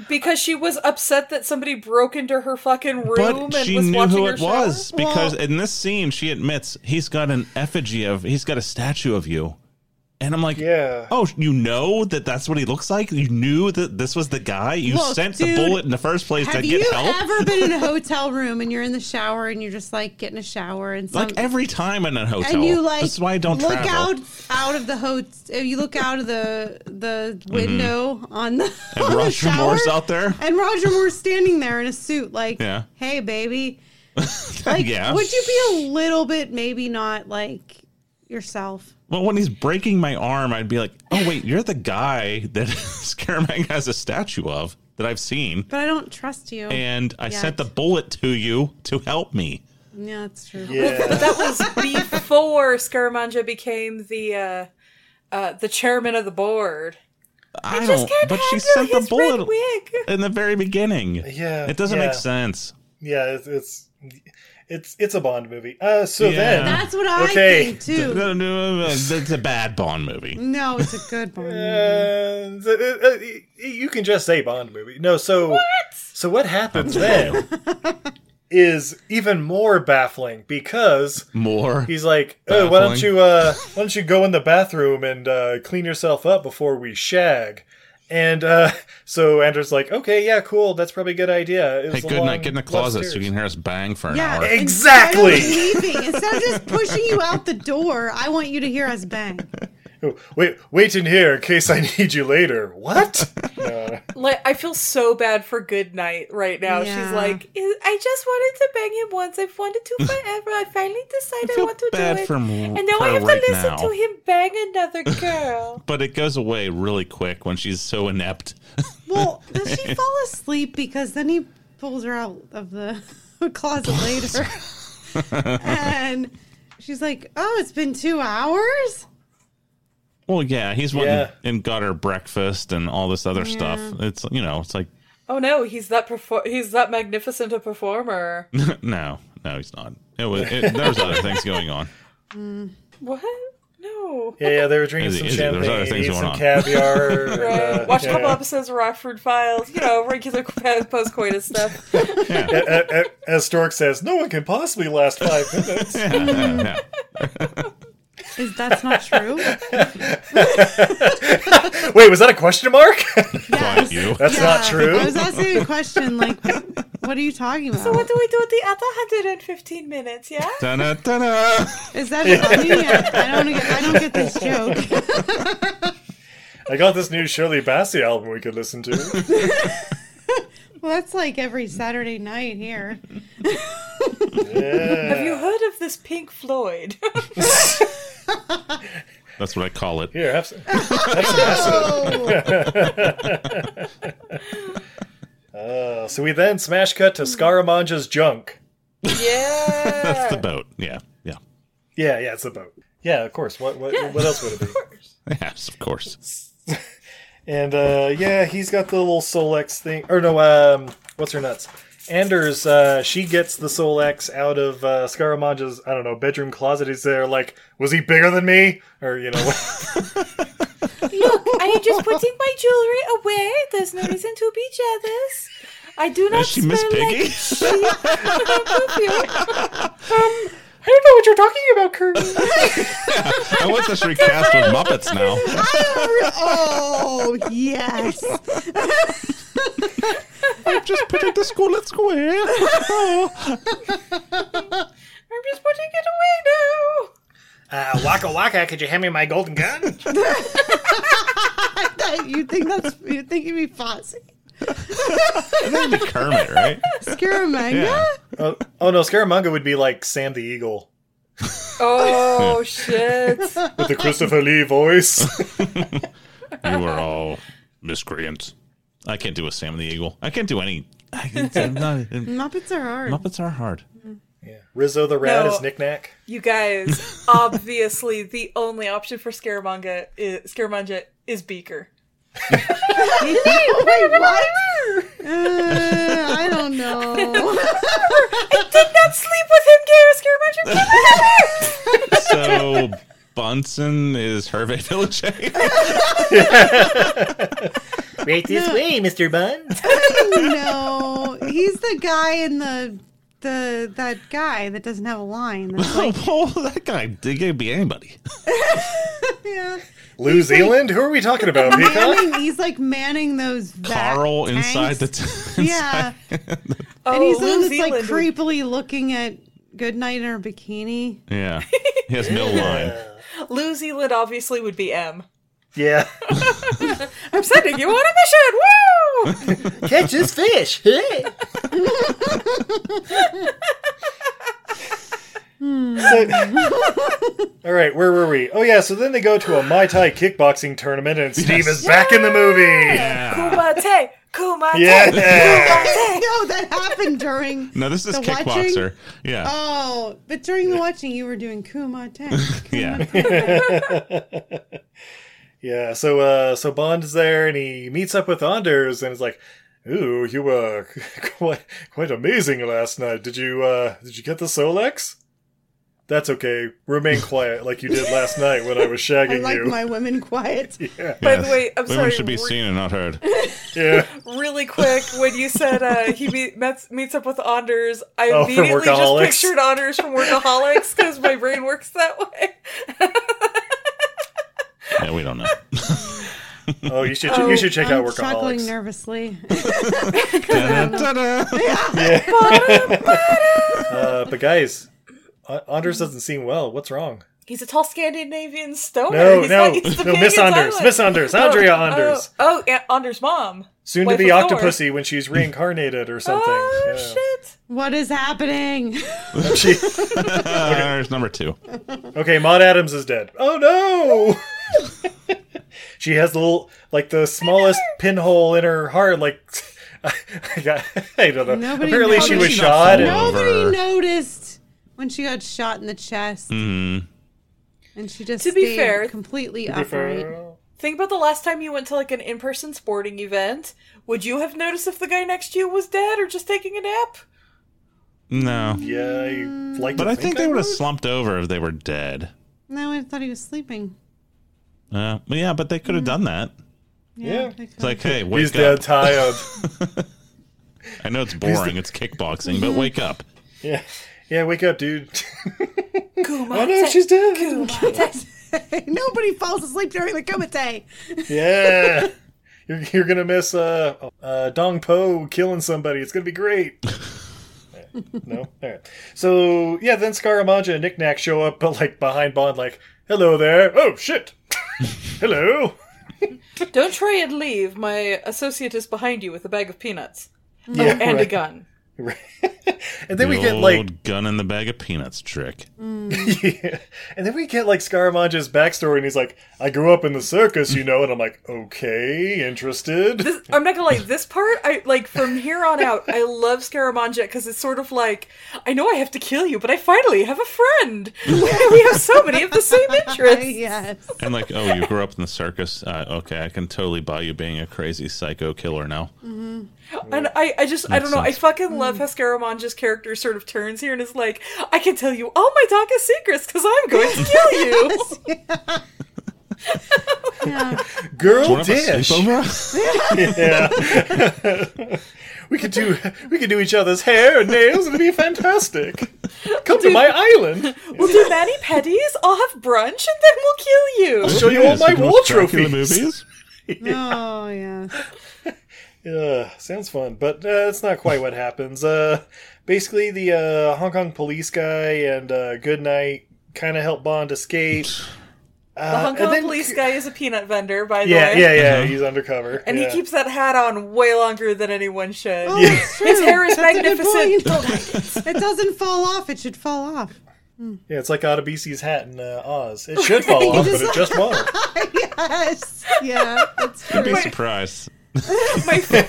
Because she was upset that somebody broke into her fucking room But and she was knew watching who her it was shower? because Well- in this scene she admits he's got an effigy of he's got a statue of you. And I'm like, Yeah. Oh, you know that that's what he looks like. You knew that this was the guy. You Look, sent dude, the bullet in the first place to Have get you help. ever been in a hotel room and you're in the shower and you're just like getting a shower and some, like every time in a hotel. and you like that's why I don't look travel. out out of the hotel. You look out of the the window on the Mm-hmm. And on the Roger shower, Moore's out there. and Roger Moore's standing there in a suit, like, Yeah. "Hey, baby." Like, Yeah. would you be a little bit maybe not like yourself? Well, when he's breaking my arm, I'd be like, "Oh wait, you're the guy that Scaramanga has a statue of that I've seen, But I don't trust you. and I Yet. sent the bullet to you to help me." yeah, that's true. yeah. that was before Scaramanga became the uh, uh, the chairman of the board. I, I don't, just can't but she handle sent the his red bullet wig. in the very beginning. Yeah, it doesn't yeah. make sense. Yeah, it's it's it's, it's a Bond movie. Uh, so Yeah. then That's what I Okay. think too. It's a bad Bond movie. No, it's a good one. uh, th- uh, uh, y- you can just say Bond movie. No, so what? So what happens then is even more baffling because More. he's like, oh, why don't Baffling. you uh, why don't you go in the bathroom and uh, clean yourself up before we shag. And uh, so Andrew's like, okay, yeah, cool. That's probably a good idea. It Hey, was good along night. Get in the closet so upstairs. you can hear us bang for an Yeah, hour. Exactly. Instead of, leaving, instead of just pushing you out the door, I want you to hear us bang. Oh, Wait, wait in here in case I need you later. What? Like, I feel so bad for Goodnight right now. Yeah. She's like, "I I just wanted to bang him once. I've wanted to forever. I finally decided I, feel want to bad do it, for m- and now I her have right to now." listen to him bang another girl." But it goes away really quick when she's so inept. Well, does she fall asleep because then he pulls her out of the closet later, and she's like, "Oh, it's been two hours." Well, yeah, he's went Yeah. and got her breakfast and all this other stuff. It's you know, it's like oh no, he's that perfor- he's that magnificent a performer. no, no, he's not. It was it, there's other things going on. what? No. Yeah, yeah, they were drinking Izzy, some Izzy, there's champagne, other things eating going some on. caviar. and, Right. uh, Watch a yeah. couple episodes of Rockford Files. You know, regular post coitus stuff. Yeah, A- a- As Stork says, no one can possibly last five minutes. yeah, Uh, yeah. Is that's not true? Wait, was that a question mark? Quiet you. That's not true. I was asking a question like, "What are you talking about? So what do we do with the other 115 minutes? Yeah. Dun-dun, dun-dun. Is that funny? I, I don't get. I don't get this joke. I got this new Shirley Bassey album we could listen to. Well, that's like every Saturday night here. Have you heard of this Pink Floyd? That's what I call it. Here, have some. Have some acid. uh, so we then smash cut to Scaramanga's junk. That's the boat. Yeah. Yeah. Yeah, yeah, it's a boat. Yeah, of course. What what, Yeah. what else would it be? Yes, of course. And uh, yeah, he's got the little Solex thing. Or no, um, what's her nuts? Anders, uh, she gets the Solex out of uh, Scaramanga's, I don't know, bedroom closet. He's there like, was he bigger than me? Or, you know, Look, I am just putting my jewelry away. There's no reason to be jealous. I do not Is she Miss smell Piggy? like sheep. Um, I don't know what you're talking about, Kurt. I want this recast with Muppets now. oh yes. Just put it to school at square. I'm just putting it away now. Uh, waka waka, could you hand me my golden gun? you think that's you think it'd be Fosse? That'd be Kermit, right? Scaramanga? Yeah. oh, oh no, Scaramanga would be like Sam the Eagle Oh shit! with the Christopher Lee voice. You are all miscreants. I can't do a Sam the Eagle. I can't do any. I can't, I'm not, Muppets are hard. Muppets are hard. Rizzo the Rat No. is Knick Knack. You guys, obviously, the only option for Scaramanga is Scaramanga is Beaker. Uh, I don't know. Did not sleep with him, Gary Scaramanga. So Bunsen is Hervé Village. Right this way, Mr. Bun. no, he's the guy in the the that guy that doesn't have a line. That's like, oh, that guy, he could be anybody. yeah. New Zealand? Who are we talking about, Peacock? Manning, he's like manning those vac Carl tanks. inside the. T- yeah, Oh, and he's the one New that's like Zealand. creepily looking at Goodnight in her bikini. yeah. He has no line. New Zealand obviously would be M. Yeah. I'm sending you on a mission. Woo! Catch this fish. All right, where were we? Oh yeah, so then they go to a Mai Tai kickboxing tournament, and Steve is back in the movie. Kumate, kumate. Yeah. no, that happened during. No, this is The kickboxer. watching? Yeah. Oh, but during the watching, you were doing Kuma Tank. yeah. Yeah. So uh, so Bond is there, and he meets up with Anders, and is like, "Ooh, you were quite quite amazing last night. Did you uh, did you get the Solex?" That's okay. Remain quiet like you did last night when I was I shagging like you. my women quiet. Oh, By the way, I'm Women sorry, should be we're- seen and not heard. yeah. Really quick, when you said uh, he meet, met, meets up with Anders, I Oh, from immediately just Workaholics. pictured Anders from Workaholics because my brain works that way. Yeah, we don't know. Oh, you should you should check I'm out chuckling Workaholics. nervously. Ta-da. Uh, but guys, A- Anders doesn't seem well. What's wrong? He's a tall Scandinavian stoner. No, He's no, not used to no, being Miss in Anders, Thailand. Miss Anders, Andrea Anders. Oh, oh, yeah, Anders' mom. Soon Wife to be of Thor. octopussy when she's reincarnated or something. Oh Yeah. shit! What is happening? She- Uh, There's number two. okay, Maud Adams is dead. Oh no! she has the little, like the smallest pinhole in her heart. Like, I, got, I don't know. Nobody Apparently, knows. she How was did she not shot. fall? And, No. Nobody Over. noticed when she got shot in the chest, Mm-hmm. and she just To be stayed fair- completely upright. Think about the last time you went to like an in-person sporting event. Would you have noticed if the guy next to you was dead or just taking a nap? No. yeah, I like. Mm. But to I think they would have slumped over if they were dead. No, I thought he was sleeping. Uh, well, yeah, but they could have done that. Yeah. I could've- It's like, hey, wake He's up. dead tired. I know it's boring. It's kickboxing, but wake up. yeah, yeah. Wake up, dude. Kumate. oh no, she's dead. nobody falls asleep during the kumite. Uh, Yeah. You're, you're gonna miss uh, uh, Dong Po killing somebody. It's gonna be great. no, all right. So yeah, then Scaramanga and Knick Knack show up, but like behind Bond, like, "Hello there." Oh shit. Hello. Don't try and leave. My associate is behind you with a bag of peanuts Yeah, and a right. gun. and then The we get like old gun in the bag of peanuts trick. yeah. And then we get like Scaramanga's backstory, and he's like, "I grew up in the circus, you know." And I'm like, "Okay, interested." This, I'm not gonna lie. This part, I like from here on out. I love Scaramanga because it's sort of like I know I have to kill you, but I finally have a friend. we have so many of the same interests. yes. And like, oh, you grew up in the circus. Uh, okay, I can totally buy you being a crazy psycho killer now. And I, I just, I Makes don't know. sense. I fucking love how Scaramanga's character sort of turns here and is like, I can tell you all my darkest secrets because I'm going to kill you. Yeah. Girl Wanna have a dish. sleepover? We could do we could do each other's hair and nails. It'd be fantastic. Come to my island. We'll do mani pedis. I'll have brunch, and then we'll kill you. show you all Yes, my you can war watch Dracula trophies. movies. Oh yeah. Ugh, sounds fun, but uh, that's not quite what happens. Uh, basically, the uh, Hong Kong police guy and uh, Goodnight kind of help Bond escape. Uh, The Hong and Kong then- police guy is a peanut vendor, by the Yeah, way. yeah, yeah. Uh-huh. He's undercover, And yeah. he keeps that hat on way longer than anyone should. Oh, that's true. His hair is That's a good magnificent. point. it doesn't fall off. It should fall off. Yeah, it's like Otabisi's hat in uh, Oz. It should fall off, but it just won't. yes. Yeah. That's You'd true. be surprised. my, fa-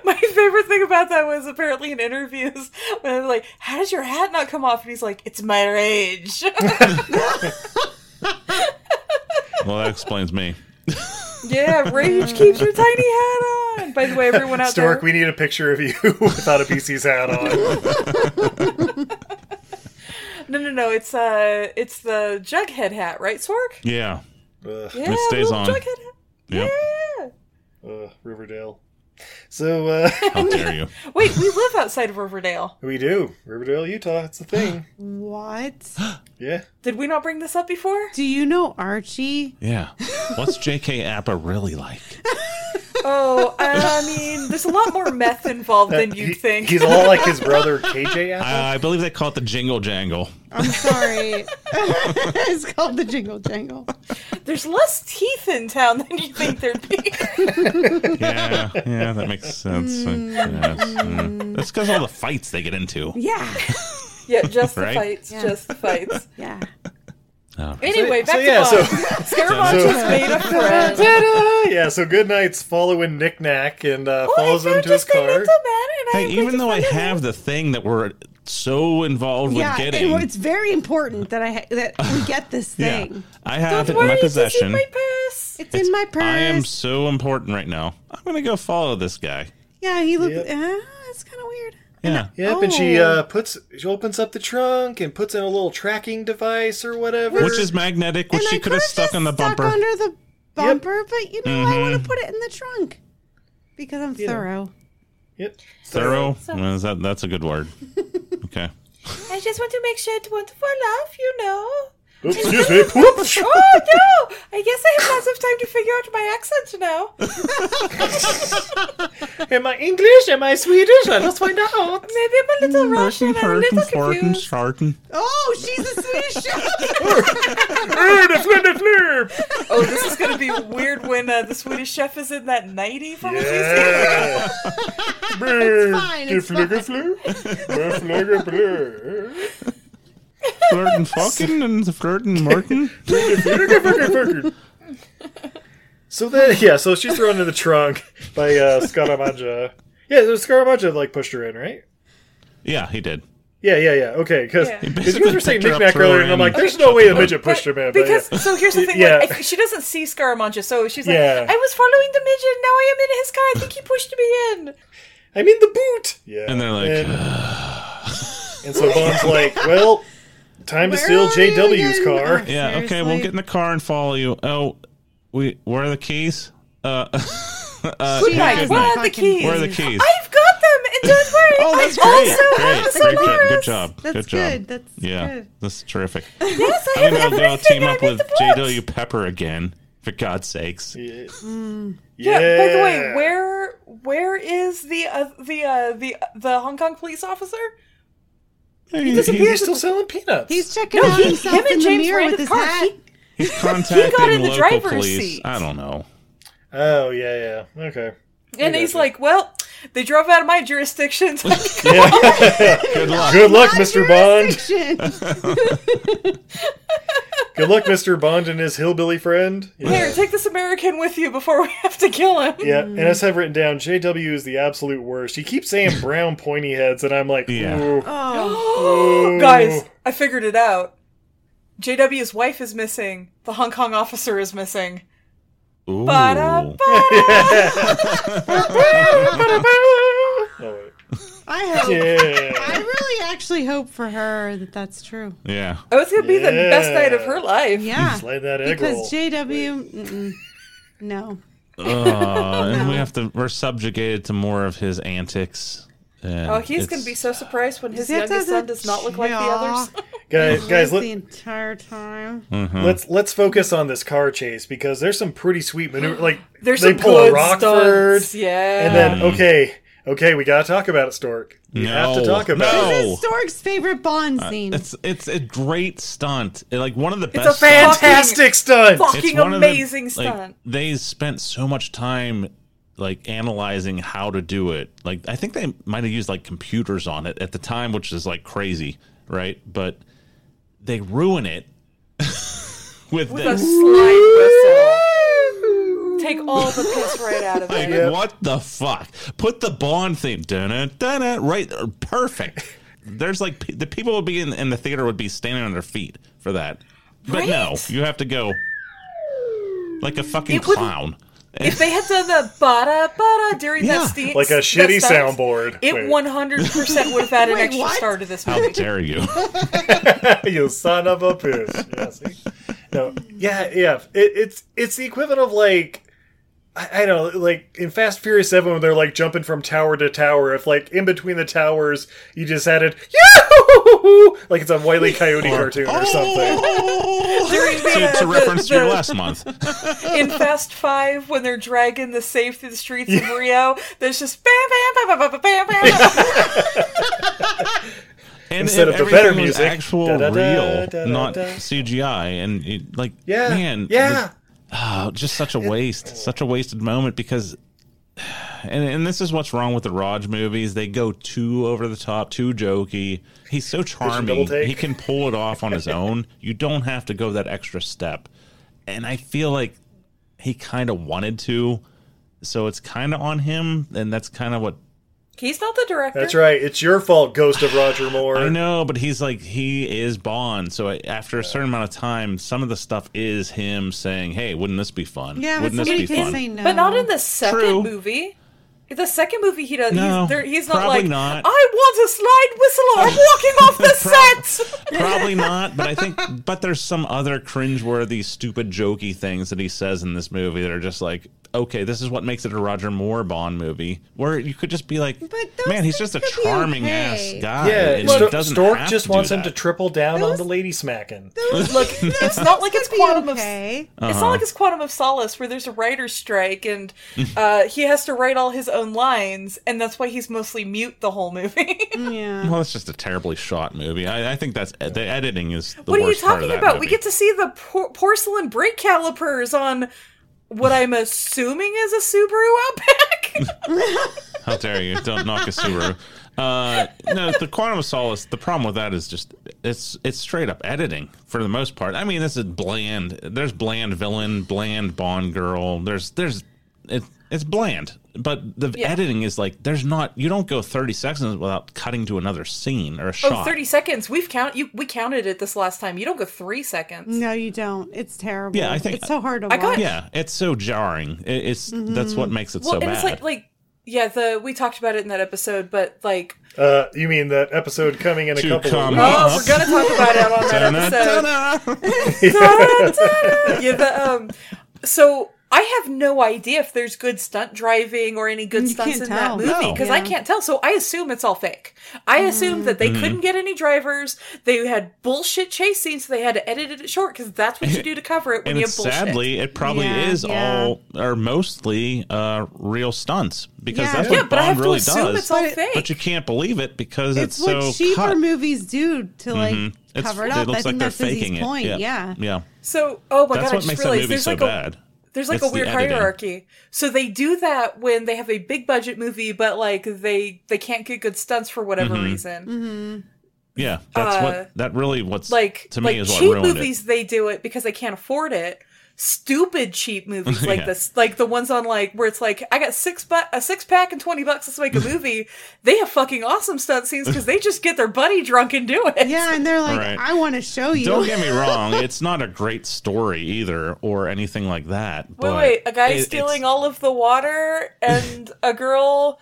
my favorite thing about that was apparently in interviews when they're like, "How does your hat not come off?" And he's like, "It's my rage." Well, that explains me. yeah, rage keeps your tiny hat on. By the way, everyone out Stork, there, we need a picture of you with Otabisi's hat on. no, no, no, it's uh, it's the Jughead hat, right, Stork? Yeah. Ugh, Yeah, stays little on. Jughead hat. Yep. Yeah. ugh, Riverdale. So uh, How dare you? Wait, we live outside of Riverdale. we do Riverdale, Utah. It's a thing. What? Yeah. Did we not bring this up before? Do you know Archie? Yeah. What's J.K. Appa really like? Oh, I mean, there's a lot more meth involved than He- you'd think. he's a lot like his brother KJ Apple. Uh, I, I believe they call it the jingle jangle. I'm sorry. it's called the Jingle Jangle. There's less teeth in town than you think there'd be. Yeah, yeah, that makes sense. Yes, mm. That's because all the fights they get into. Yeah. Yeah, just the Right? fights. Yeah. Just the fights. Yeah. Anyway, back so to yeah, yeah, so- Bond. Scaramanga's So- made a friend. Ta-da! Yeah, so Goodnight's following Knick Knack and uh, follows him to his car. Hey, even though I have the thing that we're so involved yeah. with and getting, it's very important that I ha- that we get this yeah, thing. I have Don't it in my worry, it's in possession. my purse. It's, in my purse. I am so important right now. I'm gonna go follow this guy. Yeah, he looked. Yep. Ah, it's kind of weird. Yeah, Yep, and she Oh. uh, puts she opens up the trunk and puts in a little tracking device or whatever. which is magnetic, which and she I could have could've stuck just on the stuck bumper. Mm-hmm. under the bumper, but you know, I want to put it in the trunk because I'm thorough. yep. Thorough. So- Well, is that that's a good word. Okay. I just want to make sure it won't fall off, you know. Oops, excuse me. Whoops. Oh no! I guess I have lots of time to figure out my accent now. Am I English? Am I Swedish? Let us find out. Maybe I'm a little Mm, Russian. I'm a little farting, confused. farting. Oh, she's a Swedish chef. Err, the flip, the flip. Oh, this is gonna be weird when uh, the Swedish chef is in that nighty from yeah. Yeah. Brr, fine, the it's flip, the fine. flip, the flip, the flip. flirting fucking and flirting Martin. So then, yeah, so she's thrown in the trunk by uh, Scaramanga. Yeah, it was Scaramanga like pushed her in, right? Yeah, he did. Yeah, yeah, yeah. Okay, because Yeah. He you basically guys were saying picked her up, knickknack threw her earlier, and I'm in. like, there's no way the midget pushed her, man. But Because yeah. so here's the thing, Yeah. like I, she doesn't see Scaramanga, so she's like, Yeah. "I was following the midget. Now I am in his car. I think he pushed me in." I mean the boot. Yeah, And they're like, and, and so Bond's like, well, time to Where steal are you JW's again? car. Yeah, okay, we'll Seriously? get in the car and follow you. Oh, we where are the keys? Uh, uh She yeah, is good where night. are the keys? where are the keys? I've got them, and don't worry, Oh, I that's great. also have great. the Great, job. Solaris. Good job. That's good job. good. That's yeah, good. this is terrific. Yes, I I'm have gonna go everything. team I'm up in with the box. JW Pepper again, for God's sakes. Yeah. Yeah. By the way, where where is the uh, the uh, the the Hong Kong police officer? He- He's still selling peanuts. He's checking out he- himself him and in the James mirror ran with the his car. hat. he's contacting in the local driver's police. seat. I don't know. oh yeah, yeah. Okay. And he's like, "Well, They drove out of my jurisdiction. Good luck. Good luck, Mr. Bond. Jurisdiction. Good luck, Mr. Bond and his hillbilly friend. Yeah. Here, take this American with you before we have to kill him. Yeah, and as I've written down, JW is the absolute worst. He keeps saying brown pointy heads, and I'm like, Yeah. ooh. Oh, Guys, I figured it out. JW's wife is missing. The Hong Kong officer is missing. Ooh. Ba-da-ba. Oh, I hope. I yeah. really actually hope for her that that's true. Yeah. Oh, it's gonna be the best night of her life. Yeah. Slide that egg roll. Because JW, mm-mm, no. Uh, and we have to. We're subjugated to more of his antics. and Oh, he's it's- gonna be so surprised when his That youngest doesn't- son does not look like the yeah. others. guys, guys, the let, entire time. Mm. let's let's focus on this car chase because there's some pretty sweet maneuver. Like There's they some pull good a Rockford, stunts. Yeah. and then okay, okay, we gotta talk about it, Stork. We No, have to talk about no. it. This is Stork's favorite Bond scene. Uh, It's it's a great stunt. It- like one of the best. a fan- stunts. Fantastic stunt. Fuck. Fucking one of the- amazing like, stunt. they spent so much time like analyzing how to do it. Like I think they might have used like computers on it at the time, which is like crazy, right? But they ruin it with, with a this. slide whistle. Take all the piss right out of Like, it. what the fuck? Put the Bond theme, dun dun right there. Perfect. There's like p- the people would be in, in the theater would be standing on their feet for that, but no, Right? you have to go like a fucking It wouldn't- clown. If they had done the bada bada during Yeah. that scene, Like a that shitty stunt, soundboard. It Wait. one hundred percent would have added an Wait, extra what? star to this How movie. dare you? you son of a bitch. Yeah, see? No, yeah, yeah. It, it's it's the equivalent of like I, I don't know, like in Fast Furious Seven when they're like jumping from tower to tower. If like in between the towers you just added Yahoo! like it's a Wile E. Coyote cartoon or something. Oh. to, to reference your last month. In Fast Five, when they're dragging the safe through the streets of Rio, there's just bam bam bam bam bam bam bam. bam. And Instead if of the better everything was music, actual da, da, da, real, da, da, not da. CGI, and it, like Yeah, man, yeah. Oh, just such a waste, such a wasted moment because and and this is what's wrong with the Raj movies. They go too over the top, too jokey. He's so charming. double take. He can pull it off on his own. You don't have to go that extra step. And I feel like he kind of wanted to. So it's kind of on him, and that's kind of what He's not the director. That's right. It's your fault, Ghost of Roger Moore. I know, but he's like he is Bond. So I- after a certain amount of time, some of the stuff is him saying, "Hey, wouldn't this be fun? yeah, but wouldn't somebody can say no. But not in the second True. movie. The second movie, he does. No, he's, there, he's not probably like. not. I want a slide whistle, or I'm walking off the set. Probably not, but I think, but there's some other cringeworthy, stupid, jokey things that he says in this movie that are just like, okay, this is what makes it a Roger Moore Bond movie, where you could just be like, those man, he's just a things could be charming okay. ass guy. Yeah, and he Sto- doesn't Stork have just to do wants him that. to triple down on the lady smacking. Look, it's not like it's Be Quantum of okay. It's not like it's Quantum of Solace where there's a writer's strike and uh, he has to write all his own lines, and that's why he's mostly mute the whole movie. Yeah. Well, it's just a terribly shot movie. I, I think that's the editing is the what are you worst part of talking that about? We movie. get to see the por- porcelain brake calipers on what I'm assuming is a Subaru Outback. How dare you? Don't knock a Subaru. Uh, no, the Quantum of Solace. The problem with that is just it's it's straight up editing for the most part. I mean, this is bland. There's bland villain, bland Bond girl. There's there's it, it's bland. But the Yeah. editing is like there's not. You don't go 30 seconds without cutting to another scene or a oh, shot. 30 seconds. We've count you we counted it this last time. You don't go 3 seconds. No, you don't. It's terrible. Yeah, I think- it's so hard to I watch. got- Yeah, it's so jarring. It, it's that's what makes it Mm-hmm. so well, and bad. it's like like yeah, the we talked about it in that episode, but like Uh, you mean that episode coming in a To couple come of up. weeks? Oh, we're gonna talk about it on that episode. Ta-da! yeah, the, um, so I have no idea if there's good stunt driving or any good You stunts in can't that tell. movie No. because I can't tell. So I assume it's all fake. I assume that they Mm-hmm. couldn't get any drivers. They had bullshit chase scenes. So they had to edit it short because that's what you do to cover it when and you it's have bullshit. sadly it probably Yeah, is yeah. all or mostly uh real stunts because Yeah. that's what yeah, but I Bond have really to assume does it's all fake. but you can't believe it because it's, it's what so cheaper cut. Mm-hmm. movies do to like It's- cover it up. I think that's Izzy's point. yeah Yeah. yeah so, oh my that's god, what I just makes that realized movie there's so like a bad There's like It's a the weird editing. hierarchy. So they do that when they have a big budget movie, but like they they can't get good stunts for whatever Mhm. reason. Yeah, that's Uh, what that really what's Like to like me is what cheap ruined movies, they do it because they can't afford it. Stupid cheap movies like Yeah. this, like the ones on like where it's like I got six bu- a six pack and twenty bucks. Let's make a movie. they have fucking awesome stunt scenes because they just get their buddy drunk and do it. Yeah, and they're like, Right. I want to show it. you. Don't get me wrong, it's not a great story either or anything like that. Wait, but wait, a guy it- it's- stealing all of the water and a girl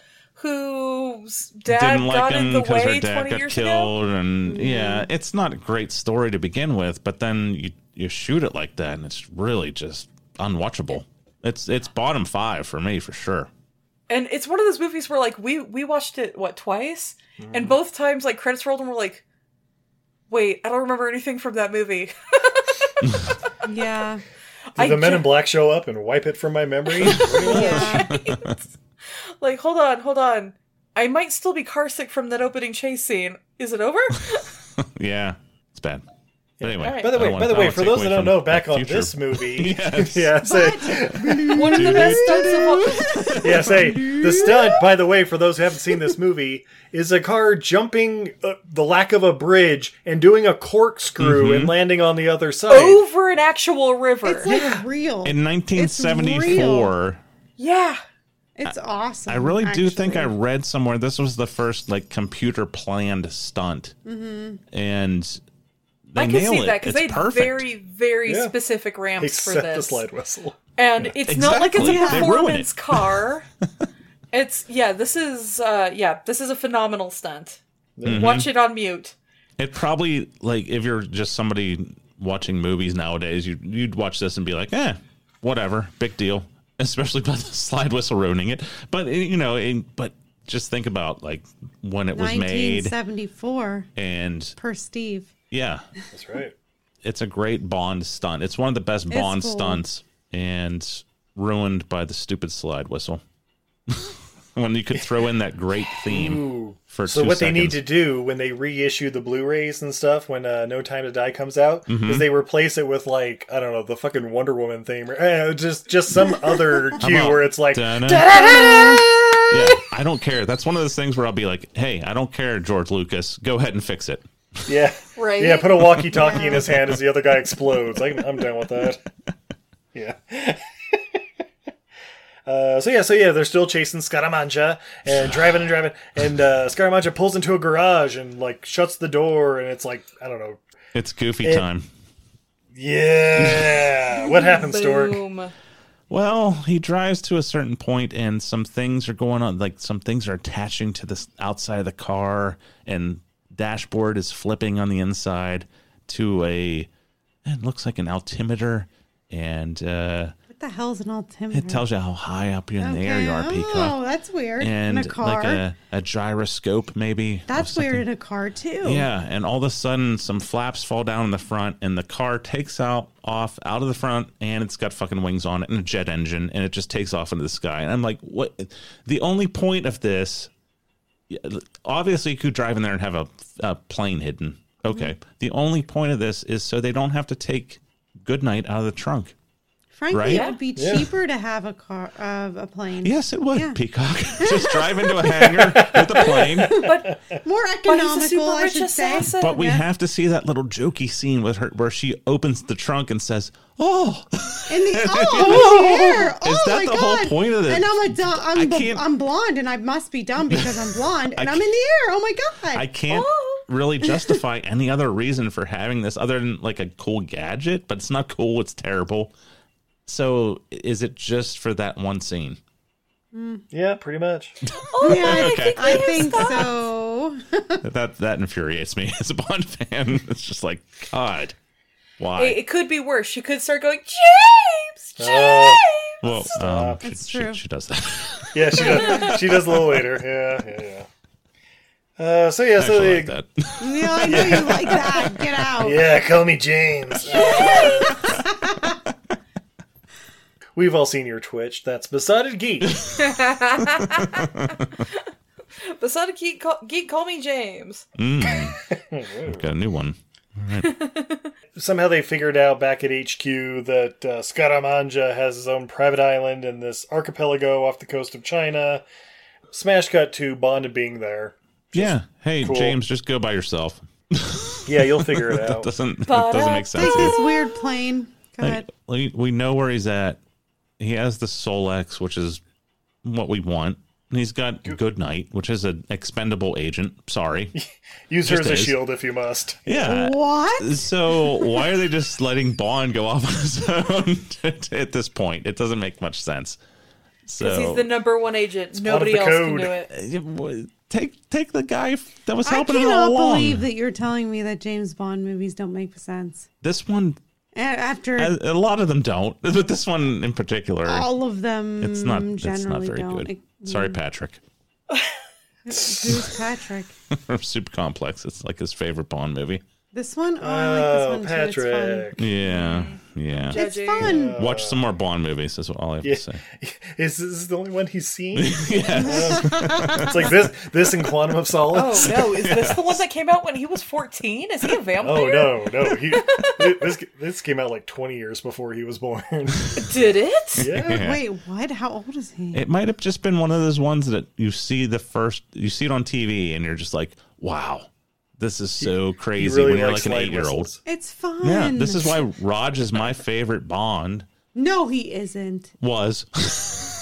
whose dad didn't like got in him the because way her dad 20 got years ago. Mm-hmm. killed and yeah, it's not a great story to begin with, but then you you shoot it like that and it's really just unwatchable. It's it's bottom 5 for me for sure. And it's one of those movies where like we we watched it what twice and both times like credits rolled and we're like wait, I don't remember anything from that movie. yeah. I Did the Men ju- in Black show up and wipe it from my memory? Yeah. Like hold on, hold on. I might still be car sick from that opening chase scene. Is it over? Yeah, it's bad. But anyway, All right. by the I way, don't by wanna- the I way, don't for wanna those take that away don't know, from back the on future. this movie, Yes. yeah, say, One of the best stunts of all yeah, say the stunt. By the way, for those who haven't seen this movie, is a car jumping uh, the lack of a bridge and doing a corkscrew and Mm-hmm. landing on the other side. over an actual river. It's like real. In 1974, yeah. It's awesome. I really do think I actually. read somewhere this was the first like computer planned stunt, mm-hmm. and they I can nail see it. that because It's they had perfect. very, very Yeah. specific ramps for Except this. the slide whistle. And it's not like it's a Exactly. They ruin it. performance car. it's yeah, this is uh yeah, this is a phenomenal stunt. Mm-hmm. Watch it on mute. It probably like if you're just somebody watching movies nowadays, you you'd watch this and be like, eh, whatever, big deal. Especially by the slide whistle ruining it. But eh, you know, eh, but just think about like when it was made 1974 and per Steve. yeah, That's right. it's a great Bond stunt. It's one of the best It's Bond cool. stunts and ruined by the stupid slide whistle. when you could throw in that great theme for So two what they need seconds. to do when they reissue the Blu-rays and stuff when uh, No Time to Die comes out Mm-hmm. is they replace it with like I don't know the fucking Wonder Woman theme or eh, just just some other How cue about- where it's like Dun-dun. yeah, I don't care. That's one of those things where I'll be like, "Hey, I don't care, George Lucas. Go ahead and fix it." yeah Right. yeah put a walkie-talkie in his hand as the other guy explodes. I, I'm down with that. Yeah. Uh, so yeah, so yeah, they're still chasing Scaramanga and driving and driving, and uh, Scaramanga pulls into a garage and like shuts the door, and it's like I don't know, It's goofy time. yeah, what happened, Stork? Boom. Well, he drives to a certain point, and some things are going on. Like some things are attaching to the outside of the car, and dashboard is flipping on the inside to a. eh, It looks like an altimeter, and uh, What the hell's an altimeter? it tells you how high up in the air you are, Mm-hmm. Oh, Peacock. that's weird. And in a car. like a, a gyroscope, maybe. or that's something. weird in a car too. Yeah, and all of a sudden, some flaps fall down in the front, and the car takes out off out of the front, and it's got fucking wings on it and a jet engine, and it just takes off into the sky. And I'm like, what? The only point of this, yeah, obviously, you could drive in there and have a, a plane hidden. Okay, the only point of this is so they don't have to take Goodnight out of the trunk. Frankly, Right? it would be cheaper to have a car of a plane. Yes, it would, Yeah. Peacock. just drive into a hangar with a plane. More But he's a economical, super I rich should say. assassin. But we have to see that little jokey scene with her where she opens the trunk and says, "Oh." In the, oh, in the air. Oh that my the whole God. point of this? And I'm a dumb. I I'm, b- can't- I'm blonde, and I must be dumb because I'm blonde, and I'm in can't- the air. Oh my God. I can't really justify any other reason for having this other than like a cool gadget, but it's not cool. It's terrible. So is it just for that one scene? Yeah, pretty much. yeah, Okay. I think so. that that infuriates me as a Bond fan. It's just like God, why? it, it could be worse. She could start going, James, James. Uh, well, um, she, It's she- true. She, does that. yeah, she does. She does a little later. Yeah, yeah, yeah. Uh, so yeah, I so actually they, like that. Yeah, I know you like that. Get out. yeah, call me James. We've all seen your Twitch. That's besotted geek. Besotted geek, call, geek, call me James. I've got a new one. somehow they figured out back at HQ that uh, Scaramanga has his own private island in this archipelago off the coast of China. Smash cut to Bond being there. yeah. Hey, cool. James, just go by yourself. Yeah, you'll figure it That out. doesn't that doesn't make sense. Take this weird plane. Go Like, ahead. we, we know where he's at. He has the Soul X, which is what we want. And he's got Good Night, which is an expendable agent. Sorry. Use her Just as a is. shield if you must. Yeah. What? So why are they just letting Bond go off on his own at this point? It doesn't make much sense. Because he's the So eh, number one agent. part of Nobody the else can code. do it. take take the guy that was I helping him all cannot along. believe that you're telling me that James Bond movies don't make sense. This one, A- After a, a lot of them don't, but this one in particular, all of them, it's not generally it's not very don't. good. It- mm. Sorry, Patrick. Who's Patrick? from Super Complex. It's like his favorite Bond movie. This one? Oh, I like this Oh, one too. It's fun. Patrick. Yeah, yeah. It's Judging. fun. Watch some more Bond movies. Is all I have Yeah. to say. Is this the only one he's seen? Um, it's like this this and Quantum of Oh Solace. no! Is this the one that came out when he was fourteen? Is he a vampire? Oh, no, no. He, thi- this this came out like 20 years before he was born. Did it? Yeah. Wait, what? How old is he? It might have just been one of those ones that you see the first, you see it on TV, and you're just like, "Wow, this is so He crazy." really when you're like likes an light eight year old. whistles. it's fun. Yeah, this is why Raj is my favorite Bond. No, he isn't. Was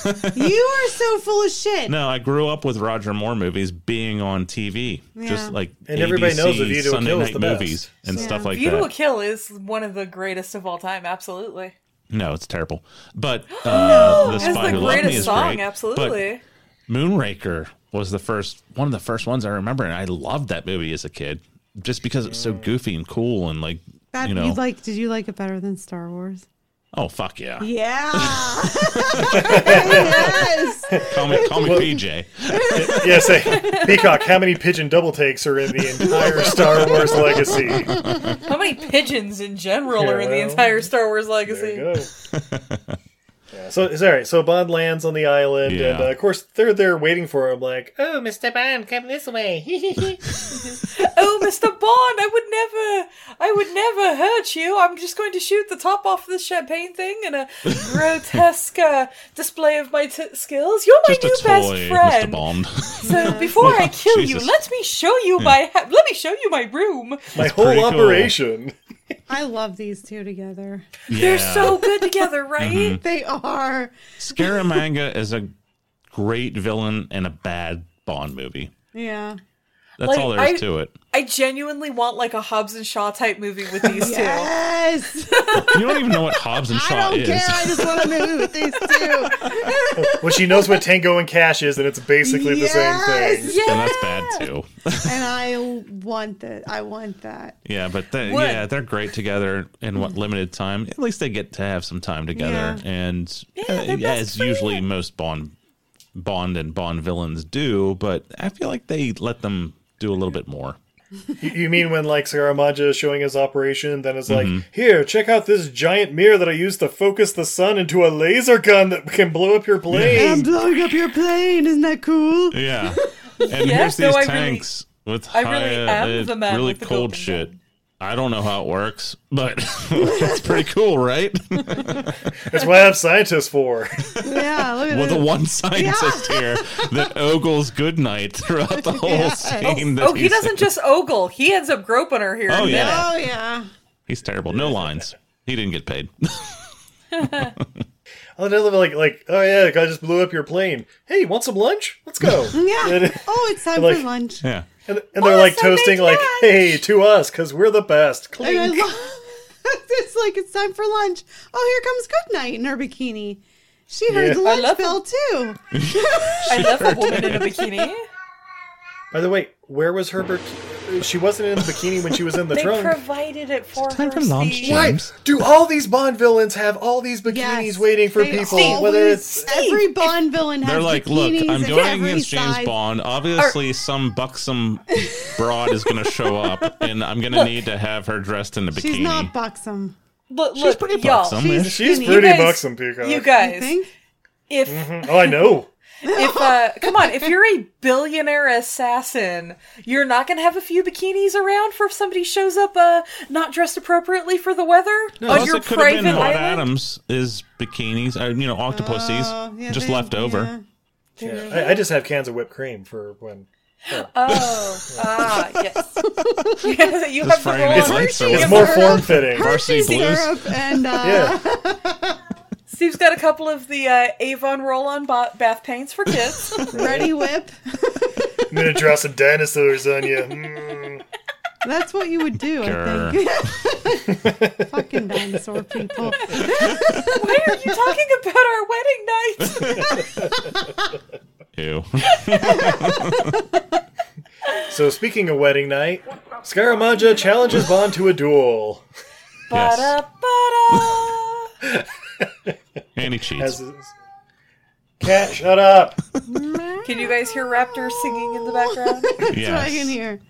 You are so full of shit. no, I grew up with Roger Moore movies being on TV, Yeah. just like And everybody ABC knows that View to a Sunday Kill is night the best. movies and Yeah. stuff like View that. to a Kill is one of the greatest of all time. Absolutely. No, it's terrible. But uh, the That's Spy the Who Loved Me greatest is song. great. Absolutely. But Moonraker was the first one of the first ones I remember, and I loved that movie as a kid just because it was so goofy and cool and like That you you, know. like? Did you like it better than Star Wars? oh fuck yeah, Yeah. yes. call me call me PJ. Yeah, say, Peacock, how many pigeon double takes are in the entire Star Wars legacy? There How many pigeons in general are in the Yeah, well, entire Star Wars you legacy? go. Yeah, so it's all right. So Bond lands on the island, and Yeah. uh, of course they're there waiting for him. Like, "Eh, Oh, Mr. Bond, come this way. Oh, Mr. Bond, I would never, I would never hurt you. I'm just going to shoot the top off this champagne thing in a grotesque uh, display of my t- skills. You're my Just a new toy, best Mr. friend. Bond. So before I kill Jesus. you, let me show you my ha- let me show you my room. my whole pretty cool. operation. I love these two together. They're Yeah. Mm-hmm. so good together, right? They are. Scaramanga is a great villain and a bad Bond movie. Yeah. That's Like, all there is I- to it. I genuinely want like a Hobbs and Shaw type movie with these two. Yes. You don't even know what Hobbs and I Shaw don't is. care. I just want to movie with these two. Well, she knows what Tango and Cash is, and it's basically the same Yes. thing. And that's bad too. and I want that. I want that. Yeah, but they, Would. yeah, they're great together in Mm-hmm. what limited time. At least they get to have some time together, Yeah. and Yeah, they're uh, best as usually most Bond, Bond and Bond villains do. But I feel like they let them do a little bit more. You- You mean when like Scaramanga is showing his operation, then it's like, here, check out this giant mirror that I used to focus the sun into a laser gun that can blow up your I'm plane. blowing up your plane. Isn't that cool? Yeah, and here's Yes, though these I really- tanks with I really high, uh, am the man really with the cold golden shit. I don't know how it works, but it's pretty cool, right? That's what I have scientists for. Yeah. Look at Well, this. the one scientist here that ogles Goodnight throughout the whole scene. that Oh, he he's doesn't in. just ogle; he ends up groping her here. Oh and yeah. there. Oh yeah. He's terrible. No lines. He didn't get paid. Another like like oh yeah, the guy just blew up your plane. Hey, want some lunch? Let's go. Yeah. And, Oh, it's time Like- for lunch. yeah. and, and they're like Awesome, toasting they like, can. hey, to us, cause we're the best. And I Clink. love, it's like it's time for lunch. Oh, here comes Good Night in her bikini. She heard Yeah. the I lunch love bell too. I love a woman in a bikini. By the way, where was Herbert? She wasn't in the bikini when she was in the They trunk. provided it for time her. for lunch, Steve. Jack. Why James. do all these Bond villains have all these bikinis waiting for They people? always- whether it's every Bond villain has They're like, look, bikinis I'm of doing it every against James size." Bond. Obviously, some buxom broad is going to show up, and I'm going to need to have her dressed in a bikini. She's not buxom. Look, She's look, pretty y'all, buxom. She's she's skinny. pretty guys- buxom, Peacock. you You Mm-hmm. guys, think? if Oh, I know. if uh, come on, if you're a billionaire assassin, you're not gonna have a few bikinis around for if somebody shows up uh, not dressed appropriately for the weather Oh, on Plus, your it could have private been Maud island. Adams is bikinis, uh, you know, octopuses, Oh, yeah, just they- left over. Yeah, I, I just have cans of whipped cream for when. Oh, ah, yes. Yeah, you have the frying roll. eggs on like so. Hershey. It's It's more form fitting. Varsity Blues. Syrup and uh, Yeah. Steve's got a couple of the uh, Avon roll-on ba- bath paints for kids. Ready Whip. I'm gonna draw some dinosaurs on you. Mm. That's what you would do, I think. Fucking dinosaur people. Why are you talking about our wedding night? Ew. So speaking of wedding night, Scaramanga challenges Bond to a duel. Ba-da, ba-da. and he cheats. As is- Cat, shut up. Can you guys hear Raptor singing in the background? That's what I can hear.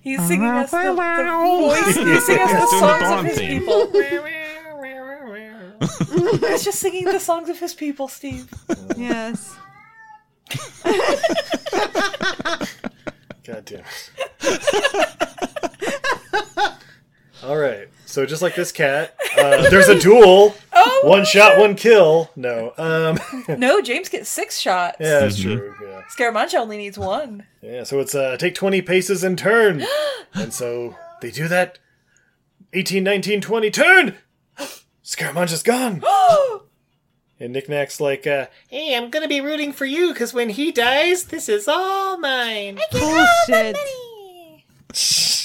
He's singing us the, the voice. He's singing us Doing the the songs of Bond his theme. people. He's just singing the songs of his people, Steve. Yes. God damn it. All right. So just like this cat, uh, there's a duel. Oh, One shot, one kill. No. Um. no, James gets six shots. Yeah, that's true. Yeah. Scaramanga only needs one. Yeah, so it's uh, take 20 paces and turn. and so they do that. 18, 19, 20, turn! Scaramanga's gone! and Knickknack's like, uh, Hey, I'm gonna be rooting for you because when he dies, this is all mine. Bullshit.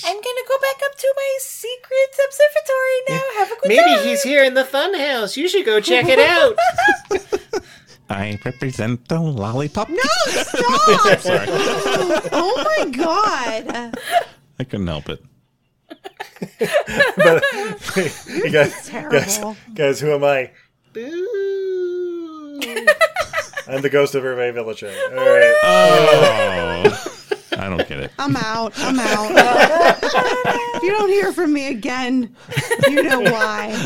I'm gonna go back up to my secret observatory now. Have a good Maybe time. he's here in the funhouse. You should go check it out. I represent the lollipop. No! Stop! Sorry, Oh my god. I couldn't help it. you guys, guys, Terrible. guys, who am I? Boo. I'm the ghost of Hervé Villachet. All right. Oh, I don't get it. I'm out. I'm out. if you don't hear from me again, you know why.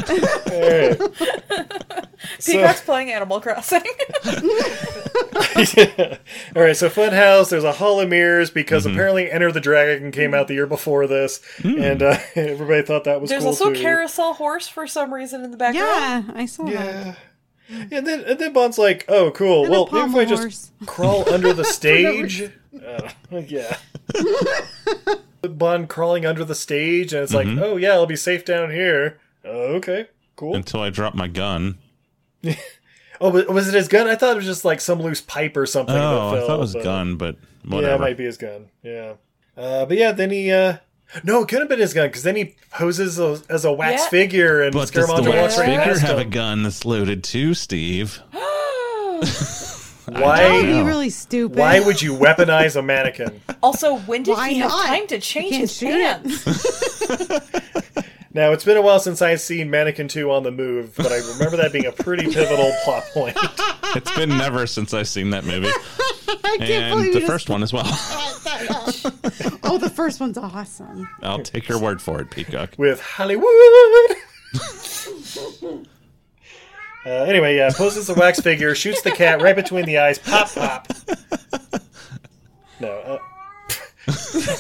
Peacock's playing Animal Crossing. All right, so Funhouse, there's a Hall of Mirrors because Mm-hmm. apparently Enter the Dragon Mm. came out the year before this, Mm. and uh, everybody thought that was There's cool also too. Carousel Horse for some reason in the background. Yeah, I saw that. And then and then Bond's like, "Oh, cool. And a well, maybe if pommel I just horse. crawl under the stage." Uh, yeah. Bond crawling under the stage, and it's Mm-hmm. like, "Oh yeah, I'll be safe down here." Uh, okay, cool. Until I drop my gun. oh, but was it his gun? I thought it was just like some loose pipe or something. Oh, that I fell, thought it was but- gun, but whatever. Yeah, it might be his gun. Yeah. Uh, but yeah, then he. Uh, no, it could have been his gun because then he poses a, as a wax Yeah. figure and But does the Scaramanga wax walks right figure past have a him. gun that's loaded too, Steve? That would Why? be Yeah. really stupid. Why would you weaponize a mannequin? also, when did Why he not? have time to change You can't his shoot it. pants? Now it's been a while since I've seen Mannequin Two on the move, but I remember that being a pretty pivotal plot point. It's been never since I've seen that movie, I can't and believe the you first one as well. just, Oh, the first one's awesome. I'll take your word for it, Peacock. with Hollywood. uh, anyway, yeah, poses the wax figure, shoots the cat right between the eyes. Pop, pop. No. Uh,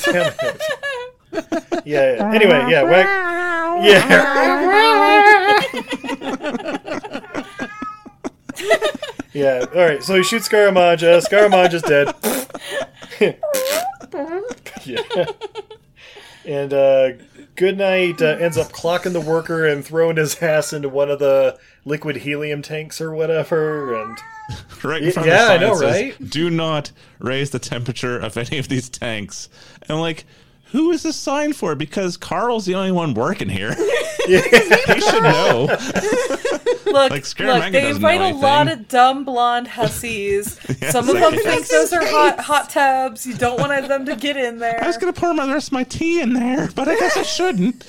damn it. Yeah, yeah. Anyway, yeah. Wax, yeah. yeah. All right. So he shoots Scaramanga. Scaramanga's dead. yeah. And uh, Goodnight uh, ends up clocking the worker and throwing his ass into one of the liquid helium tanks or whatever. And Right in Y- front of the yeah, I sign know, that says, right? Do not raise the temperature of any of these tanks. And like, who is this sign for? Because Carl's the only one working here. he should know. Look, Like, Scaramanga look, they doesn't know invite a lot anything. of dumb blonde hussies. Yes, Some of I them guess. think those are hot hot tubs. You don't want them to get in there. I was gonna pour my the rest of my tea in there, but I guess I shouldn't.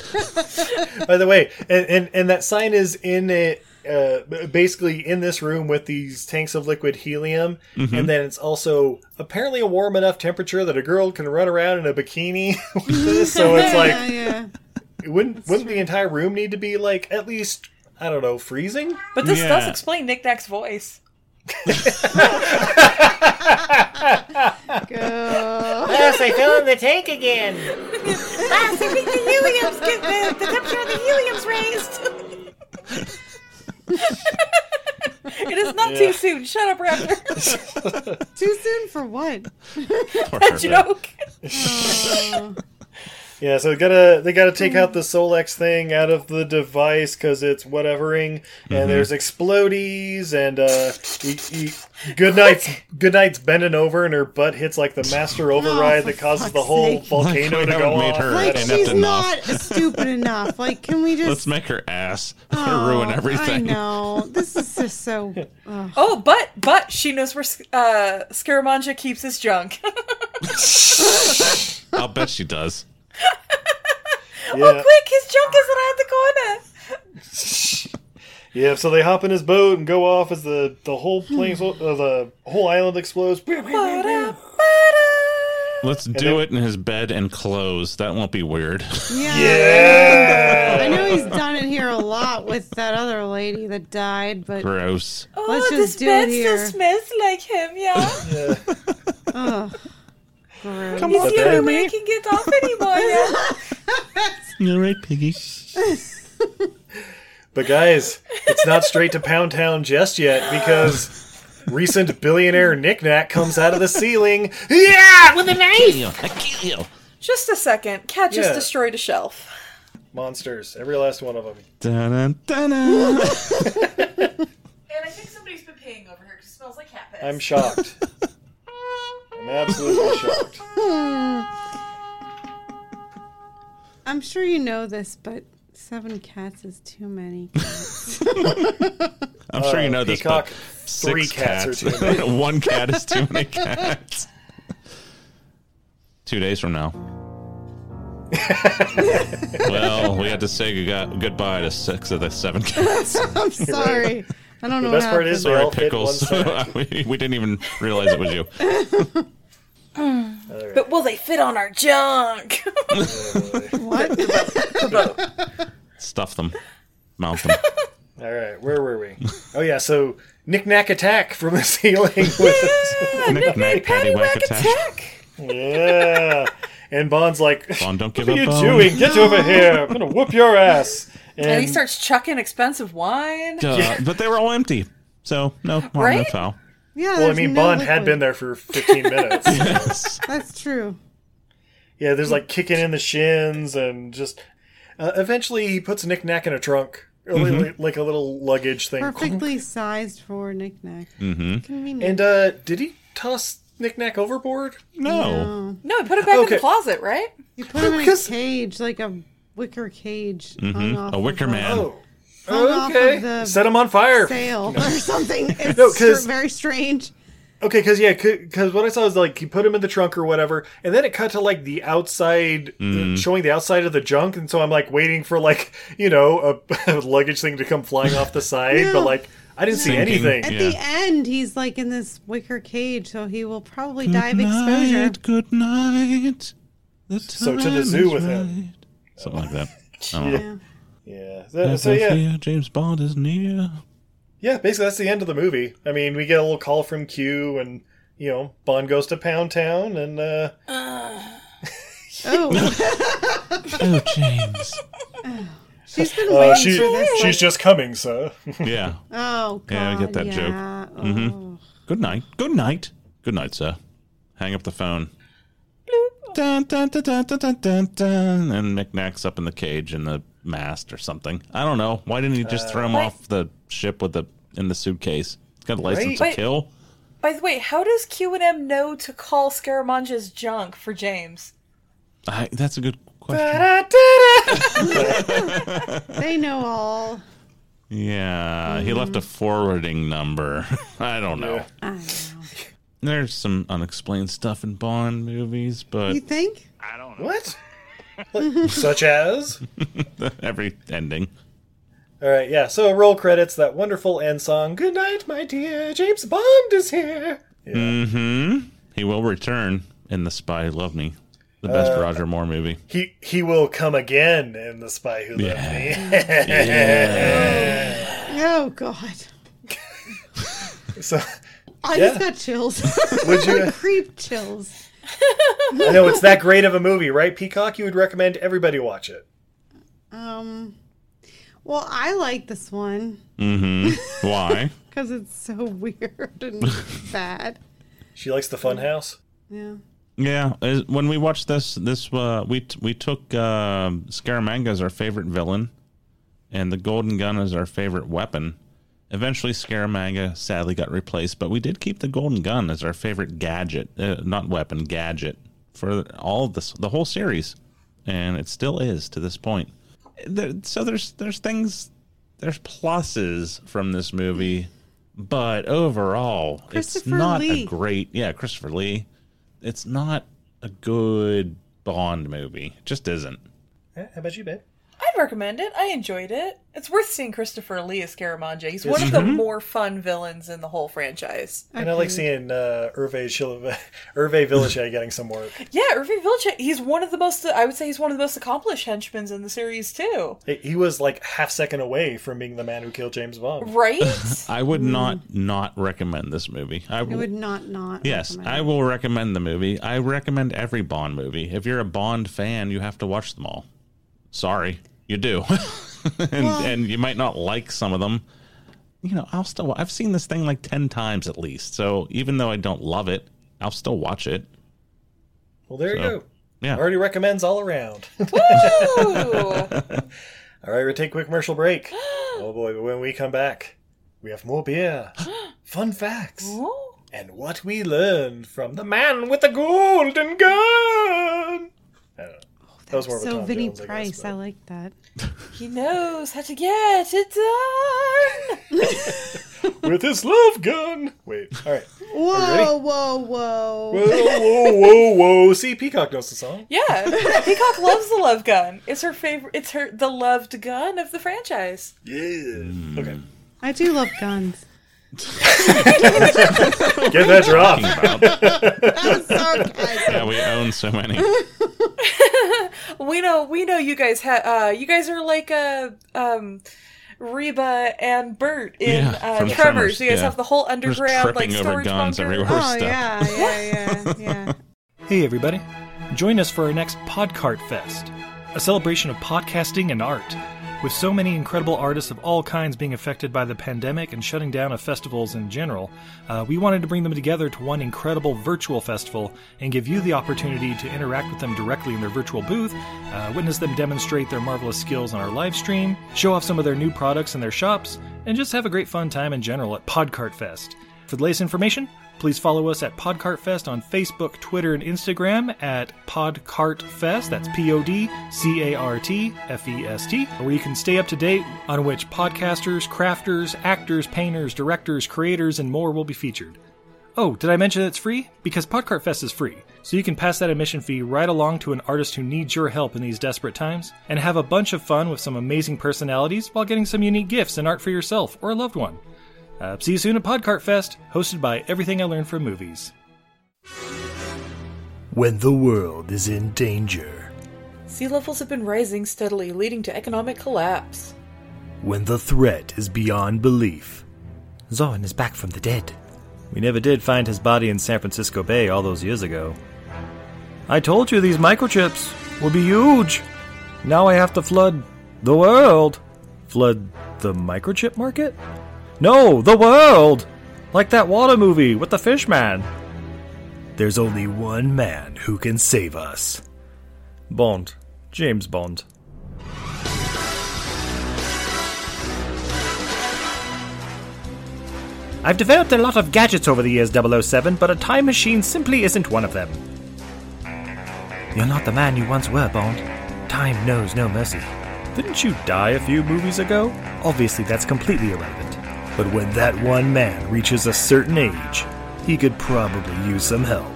by the way, and, and, and that sign is in it. Uh, b- basically, in this room with these tanks of liquid helium, and then it's also apparently a warm enough temperature that a girl can run around in a bikini. with this. so it's yeah, like, yeah. wouldn't wouldn't the entire room need to be like at least I don't know freezing? But this Yeah. does explain Knickknack's voice. Boss, I fell in the tank again. Boss, I think the helium's get the, the temperature of the helium's raised. It is not too soon. Shut up, Raptor. Too soon for what? That joke. Yeah, so they gotta they gotta take out the Solex thing out of the device because it's whatevering, and there's explodies, and uh, he, he, Goodnight's Goodnight's bending over, and her butt hits like the master override for that causes fuck's the whole sake. Like, we volcano to go haven't made off. her Like Enough she's enough. not stupid enough. Like, can we Let's just make her ass Oh, ruin I everything. know this is just so. ugh. Oh, but but she knows where uh, Scaramanga keeps his junk. I'll bet she does. Oh, Yeah, quick! His junk is around the corner. yeah. So they hop in his boat and go off as the the whole plane uh, the whole island explodes. Ba-da, ba-da. Let's do it in his bed and clothes. That won't be weird. Yeah. Yeah. I know he's done it here a lot with that other lady that died, but Gross. Oh, Let's just do this it bed here. still smells like him. Yeah, ugh. gross. he's on, the bed. only way I can get off anymore. Yeah. You're right, Piggy. But guys, it's not straight to Pound Town just yet because recent billionaire knickknack comes out of the ceiling. Yeah, with a knife. I kill you. Just a second. Cat just Yeah. destroyed a shelf. Monsters, every last one of them. Dun, dun, dun. And I think somebody's been paying over here because it smells like cat piss. I'm shocked. I'm absolutely shocked. I'm sure you know this, but seven cats is too many. I'm sure you know this, Peacock, but three six cats are too One cat is too many cats. Two days from now. well, we had to say good- goodbye to six of the seven cats. I'm sorry. I don't know. best what part is- happened. They Sorry, all fit pickles. one we, we didn't even realize it was you. But will they fit on our junk? what? Stuff them, mount them. All right, where were we? Oh yeah, so knickknack attack from the ceiling. With Knick knack, paddywhack attack. Heck. yeah, and Bond's like, Bond, don't give "What are up. you Bond. doing? Get over here! I'm gonna whoop your ass!" And he starts chucking expensive wine. Duh, Uh, But they were all empty, so no harm, no Right? foul. Yeah. Well, I there's mean, no Bond had liquid. been there for 15 minutes. Yes. That's true. yeah, there's like kicking in the shins and just. Uh, eventually, he puts knickknack in a trunk, or li- Mm-hmm. li- like a little luggage thing. Perfectly sized for knickknack. Convenient. And uh, did he toss knickknack overboard? No. oh. No, he put it back in Okay. the closet, right? You put him in a Because- cage, like a wicker cage. Mm-hmm. hung off A wicker of man. hung off of the Oh, Set him on fire. Sail or something. It's No, 'cause- str- very strange. Okay, because yeah, because what I saw is like he put him in the trunk or whatever, and then it cut to like the outside, uh, showing the outside of the junk, and so I'm like waiting for like you know a, a luggage thing to come flying off the side, but No. like I didn't see Sinking. anything. At Yeah. the end, he's like in this wicker cage, so he will probably die of exposure. Good night. So to the zoo with him. Something like that. I don't know. Yeah. So, As so I yeah, fear, James Bond is near. yeah. Basically, that's the end of the movie. I mean, we get a little call from Q, and you know Bond goes to Pound Town, and uh, Oh, Oh, James. she's been waiting uh she, for this. she's just coming, sir. yeah. Oh, God. Yeah, I get that joke. Mm-hmm. yeah. Oh. Good night. Good night. Good night, sir. Hang up the phone. Dun, dun, dun, dun, dun, dun, dun, dun. And Knickknack's up in the cage in the mast or something. I don't know. Why didn't he just throw Uh, him off the ship with the in the suitcase? He's got a license Right? to kill. By the way, how does Q and M know to call Scaramanga's junk for James? I, that's a good question. Uh, They know all. Yeah, he left a forwarding number. I don't know. I know. There's some unexplained stuff in Bond movies, but You think? What? What? Such as? every ending. All right, yeah. So roll credits. That wonderful end song. Good night, my dear. James Bond is here. Mm-hmm. He will return in The Spy Who Loved Me, the best Roger Moore movie. He he will come again in the Spy Who Loved Me. Oh, God. So I Yeah. just got chills. Would you- Like creep chills? I know it's that great of a movie, right? Peacock, you would recommend everybody watch it. Um, well, I like this one Mm-hmm. Why? because it's so weird and bad. She likes the fun house. Yeah. Yeah, is- when we watched this, this uh, we t- we took uh, Scaramanga as our favorite villain, and the Golden Gun as our favorite weapon. Eventually, Scaramanga sadly got replaced, but we did keep the Golden Gun as our favorite gadget, uh, not weapon, gadget for all of this, the whole series, and it still is to this point. There, so there's there's things, there's pluses from this movie, but overall, it's Christopher not Lee. a great. Yeah, Christopher Lee it's not a good Bond movie. It just isn't. Eh, How about you, babe? I'd recommend it. I enjoyed it. It's worth seeing Christopher Lee as Scaramanga. He's one of the Mm-hmm. more fun villains in the whole franchise. And I like seeing uh, Hervé, Chil- Hervé Villachet getting some work. Yeah, Irving Vilche, he's one of the most, I would say he's one of the most accomplished henchmen in the series, too. He- He was like half second away from being the man who killed James Bond. Right? I would not not recommend this movie. I I Mm-hmm. would not not. yes, recommend I it. will recommend the movie. I recommend every Bond movie. If you're a Bond fan, you have to watch them all. Sorry, you do, and, and you might not like some of them. You know, I'll still. I've seen this thing like ten times at least. So even though I don't love it, I'll still watch it. Well, there you So, go. yeah. Already recommends all around. Woo! all right, we'll take a quick commercial break. oh boy, but when we come back, we have more beer, fun facts, Ooh. and what we learned from the man with the golden gun. Uh, I don't know. That was more of a So Tom Vinny Jones, I guess, Price, but- I like that. He knows how to get it done. with his love gun. Wait, all right. Oh, Whoa, whoa, whoa! Whoa, whoa, whoa, whoa. See, Peacock knows the song. Yeah, Peacock loves the love gun. It's her favorite. It's her the loved gun of the franchise. Yeah. Okay. I do love guns. Get that drop. That was sarcasm. Yeah, we own so many. We know. We know you guys have. Uh, you guys are like uh, um, Reba and Bert in Yeah, uh, from Tremors. Tremors, You guys yeah. have the whole Just underground tripping like storage over guns bunker. everywhere. Oh stuff. yeah, yeah, yeah, yeah. Hey, everybody. Join us for our next Podcart Fest, a celebration of podcasting and art. With so many incredible artists of all kinds being affected by the pandemic and shutting down of festivals in general, uh, we wanted to bring them together to one incredible virtual festival and give you the opportunity to interact with them directly in their virtual booth, uh, witness them demonstrate their marvelous skills on our live stream, show off some of their new products in their shops, and just have a great fun time in general at Podcart Fest. For the latest information, please follow us at Podcartfest on Facebook, Twitter, and Instagram at Podcartfest. That's P O D C A R T F E S T, where you can stay up to date on which podcasters, crafters, actors, painters, directors, creators, and more will be featured. Oh, did I mention it's free? Because Podcart Fest is free, so you can pass that admission fee right along to an artist who needs your help in these desperate times and have a bunch of fun with some amazing personalities while getting some unique gifts and art for yourself or a loved one. Uh, see you soon at Podcart Fest, hosted by Everything I Learned from Movies. When the world is in danger, Sea levels have been rising steadily, leading to economic collapse. when the threat is beyond belief, Zohan is back from the dead. We never did find his body in San Francisco Bay all those years ago. I told you these microchips would be huge. Now I have to flood the world. Flood the microchip market? No, the world! Like that water movie with the fish man. there's only one man who can save us. Bond. James Bond. I've developed a lot of gadgets over the years, 007, but a time machine simply isn't one of them. You're not the man you once were, Bond. Time knows no mercy. Didn't you die a few movies ago? Obviously, that's completely irrelevant. But when that one man reaches a certain age, he could probably use some help.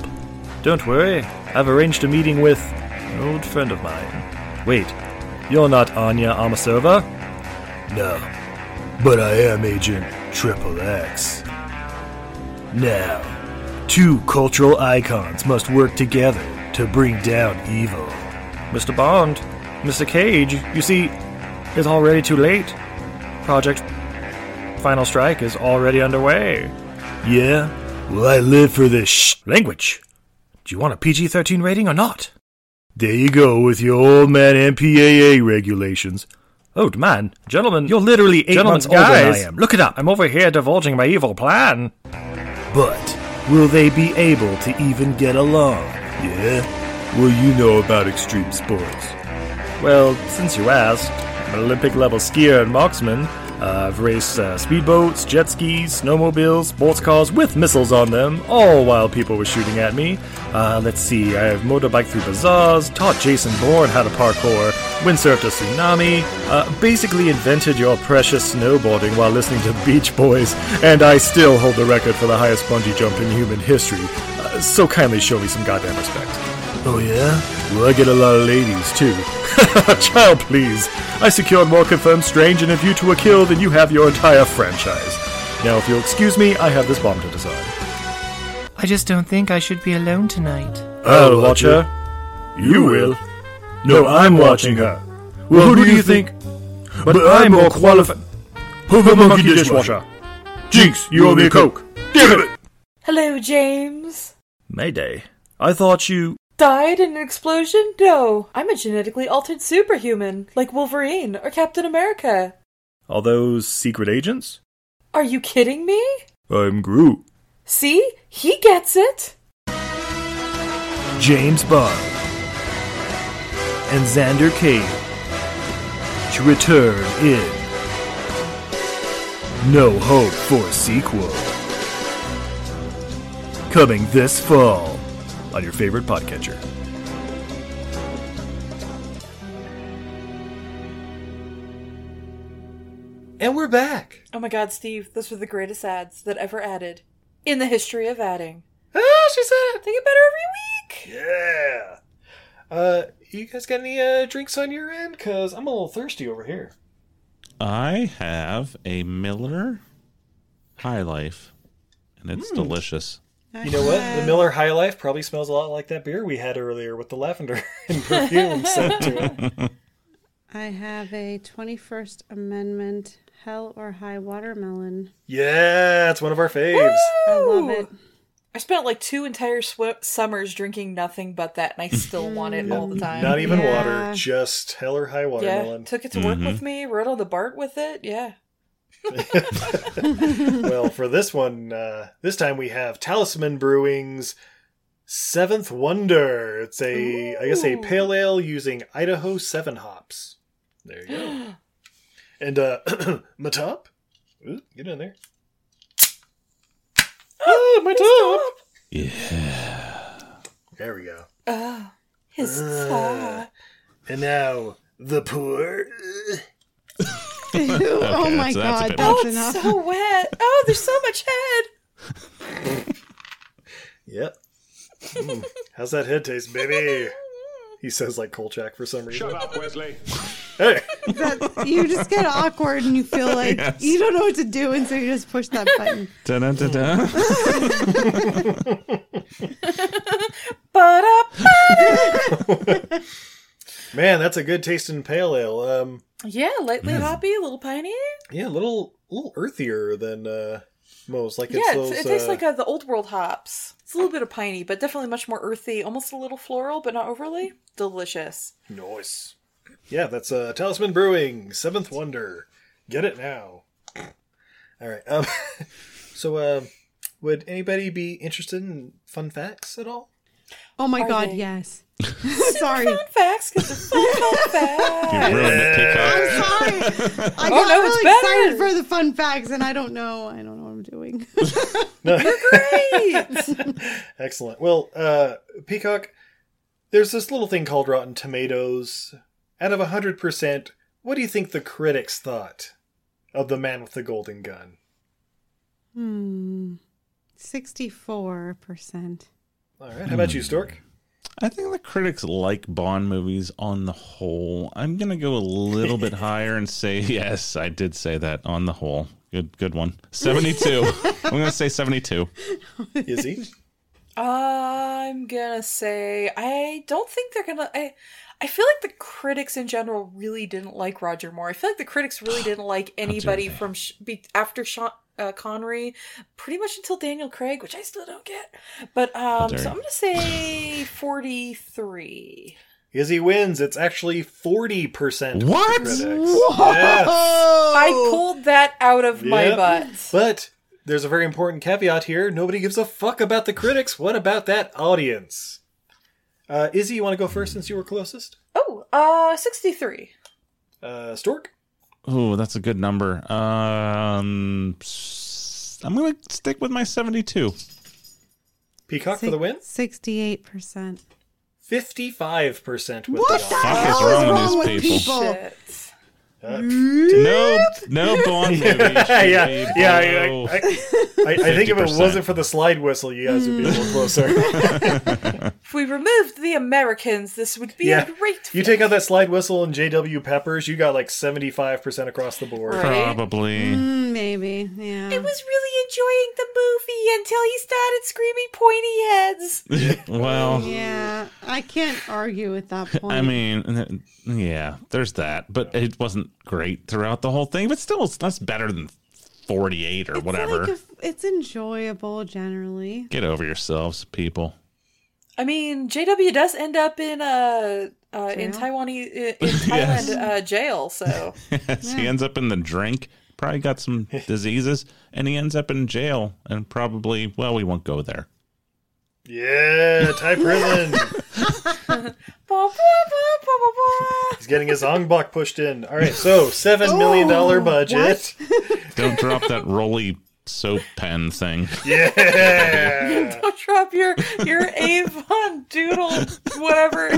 Don't worry, I've arranged a meeting with an old friend of mine. Wait, you're not Anya Amasova? No, but I am Agent Triple X. Now, two cultural icons must work together to bring down evil. Mr. Bond, Mr. Cage, you see, it's already too late. Project Final Strike is already underway. Yeah? Well, I live for this sh- language. Do you want a PG 13 rating or not? There you go with your old man MPAA regulations. Old Oh, man, gentlemen, you're literally eight Gentlemen, months older than I guys. am. Look it up. I'm over here divulging my evil plan. But will they be able to even get along? Yeah? Well, you know about extreme sports. Well, since you asked, I'm an Olympic level skier and marksman. Uh, I've raced uh, speedboats, jet skis, snowmobiles, sports cars with missiles on them, all while people were shooting at me. Uh, let's see, I've motorbiked through bazaars, taught Jason Bourne how to parkour, windsurfed a tsunami, uh, basically invented your precious snowboarding while listening to Beach Boys, and I still hold the record for the highest bungee jump in human history. Uh, so kindly show me some goddamn respect. Oh, yeah? Well, I get a lot of ladies, too. Child, please. I secured more confirmed strange and if you two are killed, then you have your entire franchise. Now, if you'll excuse me, I have this bomb to disarm. I just don't think I should be alone tonight. I'll watch her. You will. No, I'm watching her. Well, who do you think? But I'm more qualified. Hoover Monkey Dishwasher. Jinx, you owe me a Coke. Damn it! Hello, James. Mayday. I thought you. Died in an explosion? No. I'm a genetically altered superhuman, like Wolverine or Captain America. Are those secret agents? Are you kidding me? I'm Groot. See? He gets it. James Bond and Xander Cage to return in No Hope for Sequel. Coming this fall on your favorite podcatcher. And we're back. Oh my god, Steve, those were the greatest ads that ever added in the history of adding. Oh, she said it. They get better every week. Yeah. Uh, you guys got any uh, drinks on your end? Cause I'm a little thirsty over here. I have a Miller High Life, and it's Hmm. Mm. delicious. You know what? The Miller High Life probably smells a lot like that beer we had earlier with the lavender and perfume sent to it. I have a 21st Amendment Hell or High Watermelon. Yeah, it's one of our faves. I love it. I spent like two entire sw- summers drinking nothing but that, and I still want it all the time. Not even Yeah. water, just hell or high yeah, watermelon. Mm-hmm. took it to work with me, rode on the BART with it. Yeah. well, for this one, uh, this time we have Talisman Brewing's Seventh Wonder. It's a, I guess, a pale ale using Idaho Seven hops. There you go. and uh, my top, Ooh, get in there. Oh, my top. There we go. Oh, his Uh, top. And now the uh, pour. oh my that's- that's a God, bit Oh, much. it's so wet. Oh, there's so much head. Yep. Mm, How's that head taste, baby? He says like Kolchak for some reason. Shut up, Wesley. Hey. You just get awkward and you feel like Yes. you don't know what to do, and so you just push that button. Da da da da. Ba-da-ba-da. Man, that's a good tasting pale ale. Um, yeah, lightly hoppy, a little piney. yeah, a little, little earthier than uh, most. Like Yeah, it's it's, those, it tastes uh, like uh the old world hops. It's a little bit of piney, but definitely much more earthy, almost a little floral, but not overly. Delicious. Nice. Yeah, that's uh, Talisman Brewing, Seventh Wonder. Get it now. All right. Um, so, uh, would anybody be interested in fun facts at all? Oh my Are God, they? yes. Sorry. Fun facts, because they're fun, fun facts. You ruined it, Peacock. I got Oh, no, it's really better. excited for the fun facts, and I don't know. I don't know what I'm doing. Excellent. Well, uh, Peacock, there's this little thing called Rotten Tomatoes. Out of 100%, what do you think the critics thought of The Man with the Golden Gun? Hmm. 64%. All right. How about you, Stork? I think the critics like Bond movies on the whole. I'm gonna go a little bit higher and say yes. I did say that on the whole. Good, good one. Seventy-two. I'm gonna say seventy-two. Izzy? I'm gonna say I don't think they're gonna. I I feel like the critics in general really didn't like Roger Moore. I feel like the critics really didn't like anybody dare they? from sh- be, after Sean uh, Connery pretty much until Daniel Craig, which I still don't get. But um, dare so you. I'm gonna say 43. Izzy wins. It's actually 40% for What? critics. Whoa! Oh. I pulled that out of my Yep. butt. But there's a very important caveat here. Nobody gives a fuck about the critics. What about that audience? Uh, Izzy, you want to go first since you were closest? Oh, uh, 63. Uh, Stork? Oh, that's a good number. Um, s- I'm gonna stick with my 72. Peacock for the win? 68%. 55% with What the the Fuck is wrong with these people? No, no blonde movie. yeah, should yeah, be yeah. I, below I, I, I think if it 50%. wasn't for the slide whistle, you guys would be a little closer. If we removed the Americans, this would be a great. You take out that slide whistle and JW Peppers, you got like 75% across the board. Probably. Mm, maybe, yeah. I was really enjoying the movie until he started screaming pointy heads. Well, Yeah, I can't argue with that point. I mean, yeah, there's that, but it wasn't great throughout the whole thing. But still, it's that's better than 48 or whatever. Like, if- it's enjoyable generally. Get over yourselves, people. I mean, JW does end up in uh, uh in Jail? Taiwanese in Yes. Thailand uh, jail, so Yes, He ends up in the drink. Probably got some diseases, and he ends up in jail. And probably, well, we won't go there. Yeah, Thai prison. He's getting his ongbok pushed in. All right, so seven million dollar Oh, budget. Don't drop that roly soap pen thing. Yeah. don't drop your your Avon Doodle whatever.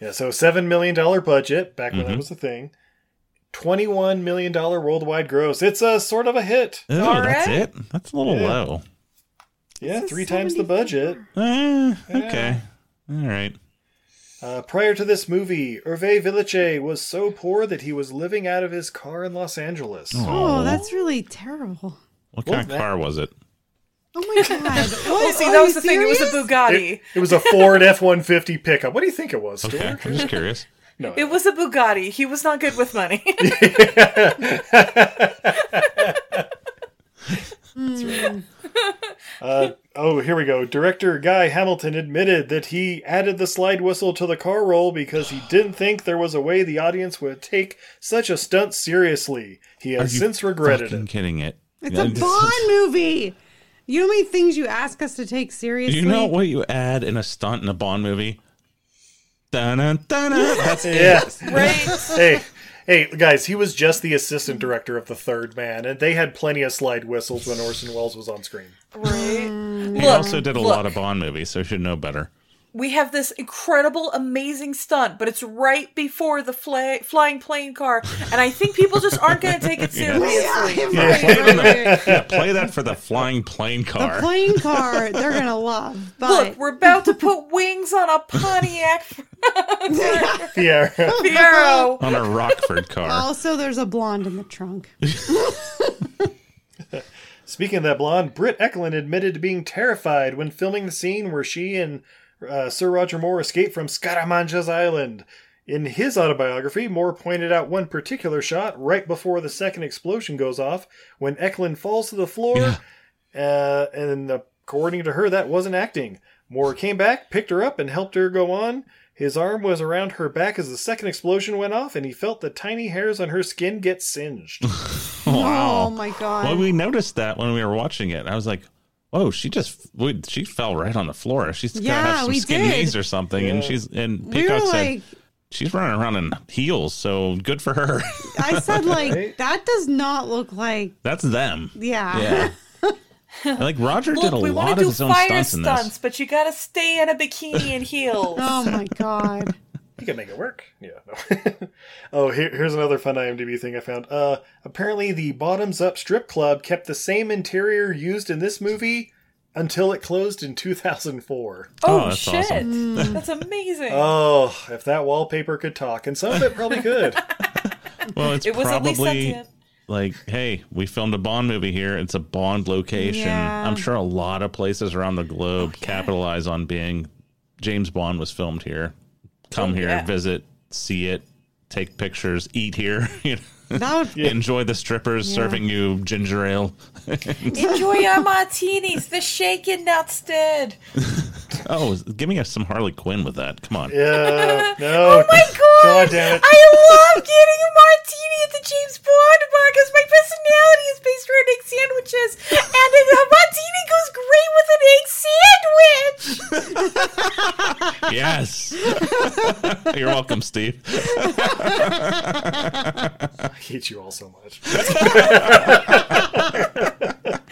Yeah, so seven million dollar budget back when Mhm. that was a thing. Twenty-one million dollar worldwide gross. It's a sort of a hit. Ooh, that's it. That's a little Yeah. low. Yeah, three times the budget. Eh, okay. All right. Uh, prior to this movie, Hervé Villachet was so poor that he was living out of his car in Los Angeles. Oh, that's really terrible. What Well, kind of that- car was it? Oh my god. What? See, Are that you was the thing. It was a serious? Bugatti. It, it was a Ford F one fifty pickup. What do you think it was? Okay, Stuart? I'm just curious. No, It was a Bugatti. He was not good with money. Uh, oh, here we go. Director Guy Hamilton admitted that he added the slide whistle to the car roll because he didn't think there was a way the audience would take such a stunt seriously. He Are has you since regretted fucking it. kidding it. It's a Bond movie. You know how many things you ask us to take Do seriously? you know what you add in a stunt in a Bond movie? Dun-dun, dun-dun. That's it. Yeah. Right. hey, hey, guys, he was just the assistant director of The Third Man, and they had plenty of slide whistles when Orson Welles was on screen. right. He Look, also did a look. lot of Bond movies, so he should know better. we have this incredible, amazing stunt, but it's right before the fla- flying plane car, and I think people just aren't going to take it Yeah. seriously. Yeah, play, it on the- yeah, play that for the flying plane car. Plane car, they're gonna love. But Look, we're about to put wings on a Pontiac Yeah. Fiero. on a Rockford car. also, there's a blonde in the trunk. Speaking of that blonde, Britt Eklund admitted to being terrified when filming the scene where she and uh, Sir Roger Moore escape from Scaramancha's Island. In his autobiography, Moore pointed out one particular shot right before the second explosion goes off when Eklund falls to the floor, uh, and according to her, that wasn't acting. Moore came back, picked her up, and helped her go on. His arm was around her back as the second explosion went off, and he felt the tiny hairs on her skin get singed. Wow. Oh my god. Well, we noticed that when we were watching it. I was like, "Oh, she just we, she fell right on the floor. She's got to Yeah, have some we skin did. knees or something." And she's and We were Peacock said like- she's running around in heels, so good for her. I said like that does not look like That's them. yeah. Yeah. And, like Roger Look, did a we want lot of to do his own fire stunts in this. stunts, but you got to stay in a bikini and heels. Oh my god. You can make it work. Yeah. No. oh, here, here's another fun IMDb thing I found. Uh, apparently, the Bottoms Up Strip Club kept the same interior used in this movie until it closed in 2004. Oh, Oh, that's shit. awesome. Uh, That's amazing. Oh, if that wallpaper could talk, and some of it probably could. Well, it's It was at least probably sentient. like, hey, we filmed a Bond movie here. It's a Bond location. Yeah. I'm sure a lot of places around the globe capitalize on being James Bond was filmed here. Come here, yeah. visit, see it, take pictures, eat here. you know? That You enjoy the strippers Yeah. serving you ginger ale. Enjoy your martinis. They're shaken, not stirred. oh, give me some Harley Quinn with that. Come on. Yeah. Oh No. my god! God damn it. I love getting a martini at the James Bond bar because my personality is based around egg sandwiches, and a a martini goes great with an egg sandwich. Yes. You're welcome, Steve. I hate you all so much.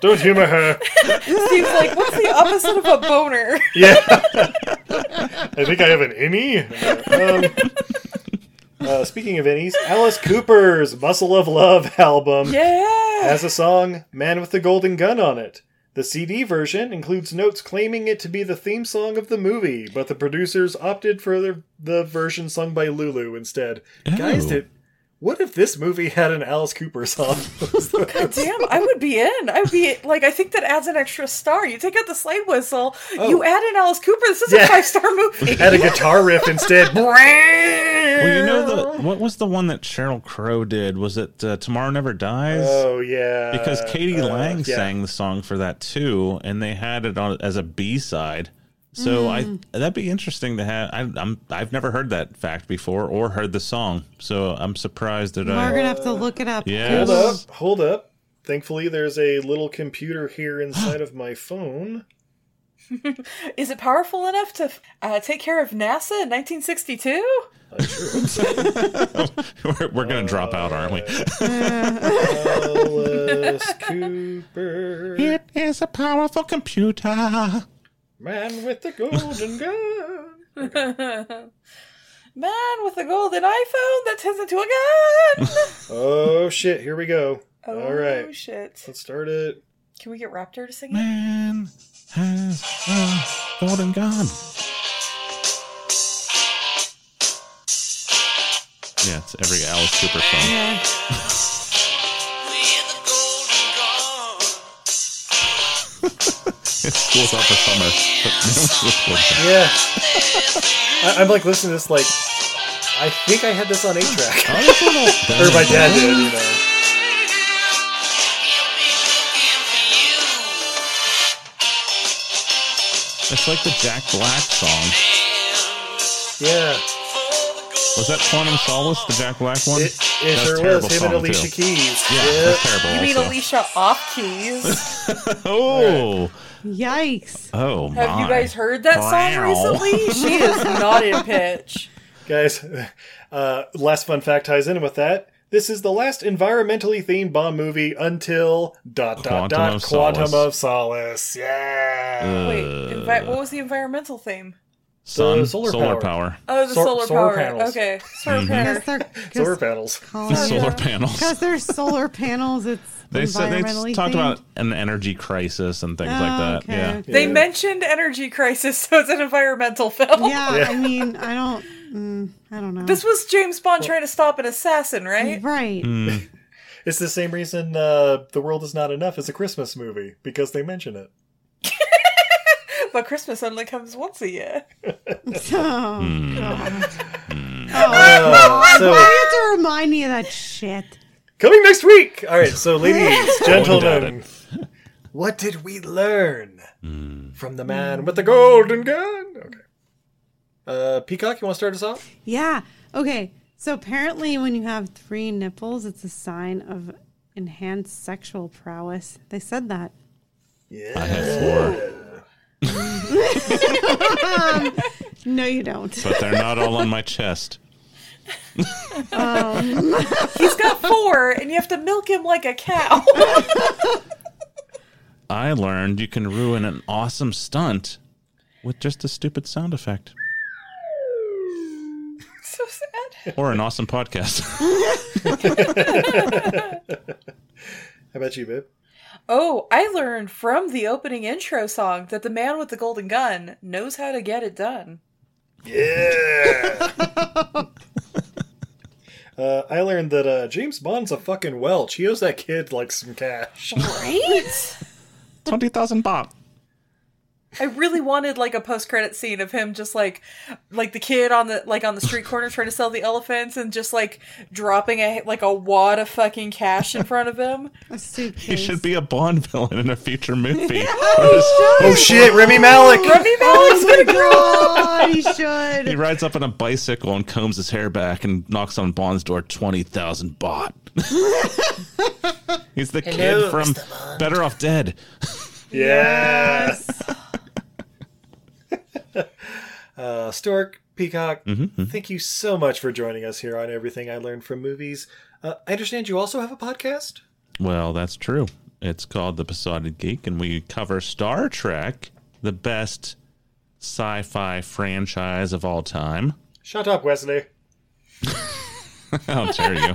Don't humor her. Steve's like, "What's the opposite of a boner?" Yeah. I think I have an innie. Um, uh, speaking of innies, Alice Cooper's Muscle of Love album Yeah. has a song, Man with the Golden Gun, on it. The CD version includes notes claiming it to be the theme song of the movie, but the producers opted for the, the version sung by Lulu instead. Guys, Oh. did, what if this movie had an Alice Cooper song? God damn, I would be in. I would be like, I think that adds an extra star. You take out the slide whistle, you add in Alice Cooper. This is Oh. Yeah. a five star movie. had a guitar riff instead. Well, you well, know the what was the one that Cheryl Crow did? Was it uh, "Tomorrow Never Dies"? Oh yeah, because Katie uh, Lang yeah. sang the song for that too, and they had it on as a B side. So Mm. I that'd be interesting to have. I, I'm I've never heard that fact before or heard the song, so I'm surprised that uh, We're gonna I. have to look it up. Yes. Hold up, hold up. Thankfully, there's a little computer here inside of my phone. Is it powerful enough to uh, take care of NASA in 1962? we're we're gonna drop out, aren't we? Uh, Alice Cooper, It is a powerful computer. man with the golden gun. Man with a golden iPhone that turns into a gun. Oh shit! Here we go. Oh, All right, shit. let's start it. Can we get Raptor to sing it? Man has a golden gun. Yeah, it's every Alice Cooper song. School's out for summer. but man with a golden gun. Yeah, I- I'm like listening to this. Like, I think I had this on eight track, or my dad did. You know. It's like the Jack Black song. Yeah, Was that Quantum Solace, the Jack Black one? it, it That's a sure terrible was him and song, Alicia too. Keys. Yeah, that's terrible. You mean also. Alicia off keys? Oh, Yikes. oh my. Have you guys heard that song recently? She is not in pitch. Guys, uh, last fun fact ties in with that. This is the last environmentally themed Bond movie until dot dot Quantum dot of Quantum Solace. Uh, of Solace. Yeah. Wait, envi- what was the environmental theme? Sun, The solar, solar power. power. Oh, the Sor- solar, solar power. panels. Okay, solar Mhm. panels. Solar panels. Oh, Solar panels. Because oh, there's solar panels. It's They said they environmentally talked themed. about an energy crisis and things like Oh, that. okay, yeah. okay. They mentioned energy crisis, so it's an environmental Oh. film. Yeah, I mean, I don't. Mm, I don't know. This was James Bond trying to stop an assassin, right? Right. Hmm. It's the same reason uh, The World Is Not Enough is a Christmas movie, because they mention it. But Christmas only comes once a year. So, Hmm. Oh, Uh, why so, do you have to remind me of that shit? coming next week! All right, so ladies, Going gentlemen, what did we learn Hmm. from the man with the golden gun? Okay. Uh, Peacock, you want to start us off? Yeah. Okay. So apparently, when you have three nipples, it's a sign of enhanced sexual prowess. They said that. I have four, No, you don't. but they're not all on my chest. He's got four, and you have to milk him like a cow. I learned you can ruin an awesome stunt with just a stupid sound effect so sad. or an awesome podcast. How about you, babe? Oh, I learned from the opening intro song that the man with the golden gun knows how to get it done. Yeah. uh, I learned that uh, James Bond's a fucking Welch. He owes that kid like some cash. Right? 20,000 baht. I really wanted like a post credit scene of him just like like the kid on the like on the street corner trying to sell the elephants and just like dropping a like a wad of fucking cash in front of him. A suitcase. He should be a Bond villain in a future movie. Oh shit, Remy Malik. Remy Malik's gonna grow up. he He should. rides up on a bicycle and combs his hair back and knocks on Bond's door. Twenty thousand baht. He's the Hello, kid from Better Off Dead. Yeah. uh, Stork, Peacock, thank you so much for joining us here on Everything I Learned from Movies. Uh, I understand you also have a podcast? Well, that's true. It's called The Besotted Geek, and we cover Star Trek, the best sci fi franchise of all time. Shut up, Wesley. How dare you!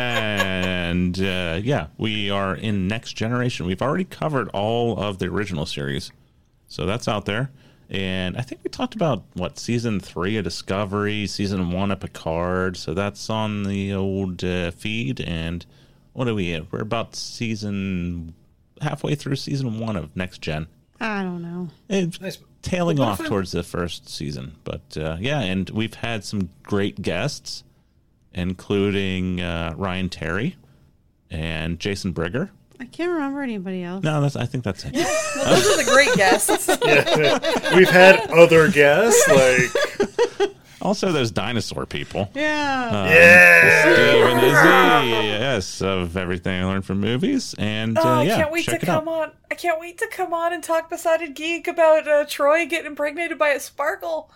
and uh, yeah, we are in Next Generation. We've already covered all of the original series, so that's out there. And I think we talked about what season three of Discovery, season one of Picard. So that's on the old uh, feed. And what are we at? We're about season halfway through season one of Next Gen. I don't know. It's tailing Well, off what if I- towards the first season, but uh, yeah, and we've had some great guests, including uh, Ryan Terry and Jason Brigger. I can't remember anybody else. No, that's I think that's it. Well, those are the great guests. We've had other guests like Also, those dinosaur people. Uh, Yeah. yeah. Steve and Izzy, yes, of everything I learned from movies, and Oh, uh, I yeah, can't wait to check it out. come on. I can't wait to come on and talk beside a geek about uh, Troy getting impregnated by a sparkle.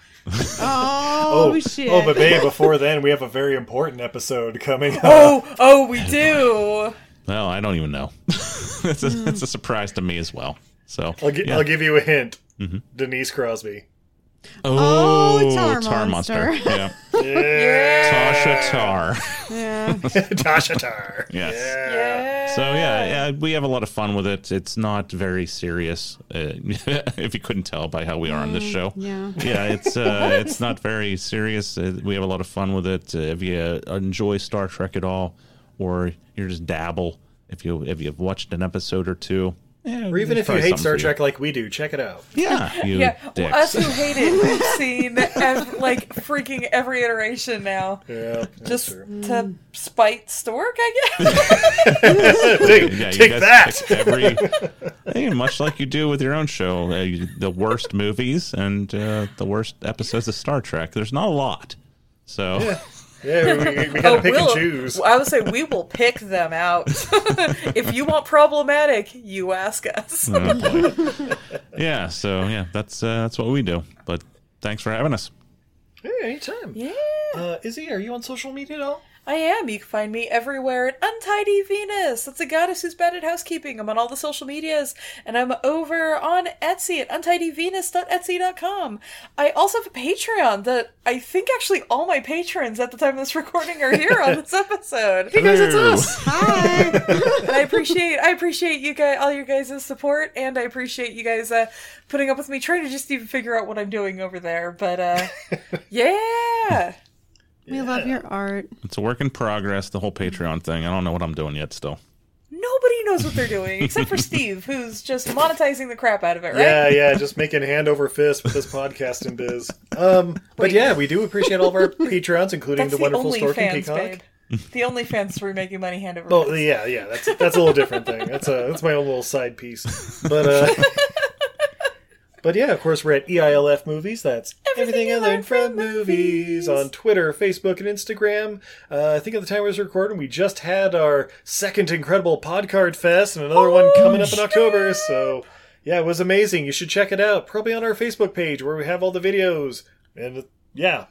Oh, oh shit. Oh, but babe, before then we have a very important episode coming up. Oh, oh, we do. Well, I don't even know. it's, a, it's a surprise to me as well. So I'll, gi- yeah. I'll give you a hint. Mhm. Denise Crosby. Oh, Tar Monster. yeah. Yeah. Tasha Tar. Yeah. Tasha Tar. Yes. Yeah. So yeah, yeah, we have a lot of fun with it. It's not very serious, uh, if you couldn't tell by how we are on Mm. this show. Yeah. Yeah, it's uh, it's not very serious. Uh, we have a lot of fun with it. Uh, if you uh, enjoy Star Trek at all, or you're just dabble, if you if you've watched an episode or two, yeah, Or even there's if you probably hate something Star for you. Trek like we do, check it out. yeah, you yeah, well, dicks. us who hate it, we've seen ev- like freaking every iteration now. Yeah. Just to spite Stork, I guess. take Yeah, you take guys that. pick every, Hey, much like you do with your own show, uh, you- the worst movies and uh, the worst episodes of Star Trek. There's not a lot, so yeah, we, we, we gotta Oh, pick we'll- and choose. I would say we will pick them out. if you want problematic, you ask us. Oh, boy. yeah, so yeah, that's uh, that's what we do. But thanks for having us. Hey, anytime. Yeah. Uh, Izzy, are you on social media at all? I am. You can find me everywhere at Untidy Venus. That's a goddess who's bad at housekeeping. I'm on all the social medias, and I'm over on Etsy at untidyvenus.etsy.com. I also have a Patreon that I think actually all my patrons at the time of this recording are here on this episode. Hey guys, it's us. And I appreciate I appreciate you guys all your guys' support, and I appreciate you guys uh, putting up with me trying to just even figure out what I'm doing over there. But uh, yeah. We love your art. It's a work in progress. The whole Patreon thing. I don't know what I'm doing yet. Still, Nobody knows what they're doing except for Steve, who's just monetizing the crap out of it, right? Yeah, yeah, just making hand over fist with this podcast and biz. Um, but yeah, we do appreciate all of our patrons, including That's the the, wonderful only Stork and fans, Peacock. babe. The only fans who are making money hand over Oh fist. yeah, yeah, that's that's a little different thing. That's a that's my own little side piece. But uh, but yeah, of course we're at E EILF movies. That's everything, I learned from movies on Twitter, Facebook, and Instagram. Uh, I think at the time we was recording, we just had our second incredible Podcard Fest and another one coming up in October. So yeah, it was amazing. You should check it out. Probably on our Facebook page where we have all the videos and uh, yeah,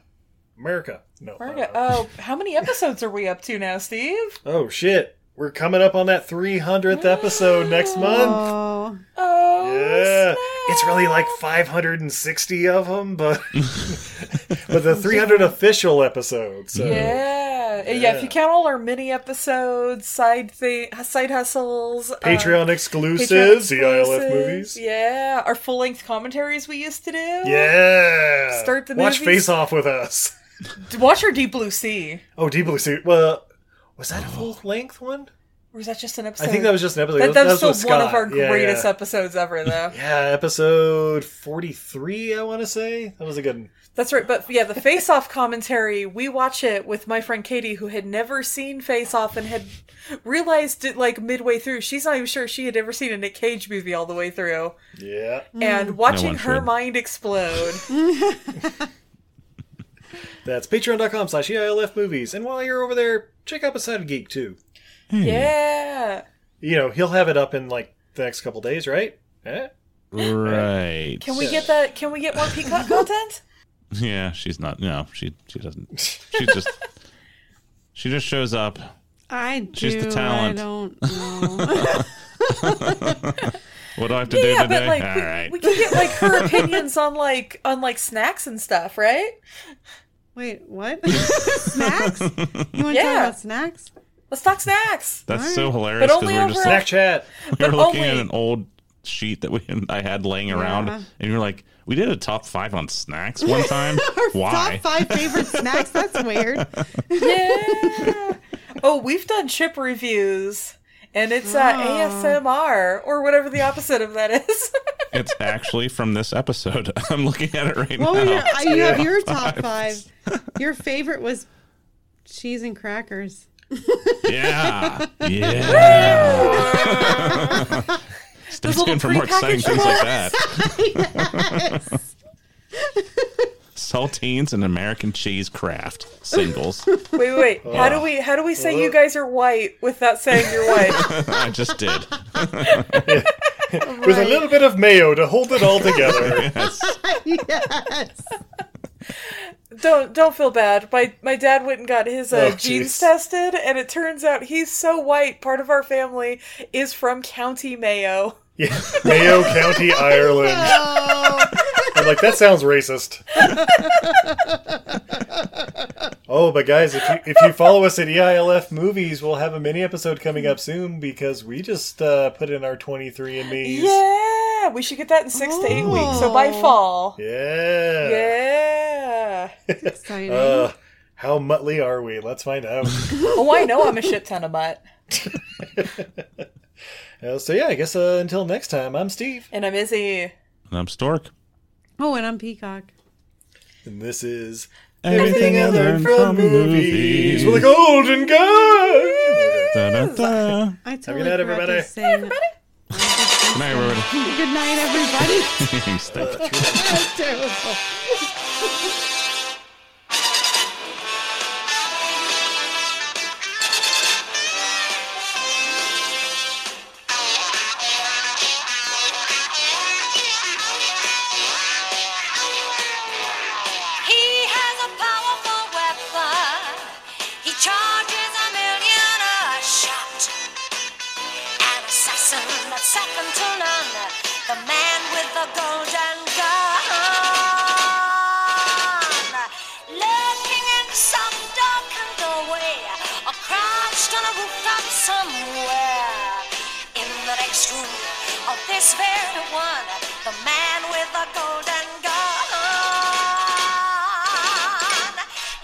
America. No, uh, We're gonna- Oh, how many episodes are we up to now, Steve? Oh shit. We're coming up on that 300th episode next Um, month. Oh. Oh, Yeah. It's really like 560 of them, but but the 300 official episode. So Yeah. yeah, If Yeah. you count all our mini episodes, side thing, side hustles, um, Patreon Patreon exclusives, the ILF exclusives, movies. yeah, our full length commentaries we used to do, Yeah. Start the Watch movies. Face Off with us. watch our Deep Blue Sea. Oh, Deep Blue Sea. Well, was that a full length one? Or is that just an episode? I think that was just an episode. Oh. That, That that's was still with one of our Scott. Yeah, greatest yeah. episodes ever, though. Yeah, episode 43, I want to say. That was a good one. That's right. But yeah, the Face Off commentary, we watch it with my friend Katie, who had never seen Face Off and had realized it like midway through. She's not even sure she had ever seen a Nick Cage movie all the way through. Yeah. Mm. And watching one her should. mind explode. That's patreon.com slash E EILF movies. And while you're over there, check out Beside Geek too. Hmm. yeah. You know, he'll have it up in like the next couple days, right? Eh? Right. Can we get that? Can we get more Peacock content? Yeah, she's not. No, she she doesn't. She just she just shows up. I do. She's the talent. I don't know. what do I have to yeah, do but today? like All we, right. we can get like her opinions on like on like snacks and stuff, right? Wait, what? snacks? You want to talk about snacks? Let's talk snacks. That's so hilarious because we were just like, chat. We were But looking at only- an old sheet that we I had laying around, Oh, Yeah. and you were like, "We did a top five on snacks one time. Why?" Top five favorite snacks. That's weird. yeah. Oh, we've done chip reviews, and it's uh, Oh. ASMR or whatever the opposite of that is. It's actually from this episode. I'm looking at it right What now. were your? I, you have your top Five. five. Your favorite was cheese and crackers. Yeah. Yeah. Stay Those little tuned for more exciting prepackaged things like that. rolls. Saltines and American cheese craft singles. wait, wait. Oh. wait. How do we how do we say you guys are white without saying you're white? I just did. With a little bit of mayo to hold it all together. yes. Don't don't feel bad. My my dad went and got his Oh, uh, genes jeez. tested, and it turns out he's so white. Part of our family is from County Mayo. Mayo County, Ireland. I'm like, that sounds racist. Oh, but guys, if you, if you follow us at E EILF Movies, we'll have a mini episode coming up soon because we just uh, put in our 23andMe's. Yeah, we should get that in six to eight weeks. So Oh. by fall. Yeah. Yeah. Exciting. Uh, how muttly are we? Let's find out. oh, I know I'm a shit ton of mutt. Uh, so, yeah, I guess uh, until next time, I'm Steve. And I'm Izzy. And I'm Stork. Oh, and I'm Peacock. And this is Everything I learned from movies. Movies with a Golden Gun. Da-da-da. I Have a totally good night, everybody. everybody. Good night, everybody. Good night, everybody. You stink. That's terrible. He has a powerful weapon. He charges a million a shot. An assassin that's second to none. The man with the golden gun. Lurking in some darkened doorway, or crouched on a rooftop somewhere. In the next room, of this very one, the man with the golden